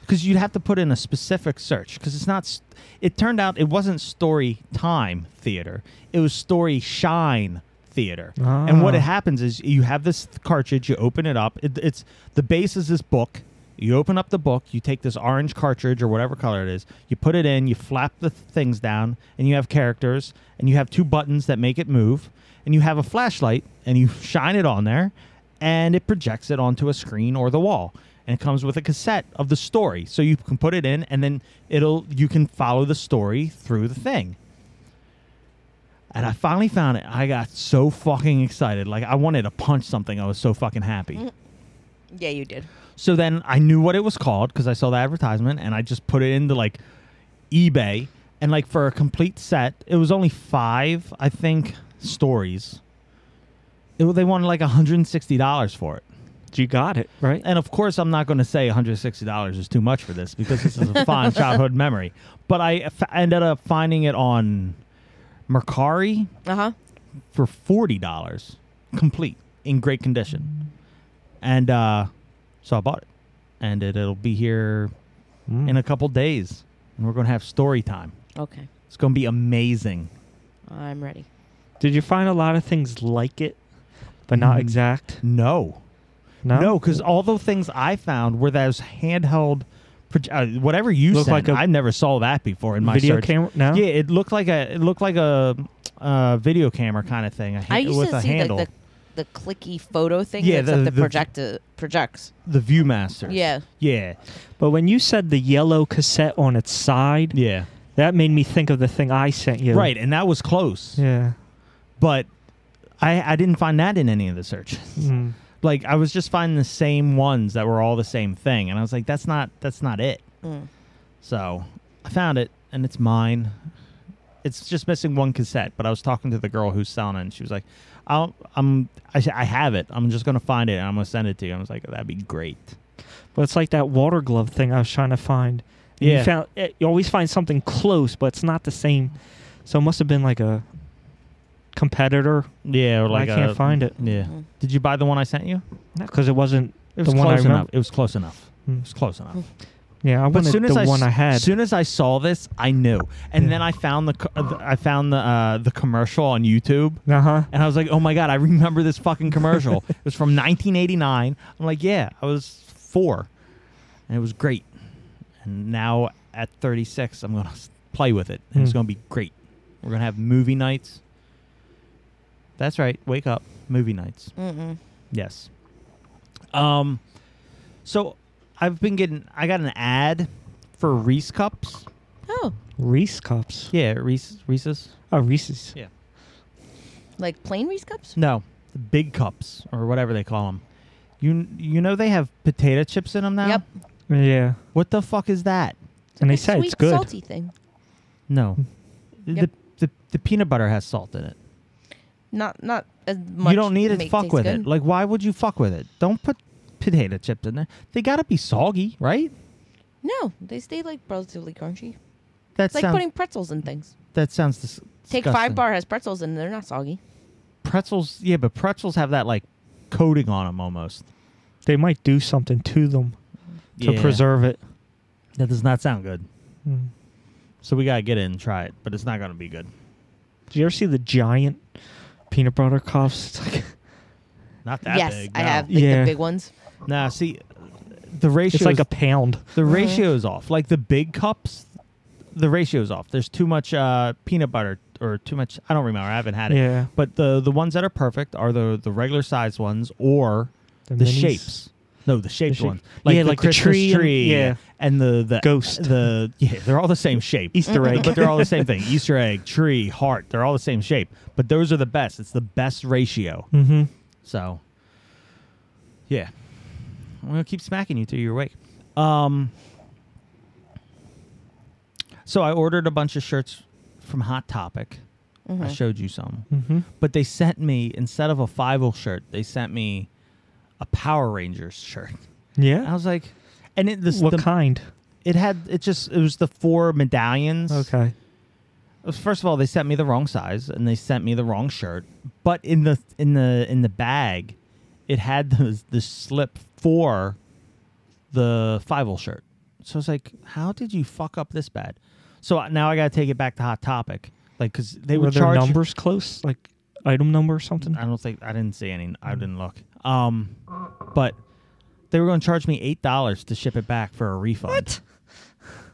Speaker 1: because you'd have to put in a specific search, because it's not. s- It turned out it wasn't story time theater; it was story shine theater. And what
Speaker 2: Ah.
Speaker 1: it happens is you have this cartridge, you open it up. It, it's the base is this book. You open up the book, you take this orange cartridge or whatever color it is, you put it in, you flap the th- things down, and you have characters, and you have two buttons that make it move, and you have a flashlight, and you shine it on there, and it projects it onto a screen or the wall. And it comes with a cassette of the story. So you can put it in, and then it'll you can follow the story through the thing. And I finally found it. I got so fucking excited. Like I wanted to punch something. I was so fucking happy.
Speaker 3: Yeah, you did.
Speaker 1: So then I knew what it was called because I saw the advertisement and I just put it into like eBay and like for a complete set, it was only five, I think, stories. It, they wanted like $160 for it.
Speaker 2: You got it right.
Speaker 1: And of course, I'm not going to say $160 is too much for this because this is a fond childhood memory. But I f- ended up finding it on Mercari
Speaker 3: Uh huh.
Speaker 1: for forty dollars, complete in great condition, and uh, so I bought it, and it, it'll be here in a couple days, and we're gonna have story time.
Speaker 3: Okay,
Speaker 1: It's gonna be amazing.
Speaker 3: I'm ready.
Speaker 2: Did you find a lot of things like it, but not
Speaker 1: Mm.
Speaker 2: exact?
Speaker 1: No,
Speaker 2: No.
Speaker 1: no, because all the things I found were those handheld, proj- uh, whatever you
Speaker 2: Looked
Speaker 1: sent.
Speaker 2: like a
Speaker 1: I never saw that before in my
Speaker 2: video
Speaker 1: search.
Speaker 2: camera. No.
Speaker 1: Yeah, it looked like a it looked like a uh, video camera kind of thing. A
Speaker 3: I
Speaker 1: hand-
Speaker 3: used
Speaker 1: with
Speaker 3: to
Speaker 1: a
Speaker 3: see
Speaker 1: handle,
Speaker 3: like the, the clicky photo thing.
Speaker 1: Yeah,
Speaker 3: Yeah,
Speaker 1: the-
Speaker 3: the,
Speaker 1: the-
Speaker 3: projector projects.
Speaker 1: the, ViewMaster.
Speaker 3: Yeah.
Speaker 1: yeah,
Speaker 2: But when you said the yellow cassette on its side,
Speaker 1: yeah.
Speaker 2: that made me think of the thing I sent you.
Speaker 1: Right, and that was close.
Speaker 2: Yeah.
Speaker 1: but I, I didn't find that in any of the searches.
Speaker 2: Mm.
Speaker 1: Like I was just finding the same ones that were all the same thing, and I was like, that's not that's not it.
Speaker 3: Mm.
Speaker 1: So I found it, and it's mine. It's just missing one cassette. But I was talking to the girl who's selling it, and she was like, I'll, I'm I, s- I have it. I'm just gonna find it, and I'm gonna send it to you. I was like, that'd be great.
Speaker 2: But it's like that water glove thing I was trying to find. And
Speaker 1: Yeah.
Speaker 2: You found eh, you always find something close, but it's not the same. So it must have been like a competitor.
Speaker 1: Yeah, or
Speaker 2: I
Speaker 1: like
Speaker 2: can't
Speaker 1: a-
Speaker 2: find it
Speaker 1: Yeah.
Speaker 3: Mm.
Speaker 1: Did you buy the one I sent you?
Speaker 2: because it wasn't.
Speaker 1: It was
Speaker 2: The one I
Speaker 1: close enough.
Speaker 2: remember.
Speaker 1: It was close enough.
Speaker 2: Mm.
Speaker 1: It was close enough.
Speaker 2: Yeah, I
Speaker 1: But
Speaker 2: wanted
Speaker 1: soon as
Speaker 2: the
Speaker 1: I,
Speaker 2: one I had.
Speaker 1: As soon as I saw this, I knew. And
Speaker 2: Yeah.
Speaker 1: then I found the co- uh, th- I found the uh, the commercial on YouTube,
Speaker 2: uh huh.
Speaker 1: and I was like, "Oh my god, I remember this fucking commercial. it was from 1989." I'm like, "Yeah, I was four, and it was great." And now at 36, I'm gonna s- play with it, and it's
Speaker 2: Mm.
Speaker 1: gonna be great. We're gonna have movie nights. That's right. Wake up, movie nights.
Speaker 3: Mm-mm.
Speaker 1: Yes. Um, so I've been getting. I got an ad for Reese cups.
Speaker 3: Oh,
Speaker 2: Reese cups.
Speaker 1: Yeah, Reese Reese's.
Speaker 2: Oh, Reese's.
Speaker 1: Yeah.
Speaker 3: like plain Reese cups?
Speaker 1: No, the big cups or whatever they call them. You you know they have potato chips in them now.
Speaker 3: Yep.
Speaker 2: Yeah.
Speaker 1: What the fuck is that?
Speaker 2: And they
Speaker 3: Like
Speaker 2: say
Speaker 3: sweet,
Speaker 2: it's good.
Speaker 3: salty thing.
Speaker 1: No.
Speaker 3: Yep.
Speaker 1: The, the the peanut butter has salt in it.
Speaker 3: Not not as much.
Speaker 1: you don't need
Speaker 3: to
Speaker 1: to
Speaker 3: make
Speaker 1: fuck
Speaker 3: taste
Speaker 1: with
Speaker 3: good.
Speaker 1: it. Like why would you fuck with it? Don't put potato chips in there. They gotta be soggy, right?
Speaker 3: no, they stay like relatively crunchy.
Speaker 1: That
Speaker 3: It's like
Speaker 1: sounds
Speaker 3: putting pretzels in things.
Speaker 1: that sounds dis-
Speaker 3: Take
Speaker 1: disgusting.
Speaker 3: Five Bar has pretzels and they're not soggy.
Speaker 1: pretzels. Yeah, but pretzels have that like coating on them almost
Speaker 2: They might do something to them to
Speaker 1: Yeah.
Speaker 2: preserve it.
Speaker 1: That does not sound good.
Speaker 2: Mm.
Speaker 1: So we gotta get it and try it, but it's not gonna be good.
Speaker 2: Did you ever see the giant peanut butter cups? It's like
Speaker 1: Not that
Speaker 3: yes,
Speaker 1: big.
Speaker 3: I
Speaker 1: no.
Speaker 3: have like,
Speaker 2: Yeah.
Speaker 3: the big ones.
Speaker 1: Nah, see, the ratio.
Speaker 2: it's like a pound.
Speaker 1: The ratio is off. Like the big cups, the ratio is off. There's too much uh, peanut butter or too much. I don't remember. I haven't had it.
Speaker 2: Yeah.
Speaker 1: But the the ones that are perfect are the the regular size ones or
Speaker 2: The
Speaker 1: the,
Speaker 2: minis?
Speaker 1: shapes. No, the shaped
Speaker 2: shape-
Speaker 1: ones.
Speaker 2: Yeah, like the
Speaker 1: Christmas
Speaker 2: tree and- yeah.
Speaker 1: and the, the
Speaker 2: Ghost.
Speaker 1: The yeah, they're all the same shape.
Speaker 2: Easter egg.
Speaker 1: but they're all the same thing. Easter egg, tree, heart. They're all the same shape. But those are the best. It's the best ratio.
Speaker 2: Mm-hmm.
Speaker 1: So, yeah, I'm gonna keep smacking you till you're awake. Um, so I ordered a bunch of shirts from Hot Topic. I showed you some,
Speaker 2: Mm-hmm.
Speaker 1: but they sent me instead of a Fivel shirt, they sent me a Power Rangers shirt. I
Speaker 2: Yeah.
Speaker 1: was like, and it this
Speaker 2: What
Speaker 1: the-
Speaker 2: kind?
Speaker 1: it had it just it was the four medallions.
Speaker 2: Okay.
Speaker 1: First of all, they sent me the wrong size and they sent me the wrong shirt. But in the in the in the bag, it had the the slip for the Fivel shirt. So I was like, "How did you fuck up this bad?" So I- now I got to take it back to Hot Topic, like because they
Speaker 2: Were
Speaker 1: would
Speaker 2: their
Speaker 1: charge.
Speaker 2: numbers close? Like item number or something?
Speaker 1: I don't think I didn't see any. I didn't look. Um, but they were going to charge me eight dollars to ship it back for a refund. What?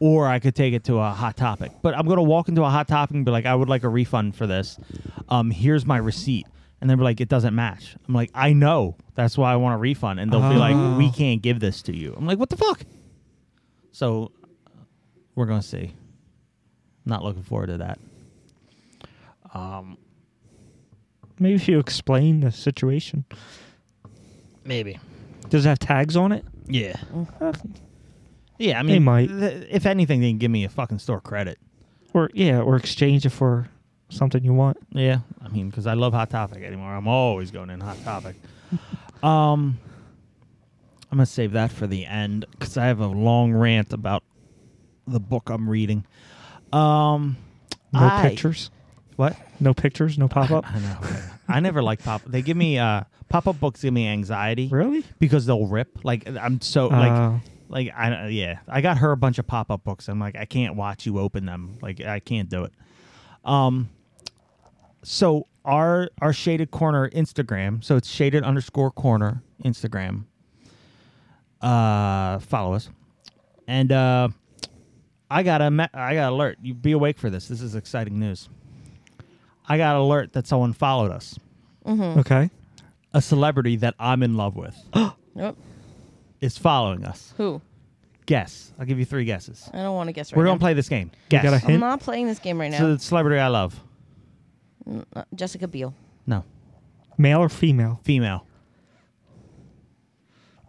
Speaker 1: Or I could take it to a Hot Topic. But I'm going to walk into a Hot Topic and be like, I would like a refund for this. Um, here's my receipt. And they'll be like, it doesn't match. I'm like, I know. That's why I want a refund. And they'll be
Speaker 2: Oh.
Speaker 1: like, we can't give this to you. I'm like, what the fuck? So we're going to see. Not looking forward to that.
Speaker 2: Maybe if you explain the situation.
Speaker 1: Maybe.
Speaker 2: Does it have tags on it?
Speaker 1: Yeah.
Speaker 2: Uh,
Speaker 1: Yeah, I mean,
Speaker 2: They might.
Speaker 1: th- if anything, they can give me a fucking store credit.
Speaker 2: Or yeah, or exchange it for something you want.
Speaker 1: Yeah, I mean, because I love Hot Topic anymore. I'm always going in Hot Topic. um, I'm gonna save that for the end because I have a long rant about the book I'm reading. Um,
Speaker 2: No
Speaker 1: I-
Speaker 2: pictures.
Speaker 1: What?
Speaker 2: No pictures. No pop up.
Speaker 1: I know. I never like pop. They give me uh pop up books give me anxiety.
Speaker 2: Really?
Speaker 1: because they'll rip. Like I'm so
Speaker 2: Oh.
Speaker 1: like like I yeah. I got her a bunch of pop up books. I'm like I can't watch you open them. Like I can't do it. Um. So our our shaded corner Instagram. So it's shaded underscore corner Instagram. Uh, follow us, and uh, I got a me- I got alert. You be awake for this. This is exciting news. I got alert that someone followed us, Hmm.
Speaker 2: Okay.
Speaker 1: a celebrity that I'm in love with.
Speaker 3: Nope.
Speaker 1: is following us.
Speaker 3: Who?
Speaker 1: Guess. I'll give you three guesses.
Speaker 3: I don't want to guess right
Speaker 1: We're
Speaker 3: now.
Speaker 1: gonna play this game.
Speaker 2: You
Speaker 1: Guess.
Speaker 2: got a
Speaker 3: I'm
Speaker 2: hint?
Speaker 3: not playing this game right now.
Speaker 1: So the celebrity I love.
Speaker 3: Uh, Jessica Biel.
Speaker 1: No.
Speaker 2: Male or female?
Speaker 1: Female.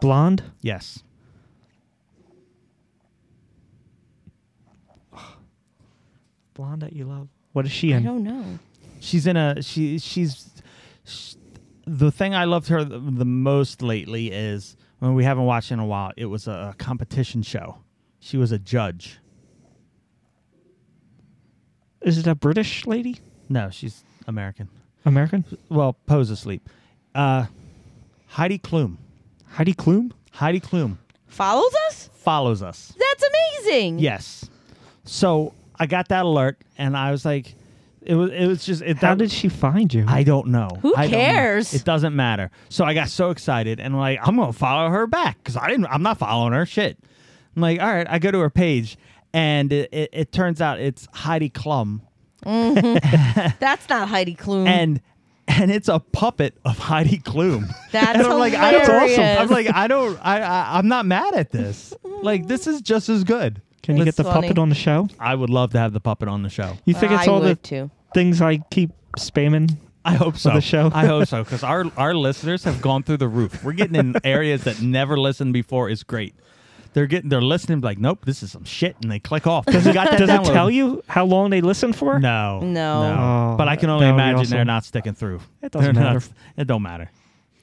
Speaker 2: Blonde?
Speaker 1: Yes.
Speaker 2: Blonde that you love. What is she
Speaker 3: I
Speaker 2: in?
Speaker 3: don't know.
Speaker 1: She's in a she she's sh the thing I loved her the, the most lately is when we haven't watched in a while. It was a, competition show. She was a judge.
Speaker 2: Is it a British lady?
Speaker 1: No, she's American.
Speaker 2: American?
Speaker 1: Well, pose asleep. Uh, Heidi Klum.
Speaker 2: Heidi Klum?
Speaker 1: Heidi Klum
Speaker 3: Follows us?
Speaker 1: follows us.
Speaker 3: That's amazing.
Speaker 1: Yes. So I got that alert, and I was like, it was it was just it,
Speaker 2: How
Speaker 1: that-
Speaker 2: did she find you?
Speaker 1: I don't know.
Speaker 3: Who
Speaker 1: I don't know.
Speaker 3: cares?
Speaker 1: It doesn't matter. So I got so excited and like I'm gonna follow her back because I didn't. I'm not following her. Shit. I'm like, all right. I go to her page, and it, it, it turns out it's Heidi Klum,
Speaker 3: That's not Heidi Klum.
Speaker 2: Mm.
Speaker 1: and and it's a puppet of Heidi Klum.
Speaker 3: That's
Speaker 1: and I'm like, I don't.
Speaker 3: hilarious.
Speaker 1: I'm like, I don't. I, I I'm not mad at this. like this is just as good.
Speaker 2: Can you get
Speaker 3: That's
Speaker 2: the
Speaker 3: funny.
Speaker 2: puppet on the show?
Speaker 1: I would love to have the puppet on the show.
Speaker 2: You think it's
Speaker 3: I
Speaker 2: all the
Speaker 3: would too.
Speaker 2: things I keep spamming?
Speaker 1: I hope so.
Speaker 2: the show.
Speaker 1: I hope so because our our listeners have gone through the roof. We're getting in areas that never listened before is great. They're getting they're listening like, nope, this is some shit, and they click off. Does it, got that
Speaker 2: Does it
Speaker 1: download.
Speaker 2: tell you how long they listen for?
Speaker 1: No,
Speaker 3: No.
Speaker 2: Oh,
Speaker 1: but I can only
Speaker 2: that would be
Speaker 1: imagine they're
Speaker 2: awesome.
Speaker 1: not sticking through.
Speaker 2: It doesn't
Speaker 1: They're
Speaker 2: matter.
Speaker 1: it don't matter.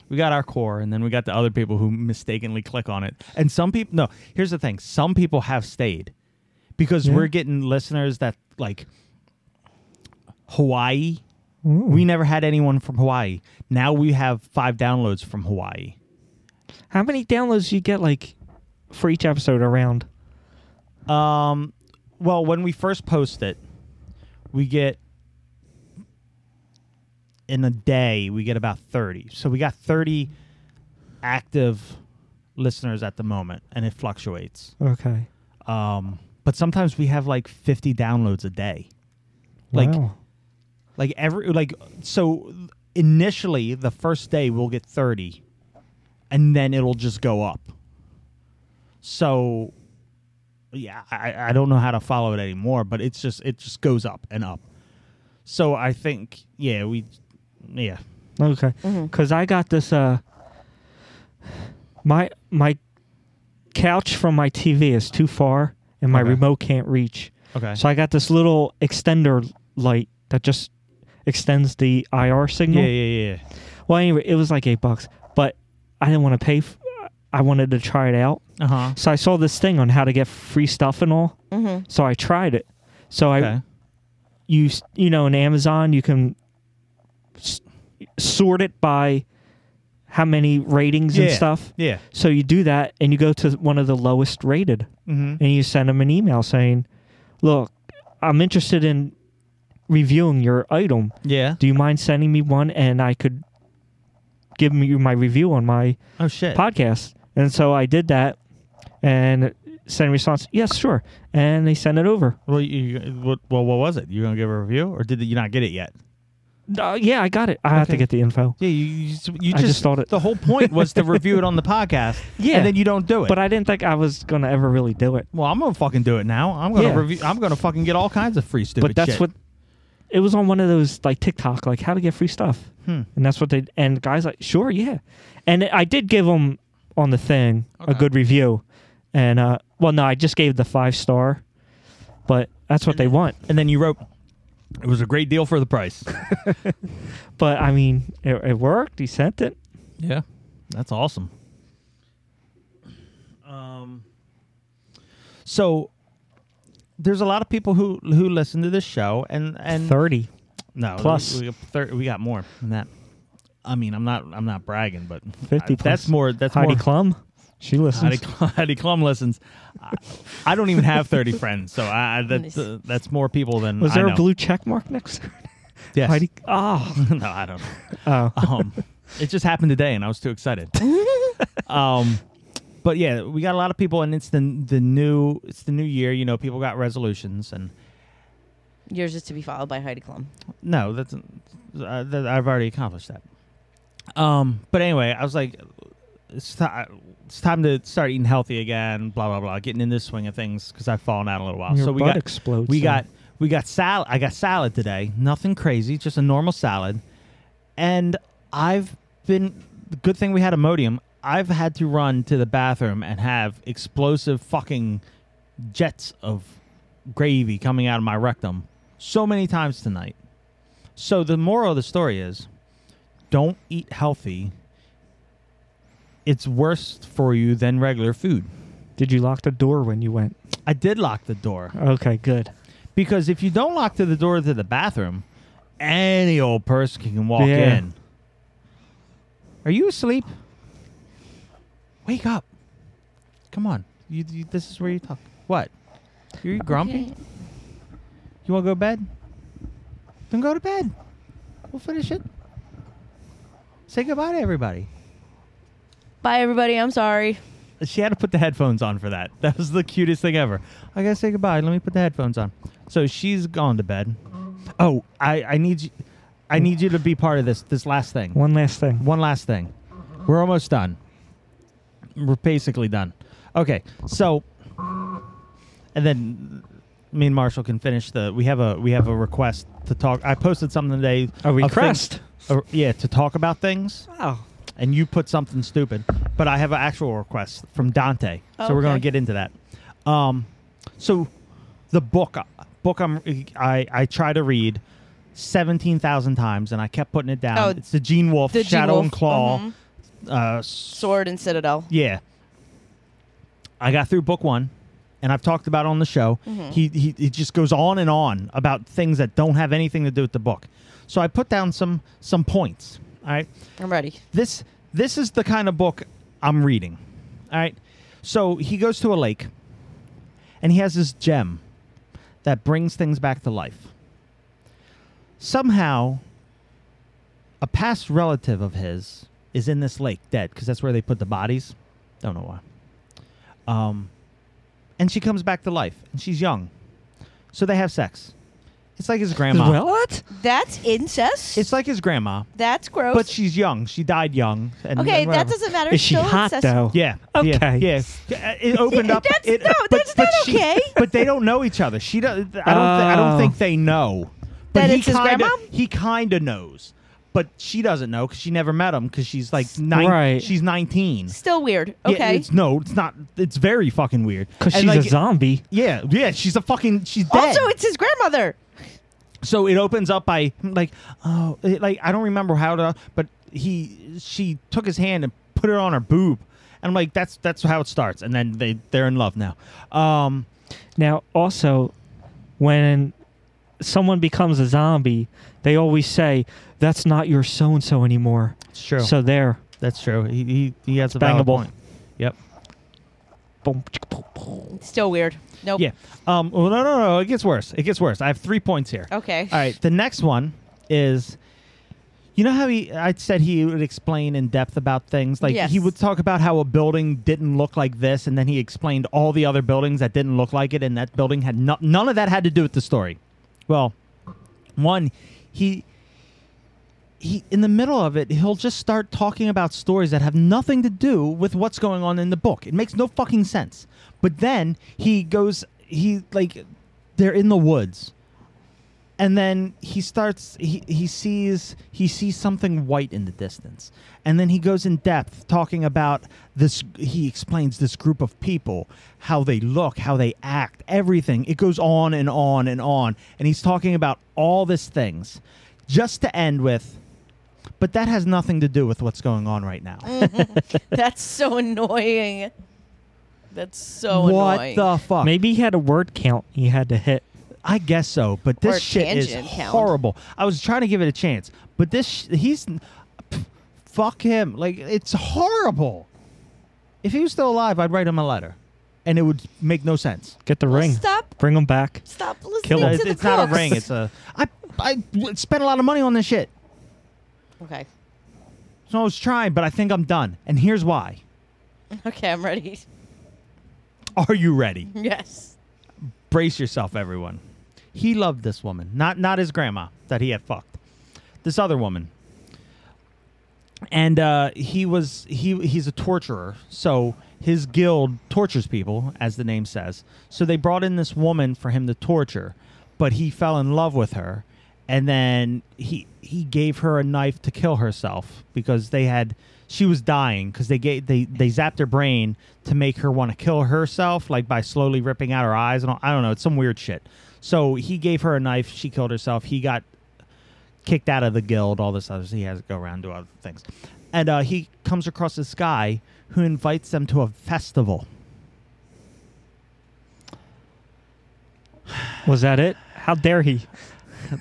Speaker 1: We got our core, and then we got the other people who mistakenly click on it. And some people, no, here's the thing: some people have stayed because
Speaker 2: Yeah.
Speaker 1: we're getting listeners that like Hawaii.
Speaker 2: Mm.
Speaker 1: We never had anyone from Hawaii. Now we have five downloads from Hawaii.
Speaker 2: How many downloads do you get like for each episode around?
Speaker 1: Um, well, when we first post it, we get in a day we get about thirty. So we got thirty active listeners at the moment, and it fluctuates.
Speaker 2: Okay.
Speaker 1: Um, but sometimes we have like fifty downloads a day. Like
Speaker 2: wow.
Speaker 1: like every like so initially the first day we'll get 30 and then it'll just go up so yeah I, I don't know how to follow it anymore but it's just it just goes up and up so i think yeah we yeah
Speaker 2: Okay.
Speaker 3: Mm-hmm.
Speaker 2: Cuz I got this uh my my couch from my TV is too far and my
Speaker 1: Okay.
Speaker 2: remote can't reach.
Speaker 1: okay
Speaker 2: So I got this little extender light that just extends the IR signal.
Speaker 1: yeah yeah yeah
Speaker 2: Well, anyway, it was like 8 bucks, but I didn't want to pay f- I wanted to try it out.
Speaker 1: uh-huh
Speaker 2: So I saw this thing on how to get free stuff and all.
Speaker 3: Mhm.
Speaker 2: So I tried it. So I
Speaker 1: okay
Speaker 2: you s- you know in Amazon you can s- sort it by how many ratings and
Speaker 1: Yeah.
Speaker 2: stuff.
Speaker 1: yeah
Speaker 2: So you do that and you go to one of the lowest rated
Speaker 1: mm-hmm.
Speaker 2: and you send them an email saying, "Look, I'm interested in reviewing your item.
Speaker 1: yeah
Speaker 2: Do you mind sending me one and I could give me my review on my
Speaker 1: oh shit
Speaker 2: podcast. And so I did that and sent a response, yes, sure. And they sent it over.
Speaker 1: well, you, what, well what was it you gonna give a review or did you not get it yet
Speaker 2: Uh, yeah, I got it. I have to
Speaker 1: Okay.
Speaker 2: get the info.
Speaker 1: yeah you, you, just- you
Speaker 2: I just thought it-
Speaker 1: the whole point was to review it on the podcast
Speaker 2: Yeah.
Speaker 1: and then you don't do it
Speaker 2: But I didn't think I was going to ever really do it.
Speaker 1: Well, I'm gonna fucking do it now. I'm gonna
Speaker 2: Yeah.
Speaker 1: review. I'm gonna fucking get all kinds of free stupid.
Speaker 2: But that's
Speaker 1: shit.
Speaker 2: what it was on one of those like TikTok, like how to get free stuff.
Speaker 1: Hmm.
Speaker 2: And that's what they, and the guys like, sure, yeah. And I did give them on the thing a
Speaker 1: Okay.
Speaker 2: good review. And, uh, well, no, I just gave the five star, but that's what
Speaker 1: Mm-hmm.
Speaker 2: they want.
Speaker 1: And then you wrote, "It was a great deal for the price."
Speaker 2: But I mean, it, it worked. He sent it.
Speaker 1: yeah, that's awesome. Um, so there's a lot of people who who listen to this show, and and
Speaker 2: 30.
Speaker 1: no
Speaker 2: plus.
Speaker 1: we, we, got thir- we got more than that. I mean, I'm not I'm not bragging, but
Speaker 2: 50
Speaker 1: That's
Speaker 2: plus.
Speaker 1: more. That's
Speaker 2: Heidi
Speaker 1: more.
Speaker 2: Klum. She listens.
Speaker 1: Heidi, Klum, Heidi Klum listens. I, I don't even have 30 friends, so I, I- that's,
Speaker 3: Nice.
Speaker 1: uh, that's more people than
Speaker 2: Was
Speaker 1: I
Speaker 2: there a
Speaker 1: know. Ah.
Speaker 2: blue check mark next to her?
Speaker 1: Yes.
Speaker 2: Heidi? Oh.
Speaker 1: no, I don't. know.
Speaker 2: oh.
Speaker 1: Um, it just happened today, and I was too excited. um, but yeah, we got a lot of people, and it's the the new it's the new year. You know, people got resolutions, and
Speaker 3: Yours is to be followed by Heidi Klum.
Speaker 1: no, that's uh, that, I've already accomplished that. Um, but anyway, I was like, it's, ti it's time to start eating healthy again. Blah blah blah, getting in this swing of things because I've fallen out a little while.
Speaker 2: Your
Speaker 1: so we
Speaker 2: butt
Speaker 1: got
Speaker 2: explodes. uh,
Speaker 1: we
Speaker 2: then.
Speaker 1: got we got salad. I got salad today. Nothing crazy, just a normal salad. And I've been good thing we had Imodium. I've had to run to the bathroom and have explosive fucking jets of gravy coming out of my rectum so many times tonight. So the moral of the story is don't eat healthy. It's worse for you than regular food.
Speaker 2: Did you lock the door when you went?
Speaker 1: I did lock the door.
Speaker 2: Okay, good.
Speaker 1: Because if you don't lock to the door to the bathroom, any old person can walk
Speaker 2: Yeah.
Speaker 1: in. Are you asleep? Wake up. Come on. You, you, this is where you talk. What? You're grumpy?
Speaker 3: Okay.
Speaker 1: You want to go to bed? Then go to bed. We'll finish it. Say goodbye to everybody.
Speaker 3: Bye, everybody. I'm sorry.
Speaker 1: She had to put the headphones on for that. That was the cutest thing ever. I gotta say goodbye. Let me put the headphones on. So she's gone to bed. Oh, I, I need you. I need you to be part of this. This last thing.
Speaker 2: One last thing.
Speaker 1: One last thing. We're almost done. We're basically done. Okay. So, and then me and Marshall can finish the. We have a we have a request to talk. I posted something today.
Speaker 2: A
Speaker 1: of things-
Speaker 2: request?
Speaker 1: uh, yeah, to talk about things
Speaker 2: Wow.
Speaker 1: and you put something stupid, but I have an actual request from Dante, so we're going
Speaker 3: Okay.
Speaker 1: to get into that. Um, so the book uh, book I'm, I I try to read seventeen thousand times, and I kept putting it down.
Speaker 3: Oh,
Speaker 1: it's the Gene Wolfe
Speaker 3: the Gene
Speaker 1: Shadow
Speaker 3: Wolfe,
Speaker 1: and Claw.
Speaker 3: mhm.
Speaker 1: Uh, s-
Speaker 3: Sword and Citadel.
Speaker 1: yeah, I got through book one. and I've talked about on the show.
Speaker 3: Mm-hmm.
Speaker 1: He, he he just goes on and on about things that don't have anything to do with the book. So I put down some some points. All right.
Speaker 3: I'm ready.
Speaker 1: This this is the kind of book I'm reading. All right. So he goes to a lake and he has this gem that brings things back to life. Somehow a past relative of his is in this lake dead because that's where they put the bodies. Don't know why. Um, and she comes back to life and she's young. So they have sex. It's like his grandma.
Speaker 2: What?
Speaker 3: That's incest.
Speaker 1: It's like his grandma,
Speaker 3: that's gross.
Speaker 1: but she's young. She died young. And,
Speaker 3: okay,
Speaker 1: and
Speaker 3: that
Speaker 1: whatever.
Speaker 3: doesn't matter.
Speaker 2: Is she
Speaker 3: Still
Speaker 2: hot
Speaker 3: incest-
Speaker 2: though?
Speaker 1: Yeah.
Speaker 2: Okay.
Speaker 1: Yeah. yeah. Uh, It opened up.
Speaker 3: That's-
Speaker 1: it,
Speaker 3: no, that's not okay.
Speaker 1: But they don't know each other. She does. I don't. thi- I don't
Speaker 2: Oh.
Speaker 1: think they know. But
Speaker 3: That
Speaker 1: he
Speaker 3: it's his
Speaker 1: kinda,
Speaker 3: grandma?
Speaker 1: He kind of knows, but she doesn't know because she never met him because she's like nine.
Speaker 2: Right.
Speaker 1: She's nineteen.
Speaker 3: Still weird.
Speaker 1: Yeah,
Speaker 3: Okay.
Speaker 1: it's no. It's not. It's very fucking weird.
Speaker 2: Because
Speaker 1: And,
Speaker 2: she's
Speaker 1: like,
Speaker 2: a zombie.
Speaker 1: Yeah. Yeah. She's a fucking. She's dead.
Speaker 3: also, it's his grandmother.
Speaker 1: so it opens up by like oh it, like i don't remember how to but he she took his hand and put it on her boob and i'm like that's that's how it starts and then they they're in love now um
Speaker 2: Now, also, when someone becomes a zombie, they always say, "That's not your so and so anymore."
Speaker 1: it's true
Speaker 2: So there.
Speaker 1: that's true he he, he has a valid
Speaker 2: Bangable.
Speaker 1: point yep
Speaker 2: Boom, chick, boom, boom.
Speaker 3: Still weird. Nope.
Speaker 1: yeah um well, no no no it gets worse it gets worse i have three points here
Speaker 3: Okay.
Speaker 1: all right the next one is you know how he i said he would explain in depth about things like
Speaker 3: Yes.
Speaker 1: he would talk about how a building didn't look like this and then he explained all the other buildings that didn't look like it and that building had no, none of that had to do with the story well one he he in the middle of it he'll just start talking about stories that have nothing to do with what's going on in the book it makes no fucking sense but then he goes he like they're in the woods and then he starts he, he sees he sees something white in the distance and then he goes in depth talking about this he explains this group of people how they look how they act everything it goes on and on and on and he's talking about all these things just to end with but that has nothing to do with what's going on right now
Speaker 3: That's so annoying. That's so
Speaker 1: what
Speaker 3: annoying.
Speaker 1: the fuck
Speaker 2: Maybe he had a word count he had to hit.
Speaker 1: I guess so, but this
Speaker 3: Or
Speaker 1: shit is
Speaker 3: tangent count.
Speaker 1: horrible. I was trying to give it a chance, but this sh- he's pff, fuck him. Like it's horrible. If he was still alive, I'd write him a letter, and it would make no sense.
Speaker 2: Get the
Speaker 3: Well,
Speaker 2: ring.
Speaker 3: Stop.
Speaker 2: Bring him back.
Speaker 3: Stop listening
Speaker 2: Kill
Speaker 3: to
Speaker 2: him.
Speaker 1: it's
Speaker 3: the
Speaker 1: it's not a
Speaker 3: cooks.
Speaker 1: ring. It's a I I w- spent a lot of money on this shit,
Speaker 3: okay.
Speaker 1: so I was trying, but I think I'm done. And here's why.
Speaker 3: Okay, I'm ready.
Speaker 1: Are you ready?
Speaker 3: Yes.
Speaker 1: brace yourself, everyone. He loved this woman, not not his grandma that he had fucked, this other woman. And uh, he was he he's a torturer, so his guild tortures people, as the name says. So they brought in this woman for him to torture, but he fell in love with her, and then he he gave her a knife to kill herself because they had she was dying because they gave they they zapped her brain to make her want to kill herself like by slowly ripping out her eyes and all, I don't know it's some weird shit. So he gave her a knife. She killed herself. He got kicked out of the guild. All this other he has to go around and do other things, and uh, he comes across this guy who invites them to a festival.
Speaker 2: Was that it? How dare he?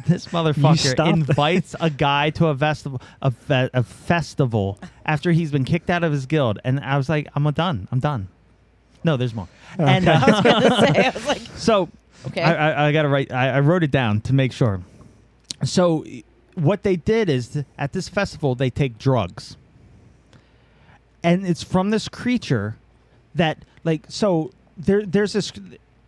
Speaker 1: this motherfucker
Speaker 2: stop.
Speaker 1: invites a guy to a festival, a, fe- a festival after he's been kicked out of his guild, and I was like, I'm done. I'm done. No, there's more. And
Speaker 2: Okay.
Speaker 1: uh,
Speaker 3: I was gonna say. I was like,
Speaker 1: so,
Speaker 3: Okay.
Speaker 1: I, I, I gotta write. I, I wrote it down to make sure. So, what they did is th- at this festival they take drugs, and it's from this creature that like so there there's this.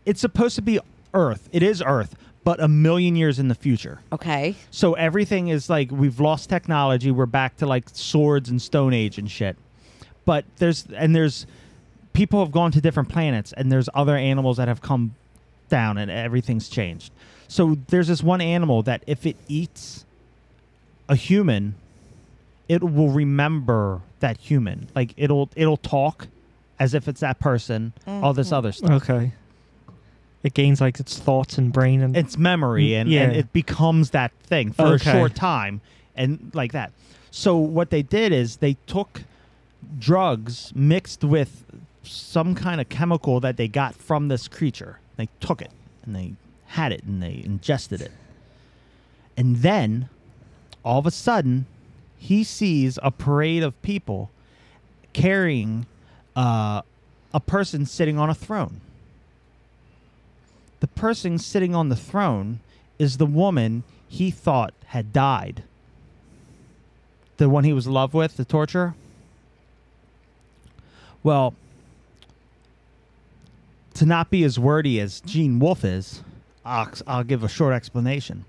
Speaker 1: It's supposed to be Earth. It is Earth, but a million years in the future.
Speaker 3: okay.
Speaker 1: So everything is like we've lost technology. We're back to like swords and stone age and shit. But there's and there's people have gone to different planets and there's other animals that have come down and everything's changed. So there's this one animal that if it eats a human, it will remember that human. Like it'll it'll talk as if it's that person. All this other stuff.
Speaker 2: Okay. It gains like its thoughts and brain and
Speaker 1: its memory
Speaker 2: Mm,
Speaker 1: and,
Speaker 2: yeah.
Speaker 1: and it becomes that thing for
Speaker 2: Okay.
Speaker 1: a short time and like that. So what they did is they took drugs mixed with some kind of chemical that they got from this creature. They took it and they had it and they ingested it. And then all of a sudden, he sees a parade of people carrying uh, a person sitting on a throne. The person sitting on the throne is the woman he thought had died. The one he was in love with, the torturer. Well, to not be as wordy as Gene Wolfe is, I'll, I'll give a short explanation.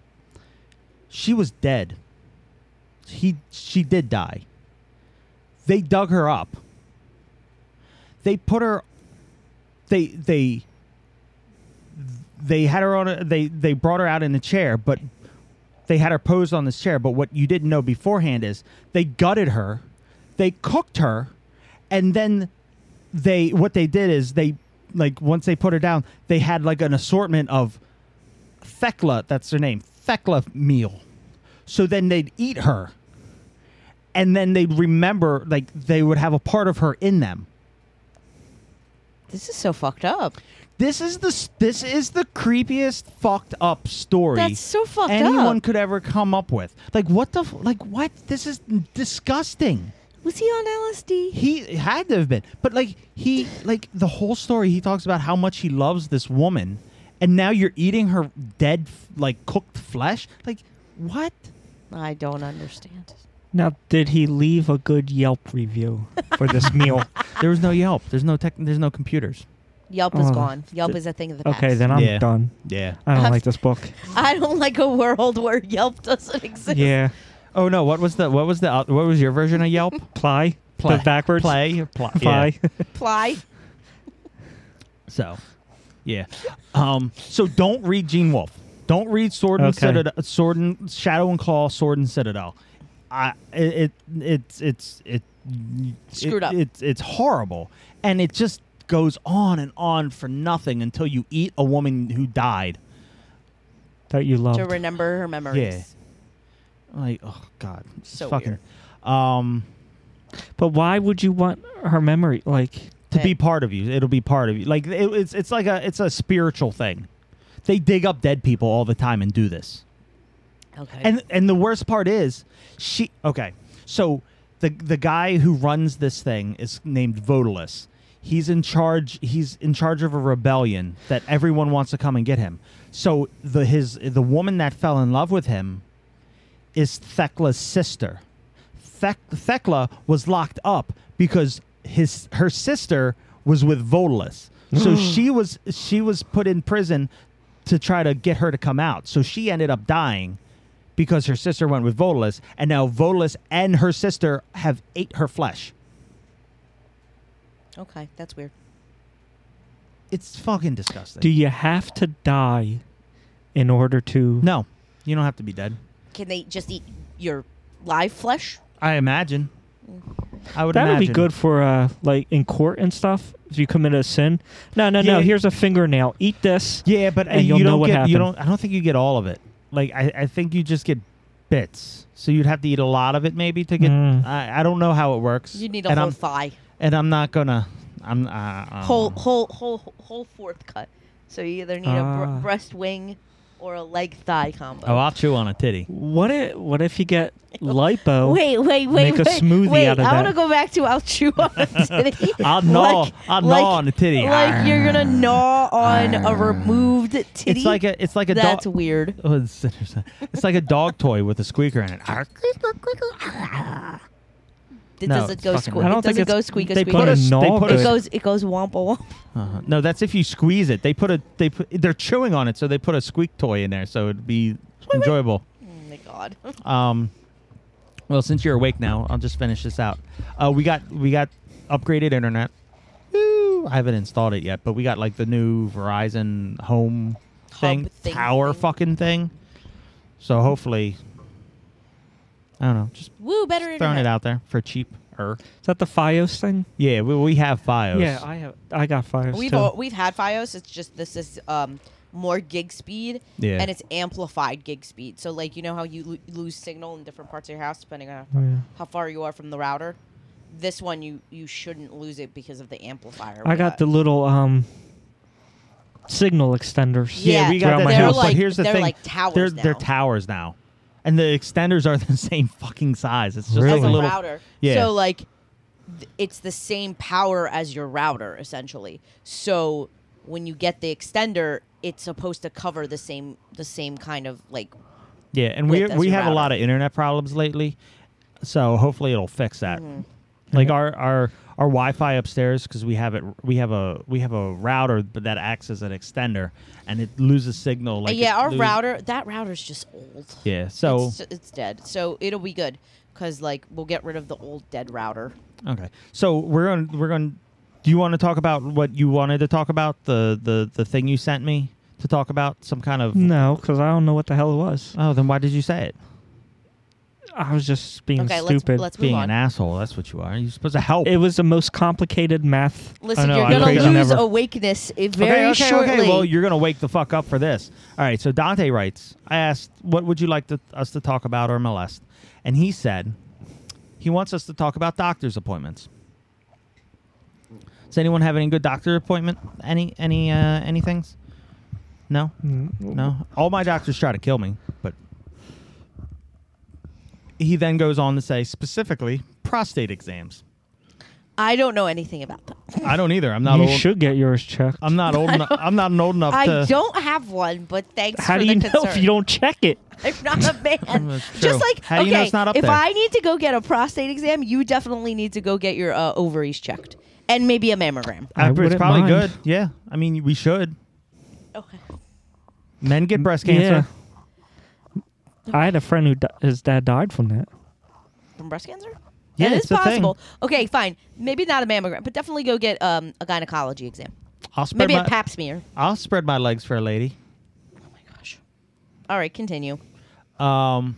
Speaker 1: She was dead. He, she did die. They dug her up. They put her. They they. They had her on. A, they they brought her out in a chair, but they had her posed on this chair. But what you didn't know beforehand is they gutted her, they cooked her, and then they what they did is they like once they put her down, they had like an assortment of Thecla, that's her name, Thecla meal. So then they'd eat her. And then they'd remember like they would have a part of her in them.
Speaker 3: This is so fucked up.
Speaker 1: This is the s- this is the creepiest fucked up story
Speaker 3: That's so fucked
Speaker 1: anyone
Speaker 3: up.
Speaker 1: could ever come up with. Like what the f- like what? This is disgusting.
Speaker 3: Was he on LSD?
Speaker 1: he had to have been but like he like the whole story he talks about how much he loves this woman and now you're eating her dead f- like cooked flesh like what
Speaker 3: I don't understand.
Speaker 2: Now, did he leave a good Yelp review for this meal?
Speaker 1: there was no yelp there's no tech there's no computers
Speaker 3: Yelp is
Speaker 2: Oh,
Speaker 3: gone. Yelp
Speaker 2: th-
Speaker 3: is a thing of the past.
Speaker 2: Okay, then I'm
Speaker 1: Yeah.
Speaker 2: done.
Speaker 1: yeah
Speaker 2: I don't like this book.
Speaker 3: I don't like a world where Yelp doesn't exist.
Speaker 2: Yeah,
Speaker 1: oh no what was the what was the uh, what was your version of yelp
Speaker 2: ply, ply, the backwards,
Speaker 1: play play
Speaker 2: ply.
Speaker 3: Ply.
Speaker 1: so yeah um so don't read gene wolfe don't read sword and
Speaker 2: Okay.
Speaker 1: citadel sword and shadow and claw sword and citadel i it, it it's it's it it-
Speaker 3: Screwed up.
Speaker 1: It's it's horrible, and it just goes on and on for nothing until you eat a woman who died.
Speaker 2: that you love.
Speaker 3: To remember her memories.
Speaker 1: Yeah. Like oh god, It's
Speaker 3: So
Speaker 1: fucking. Um,
Speaker 2: But why would you want her memory? Like,
Speaker 1: to be
Speaker 3: Hey.
Speaker 1: part of you, it'll be part of you. Like it, it's it's like a it's a spiritual thing. They dig up dead people all the time and do this.
Speaker 3: Okay.
Speaker 1: And and the worst part is she okay. So the the guy who runs this thing is named Vodalus. He's in charge he's in charge of a rebellion that everyone wants to come and get him. So the his the woman that fell in love with him is Thecla's sister. Thec- Thecla was locked up because his her sister was with Volus. So she was she was put in prison to try to get her to come out. So she ended up dying because her sister went with Volus and now Volus and her sister have ate her flesh.
Speaker 3: okay, that's weird.
Speaker 1: It's fucking disgusting.
Speaker 2: do you have to die in order to?
Speaker 1: no, you don't have to be dead.
Speaker 3: Can they just eat your live flesh?
Speaker 1: I imagine. I would
Speaker 2: that would be
Speaker 1: imagine.
Speaker 2: good for uh, like in court and stuff. If you commit a sin, no, no,
Speaker 1: Yeah.
Speaker 2: no. Here's a fingernail. Eat this.
Speaker 1: Yeah, but uh,
Speaker 2: and
Speaker 1: you
Speaker 2: you'll
Speaker 1: don't
Speaker 2: know what
Speaker 1: get you
Speaker 2: happened.
Speaker 1: don't I don't think you get all of it. Like I, I think you just get bits. So you'd have to eat a lot of it maybe to get
Speaker 2: Mm.
Speaker 1: I, I don't know how it works.
Speaker 3: You need a
Speaker 1: and
Speaker 3: whole
Speaker 1: I'm,
Speaker 3: thigh.
Speaker 1: and I'm not gonna I'm uh, I don't
Speaker 3: Whole,
Speaker 1: know.
Speaker 3: whole, whole, whole fourth cut. So you either need a
Speaker 2: Ah.
Speaker 3: br- breast wing or a leg thigh combo.
Speaker 1: Oh, I'll chew on a titty.
Speaker 2: What if what if you get lipo?
Speaker 3: Wait, wait, wait,
Speaker 2: Make a
Speaker 3: wait.
Speaker 2: smoothie
Speaker 3: wait,
Speaker 2: out of
Speaker 3: I want to
Speaker 2: that.
Speaker 3: go back to I'll chew on a titty.
Speaker 1: I'll gnaw- I'll gnaw on a titty.
Speaker 3: Like you're gonna gnaw on a removed titty.
Speaker 1: It's like a it's like a
Speaker 3: that's
Speaker 1: dog
Speaker 3: weird.
Speaker 1: oh, it's, interesting. it's like a dog toy with a squeaker in it.
Speaker 3: It
Speaker 1: No,
Speaker 3: doesn't
Speaker 1: it's
Speaker 3: go
Speaker 1: fucking-
Speaker 3: squeak.
Speaker 1: I
Speaker 2: don't
Speaker 3: It
Speaker 2: think
Speaker 3: doesn't
Speaker 2: it's-
Speaker 3: go squeak. a
Speaker 1: they
Speaker 3: squeak.
Speaker 1: put
Speaker 2: a
Speaker 1: a s- they
Speaker 2: gnaw
Speaker 1: put
Speaker 2: good.
Speaker 1: a
Speaker 3: It goes. It goes Oh wampa wampa.
Speaker 1: Uh-huh. No, that's if you squeeze it. They put a they put they're chewing on it, so they put a squeak toy in there, so it'd be enjoyable.
Speaker 3: Oh my god.
Speaker 1: Um, well, since you're awake now, I'll just finish this out. Uh, we got we got upgraded internet. Woo! I haven't installed it yet, but we got like the new Verizon home thing,
Speaker 3: thing,
Speaker 1: tower
Speaker 3: thing.
Speaker 1: fucking thing. So hopefully, I don't know, just
Speaker 3: Woo, better
Speaker 1: throwing
Speaker 3: internet.
Speaker 1: it out there for cheap. Er,
Speaker 2: Is that the FiOS thing?
Speaker 1: yeah, we, we have FiOS.
Speaker 2: Yeah, I have. I got FiOS
Speaker 3: We've
Speaker 2: too.
Speaker 3: all, we've had FiOS. It's just this is um more gig speed.
Speaker 1: Yeah.
Speaker 3: And it's amplified gig speed.
Speaker 2: Mm.
Speaker 3: So like you know how you lo- lose signal in different parts of your house depending on
Speaker 2: Oh, Yeah.
Speaker 3: how far you are from the router. this one you you shouldn't lose it because of the amplifier.
Speaker 2: I got the little um signal extenders.
Speaker 3: Yeah,
Speaker 1: we got
Speaker 2: throughout
Speaker 1: that
Speaker 2: my
Speaker 1: too.
Speaker 3: they're
Speaker 2: house.
Speaker 1: but
Speaker 3: like-
Speaker 1: here's the
Speaker 3: they're
Speaker 1: thing:
Speaker 3: like towers
Speaker 1: They're, they're
Speaker 3: now.
Speaker 1: towers now, and the extenders are the same fucking size. It's just
Speaker 2: Really?
Speaker 3: as
Speaker 1: like a
Speaker 3: a
Speaker 1: little
Speaker 3: router.
Speaker 1: yeah.
Speaker 3: So like, th- it's the same power as your router essentially. So when you get the extender, it's supposed to cover the same the same kind of like
Speaker 1: yeah. And we
Speaker 3: width as
Speaker 1: we
Speaker 3: your
Speaker 1: have a lot
Speaker 3: router.
Speaker 1: of internet problems lately, so hopefully it'll fix that.
Speaker 3: Mm-hmm.
Speaker 1: Like our our our Wi-Fi upstairs because we have it we have a we have a router but that acts as an extender and it loses signal. Like
Speaker 3: yeah.
Speaker 1: it
Speaker 3: Our
Speaker 1: lose-
Speaker 3: router that router's just old.
Speaker 1: Yeah. So
Speaker 3: it's, it's dead. So it'll be good because like we'll get rid of the old dead router.
Speaker 1: Okay. So we're on. We're going. Do you want to talk about what you wanted to talk about? The the the thing you sent me to talk about some kind of.
Speaker 2: No, because I don't know what the hell it was.
Speaker 1: Oh, then why did you say it?
Speaker 2: I was just being
Speaker 3: Okay, let's-
Speaker 2: stupid.
Speaker 3: let's-
Speaker 1: Being
Speaker 3: Move
Speaker 1: an
Speaker 3: on.
Speaker 1: asshole. That's what you are. You're supposed to help.
Speaker 2: it was the most complicated math.
Speaker 3: Listen,
Speaker 1: know,
Speaker 3: you're
Speaker 1: I'm
Speaker 3: gonna
Speaker 1: crazy.
Speaker 3: lose
Speaker 1: Never-
Speaker 3: awakeness
Speaker 1: Okay,
Speaker 3: i- very
Speaker 1: okay,
Speaker 3: shortly.
Speaker 1: okay. Well, you're gonna wake the fuck up for this. All right. So Dante writes. I asked, "What would you like to, us to talk about or molest?" And he said, "He wants us to talk about doctor's appointments." Does anyone have any good doctor appointment? Any any uh, any things? No.
Speaker 2: Mm.
Speaker 1: No, all my doctors try to kill me, but he then goes on to say specifically prostate exams.
Speaker 3: I don't know anything about that.
Speaker 1: I don't either. I'm not
Speaker 2: you
Speaker 1: old.
Speaker 2: should get yours checked.
Speaker 1: I'm not old. Enough, I'm not old enough
Speaker 3: I
Speaker 1: to.
Speaker 3: don't have one, but thanks
Speaker 2: How
Speaker 3: for
Speaker 2: do
Speaker 3: the
Speaker 2: you know
Speaker 3: concern.
Speaker 2: if you don't check it?
Speaker 3: I'm not a man.
Speaker 1: That's true.
Speaker 3: Just like
Speaker 1: How do
Speaker 3: okay,
Speaker 1: you know it's not up
Speaker 3: if
Speaker 1: there?
Speaker 3: I need to go get a prostate exam, you definitely need to go get your uh, ovaries checked and maybe a mammogram.
Speaker 1: I-
Speaker 2: I
Speaker 1: it's
Speaker 2: wouldn't
Speaker 1: probably good.
Speaker 2: mind.
Speaker 1: Yeah, I mean we should.
Speaker 3: Okay.
Speaker 1: Men get breast cancer.
Speaker 2: Yeah. I had a friend who di- his dad died from that.
Speaker 3: From breast cancer?
Speaker 1: Yeah,
Speaker 3: that is
Speaker 1: it's a thing.
Speaker 3: possible. Okay, fine. Maybe not a mammogram, but definitely go get um, a gynecology exam.
Speaker 1: I'll spread
Speaker 3: Maybe
Speaker 1: my,
Speaker 3: a pap smear.
Speaker 1: I'll spread my legs for a lady.
Speaker 3: Oh my gosh. All right, continue.
Speaker 1: Um.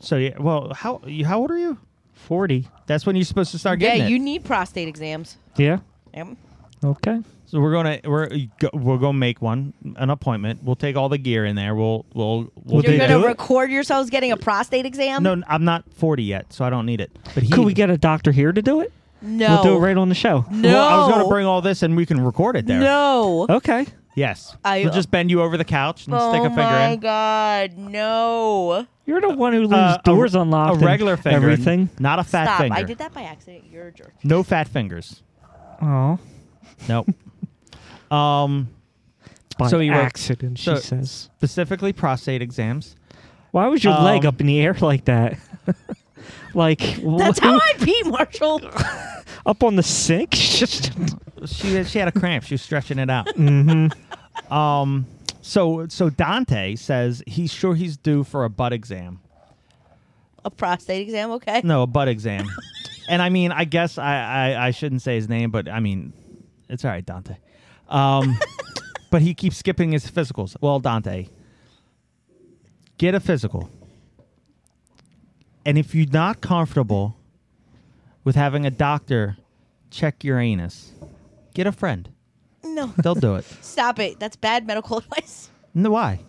Speaker 1: So yeah. Well, how you- how old are you?
Speaker 2: Forty.
Speaker 1: That's when you're supposed to start getting
Speaker 3: Yeah,
Speaker 1: it.
Speaker 3: you need prostate exams.
Speaker 2: Yeah.
Speaker 3: Um,
Speaker 2: Okay.
Speaker 1: So we're gonna we're go- we're gonna make one an appointment. We'll take all the gear in there. We'll we'll we'll.
Speaker 3: You're
Speaker 2: they
Speaker 3: going
Speaker 2: do
Speaker 3: to
Speaker 2: it?
Speaker 3: record yourselves getting a prostate exam?
Speaker 1: No, I'm not 40 yet, so I don't need it. But he,
Speaker 2: Could we get a doctor here to do it?
Speaker 3: No.
Speaker 2: We'll do it right on the show.
Speaker 3: no.
Speaker 1: Well, I was going to bring all this, and we can record it there.
Speaker 3: No.
Speaker 2: Okay.
Speaker 1: Yes.
Speaker 3: I-
Speaker 1: we'll just bend you over the couch and stick a
Speaker 3: oh
Speaker 1: finger
Speaker 3: my
Speaker 1: in.
Speaker 3: god, no.
Speaker 2: You're the one who leaves
Speaker 1: Uh, a-
Speaker 2: doors unlocked.
Speaker 1: A regular
Speaker 2: and
Speaker 1: finger,
Speaker 2: Everything.
Speaker 1: not a fat
Speaker 3: Stop.
Speaker 1: finger.
Speaker 3: I did that by accident. You're a jerk.
Speaker 1: No fat fingers.
Speaker 2: Oh.
Speaker 1: Nope. um,
Speaker 2: By
Speaker 1: So he wrote-
Speaker 2: accident,
Speaker 1: so-
Speaker 2: she says.
Speaker 1: specifically prostate exams.
Speaker 2: Why was your leg
Speaker 1: Um,
Speaker 2: up in the air like that? like
Speaker 3: That's how I pee, Marshall.
Speaker 2: up on the sink? Just
Speaker 1: She she had a cramp. She was stretching it out.
Speaker 2: Mhm.
Speaker 1: Um, so so Dante says he's sure he's due for a butt exam.
Speaker 3: a prostate exam, okay?
Speaker 1: No, a butt exam. and I mean, I guess I, I I shouldn't say his name, but I mean, it's all right, Dante. Um, but he keeps skipping his physicals. Well, Dante, get a physical. And if you're not comfortable with having a doctor check your anus, get a friend.
Speaker 3: No.
Speaker 1: They'll do it.
Speaker 3: Stop it. That's bad medical advice.
Speaker 1: no, why?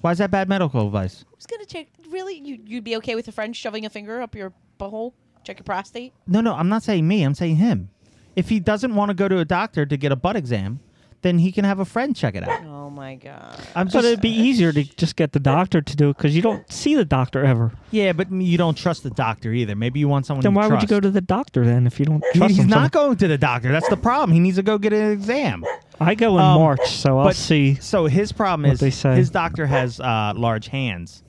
Speaker 1: Why is that bad medical advice?
Speaker 3: Who's gonna check? Really? You you'd be okay with a friend shoving a finger up your butthole? Check your prostate?
Speaker 1: No, no, I'm not saying me. I'm saying him. If he doesn't want to go to a doctor to get a butt exam, then he can have a friend check it out.
Speaker 3: Oh my god.
Speaker 1: I'm
Speaker 2: But
Speaker 1: just,
Speaker 2: it'd be easier to just get the doctor to do it because you don't see the doctor ever.
Speaker 1: yeah, but you don't trust the doctor either. Maybe you want someone.
Speaker 2: Then
Speaker 1: you
Speaker 2: why would you
Speaker 1: trust.
Speaker 2: go to the doctor then if you don't
Speaker 1: I mean,
Speaker 2: trust
Speaker 1: he's
Speaker 2: him?
Speaker 1: not going to the doctor. That's the problem. He needs to go get an exam.
Speaker 2: I go in
Speaker 1: Um,
Speaker 2: March, so I'll
Speaker 1: but-
Speaker 2: see.
Speaker 1: So his problem
Speaker 2: What
Speaker 1: is
Speaker 2: they say.
Speaker 1: his doctor has uh, large hands.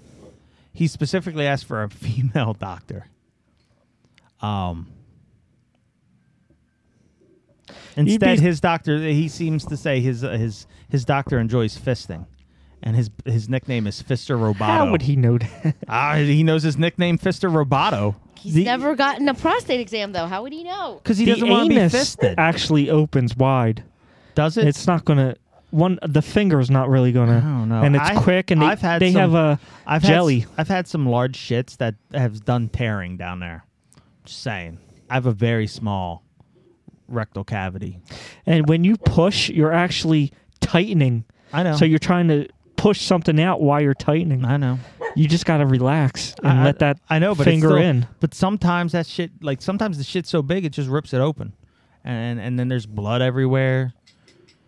Speaker 1: He specifically asked for a female doctor. Um. Instead, his doctor he seems to say his uh, his his doctor enjoys fisting, and his his nickname is Fister Roboto.
Speaker 2: How would he know that?
Speaker 1: Ah, he knows his nickname Fister Roboto
Speaker 3: He's
Speaker 2: The-
Speaker 3: never gotten a prostate exam though. How would he know?
Speaker 1: because he
Speaker 2: the
Speaker 1: doesn't want to be
Speaker 2: anus
Speaker 1: fisted.
Speaker 2: actually opens wide.
Speaker 1: Does it?
Speaker 2: It's not gonna one. The finger's not really gonna.
Speaker 1: I don't know.
Speaker 2: And it's
Speaker 1: I-
Speaker 2: quick, and they,
Speaker 1: I've had
Speaker 2: they
Speaker 1: some-
Speaker 2: have a
Speaker 1: I've
Speaker 2: jelly.
Speaker 1: Had, s- I've had some large shits that have done tearing down there. Just saying. I have a very small rectal cavity.
Speaker 2: and when you push, you're actually tightening.
Speaker 1: I know.
Speaker 2: So you're trying to push something out while you're tightening.
Speaker 1: I know.
Speaker 2: You just gotta relax and
Speaker 1: I-
Speaker 2: let that
Speaker 1: I know, but it's
Speaker 2: finger
Speaker 1: still-
Speaker 2: in.
Speaker 1: But sometimes that shit, like sometimes the shit's so big it just rips it open, and and then there's blood everywhere.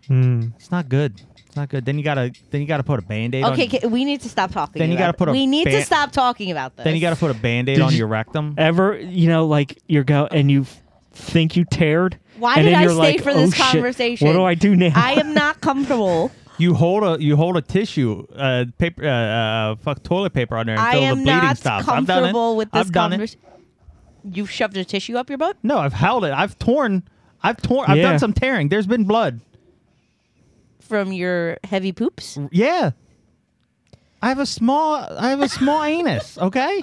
Speaker 2: Mm.
Speaker 1: It's not good. It's not good. Then you gotta then you gotta put a band-aid on.
Speaker 3: Okay, ca- we need to stop talking.
Speaker 1: Then you gotta
Speaker 3: about it.
Speaker 1: put a
Speaker 3: We need to
Speaker 1: ban-
Speaker 3: stop talking about this.
Speaker 1: Then you gotta put a band-aid
Speaker 2: Did
Speaker 1: on
Speaker 2: you-
Speaker 1: your rectum.
Speaker 2: Ever you know like you go and you f- think you teared.
Speaker 3: Why
Speaker 2: and
Speaker 3: did
Speaker 2: then
Speaker 3: I
Speaker 2: you're
Speaker 3: stay
Speaker 2: like,
Speaker 3: for
Speaker 2: "Oh,
Speaker 3: this
Speaker 2: shit,
Speaker 3: conversation?
Speaker 2: What do I do now?
Speaker 3: I am not comfortable.
Speaker 1: You hold a you hold a tissue, uh, paper, uh, uh, fuck toilet paper on there
Speaker 3: I
Speaker 1: until the
Speaker 3: am
Speaker 1: bleeding
Speaker 3: not
Speaker 1: stops. I've done
Speaker 3: comfortable
Speaker 1: it.
Speaker 3: with this
Speaker 1: I've done it.
Speaker 3: conversation. You've shoved a tissue up your butt?
Speaker 1: No, I've held it. I've torn. I've torn. I've
Speaker 2: Yeah.
Speaker 1: done some tearing. There's been blood.
Speaker 3: from your heavy poops.
Speaker 1: Yeah. I have a small I have a small anus, okay?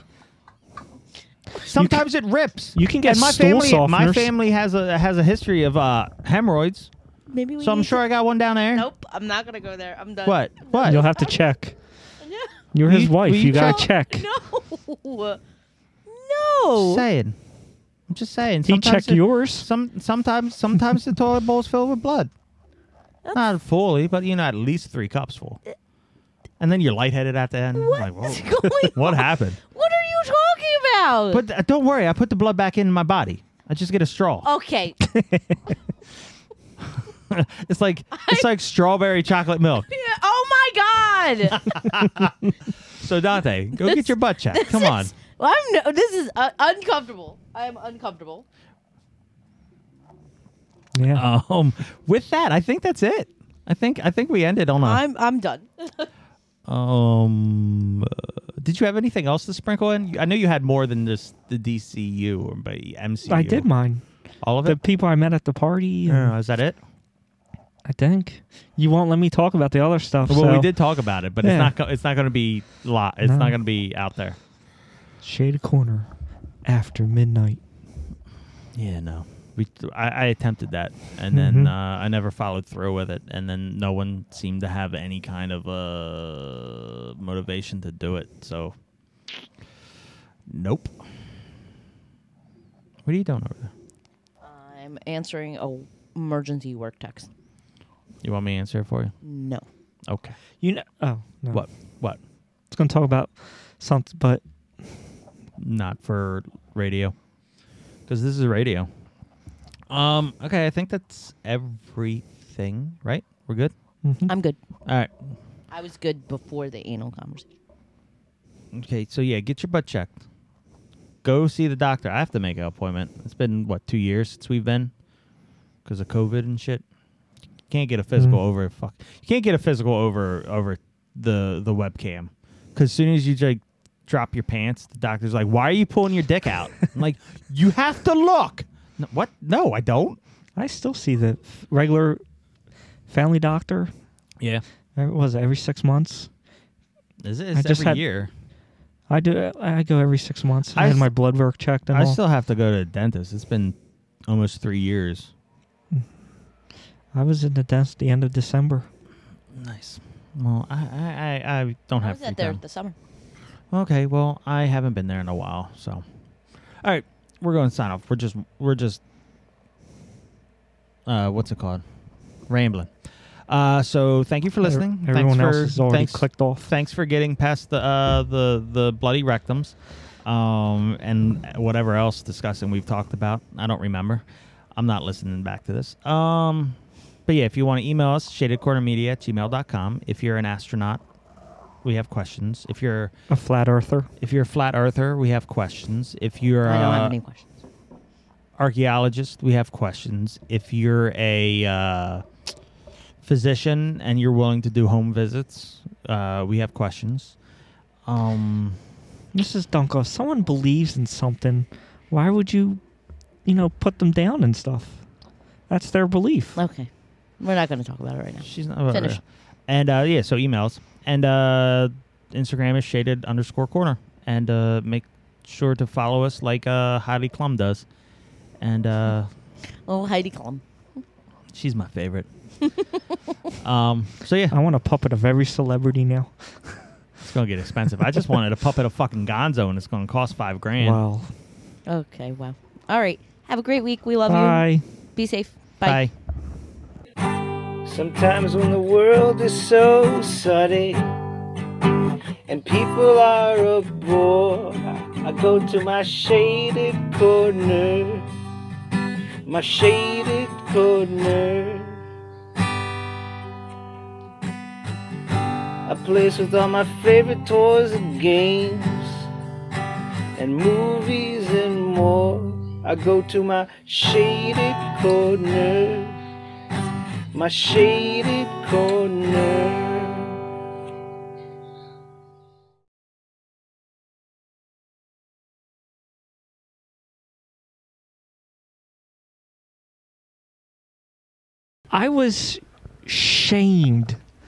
Speaker 1: Sometimes it rips.
Speaker 2: you can get
Speaker 1: and my
Speaker 2: stool
Speaker 1: family my
Speaker 2: softeners.
Speaker 1: family has a has a history of uh hemorrhoids.
Speaker 3: Maybe we
Speaker 1: So I'm
Speaker 3: need
Speaker 1: sure
Speaker 3: to-
Speaker 1: I got one down there.
Speaker 3: Nope, I'm not gonna go there. I'm done.
Speaker 1: What? What?
Speaker 2: You'll have to check.
Speaker 3: No.
Speaker 2: You're
Speaker 1: Will
Speaker 2: his
Speaker 1: you-
Speaker 2: wife.
Speaker 1: will
Speaker 2: You
Speaker 1: you
Speaker 2: gotta
Speaker 3: No.
Speaker 2: check.
Speaker 3: No.
Speaker 1: Just
Speaker 3: No.
Speaker 1: saying. I'm just saying.
Speaker 2: He
Speaker 1: sometimes
Speaker 2: checked
Speaker 1: it-
Speaker 2: yours.
Speaker 1: Some sometimes sometimes the toilet bowl's filled with blood. Not fully, but you know, at least three cups full. And then you're lightheaded at the end. Like,
Speaker 3: What's
Speaker 1: whoa.
Speaker 3: going
Speaker 1: what
Speaker 3: on?
Speaker 1: happened?
Speaker 3: What are you talking about?
Speaker 1: But uh, don't worry, I put the blood back in my body. I just get a straw.
Speaker 2: Oh.
Speaker 3: okay. Yeah,
Speaker 1: It's like it's like strawberry chocolate milk.
Speaker 3: oh my god.
Speaker 1: So Dante, go get your butt checked. Come
Speaker 3: This
Speaker 1: on.
Speaker 3: is- well, I'm no, this is uh, uncomfortable. I am uncomfortable.
Speaker 2: Yeah.
Speaker 1: Um, with that, I think that's it. I think I think we ended on a.
Speaker 3: I'm I'm done.
Speaker 1: Um, uh, did you have anything else to sprinkle in? I know you had more than just the DCU or the MCU.
Speaker 2: I did mine.
Speaker 1: all of
Speaker 2: The
Speaker 1: it.
Speaker 2: people I met at the party. and-
Speaker 1: Uh, is that it?
Speaker 2: I think you won't let me talk about the other stuff.
Speaker 1: Well,
Speaker 2: so.
Speaker 1: we did talk about it, but
Speaker 2: Yeah.
Speaker 1: it's not. go- It's not going to be lot. It's
Speaker 2: No.
Speaker 1: not going to be out there.
Speaker 2: Shade Corner after midnight.
Speaker 1: Yeah, no. We, I, I attempted that, and
Speaker 2: Mhm.
Speaker 1: then uh, I never followed through with it, and then no one seemed to have any kind of uh, motivation to do it. So, nope. What are you doing over there?
Speaker 3: I'm answering a emergency work text.
Speaker 1: You want me to answer it for you?
Speaker 3: No.
Speaker 1: Okay.
Speaker 2: You know, oh no.
Speaker 1: What? What?
Speaker 2: I was gonna talk about something, but
Speaker 1: Not for radio, because this is radio. Um. Okay. I think that's everything. Right? We're good.
Speaker 2: mhm.
Speaker 3: I'm good.
Speaker 1: All right.
Speaker 3: I was good before the anal conversation.
Speaker 1: Okay, so yeah, get your butt checked. Go see the doctor. I have to make an appointment. It's been what two years since we've been because of COVID and shit. Can't get a physical
Speaker 2: Mhm.
Speaker 1: over fuck. You can't get a physical over over the the webcam because as soon as you like drop your pants, the doctor's like, "Why are you pulling your dick out?" I'm like, "You have to look." No, what? No, I don't.
Speaker 2: I still see the f- regular family doctor.
Speaker 1: Yeah,
Speaker 2: uh, What was it every six months?
Speaker 1: is it?
Speaker 2: I
Speaker 1: It's
Speaker 2: just
Speaker 1: every
Speaker 2: had-
Speaker 1: year.
Speaker 2: I do. I I go every six months. I,
Speaker 1: I
Speaker 2: had
Speaker 1: s-
Speaker 2: my blood work checked and
Speaker 1: I
Speaker 2: all.
Speaker 1: still have to go to the dentist. It's been almost three years.
Speaker 2: I was in the dentist the end of December.
Speaker 1: Nice. Well, I I, I, I don't
Speaker 3: I
Speaker 1: have
Speaker 3: was
Speaker 1: free
Speaker 3: at there
Speaker 1: time.
Speaker 3: the summer.
Speaker 1: Okay, well, I haven't been there in a while, so. All right, we're going to sign off. We're just we're just uh what's it called? Rambling. Uh so thank you for listening.
Speaker 2: Ev- Everyone
Speaker 1: thanks
Speaker 2: else
Speaker 1: for,
Speaker 2: has already
Speaker 1: thanks,
Speaker 2: clicked off.
Speaker 1: Thanks for getting past the uh the the bloody rectums. Um and whatever else discussing we've talked about. I don't remember. I'm not listening back to this. Um but yeah, if you want to email us, shadedcornermedia at gmail.com. If you're an astronaut, we have questions. If you're
Speaker 2: A flat earther.
Speaker 1: if you're a flat earther, we have questions. If you're uh,
Speaker 3: I don't have any
Speaker 1: an
Speaker 3: questions.
Speaker 1: archaeologist, we have questions. If you're a uh, physician and you're willing to do home visits, uh, we have questions. Um,
Speaker 2: Mrs. Dunkel, if someone believes in something, why would you, you know, put them down and stuff? That's their belief.
Speaker 3: Okay. We're not going to talk about it right now.
Speaker 1: she's not
Speaker 3: Finish.
Speaker 1: And uh, yeah, so emails and uh, Instagram is shaded underscore corner, and uh, make sure to follow us like uh, Heidi Klum does, and. Uh,
Speaker 3: Oh, Heidi Klum.
Speaker 1: She's my favorite. um, so yeah,
Speaker 2: I want a puppet of every celebrity now.
Speaker 1: it's gonna get expensive. I just wanted a puppet of fucking Gonzo, and it's gonna cost five grand.
Speaker 2: Wow.
Speaker 3: Okay, wow. All right. Have a great week. We love
Speaker 2: Bye.
Speaker 3: you. Be safe.
Speaker 1: Bye.
Speaker 4: Sometimes when the world is so sunny and and people are a bore. I go to my shaded corner, my shaded corner. A place with all my favorite toys and games, and movies and more. I go to my shaded corner, my shaded corner.
Speaker 2: I was shamed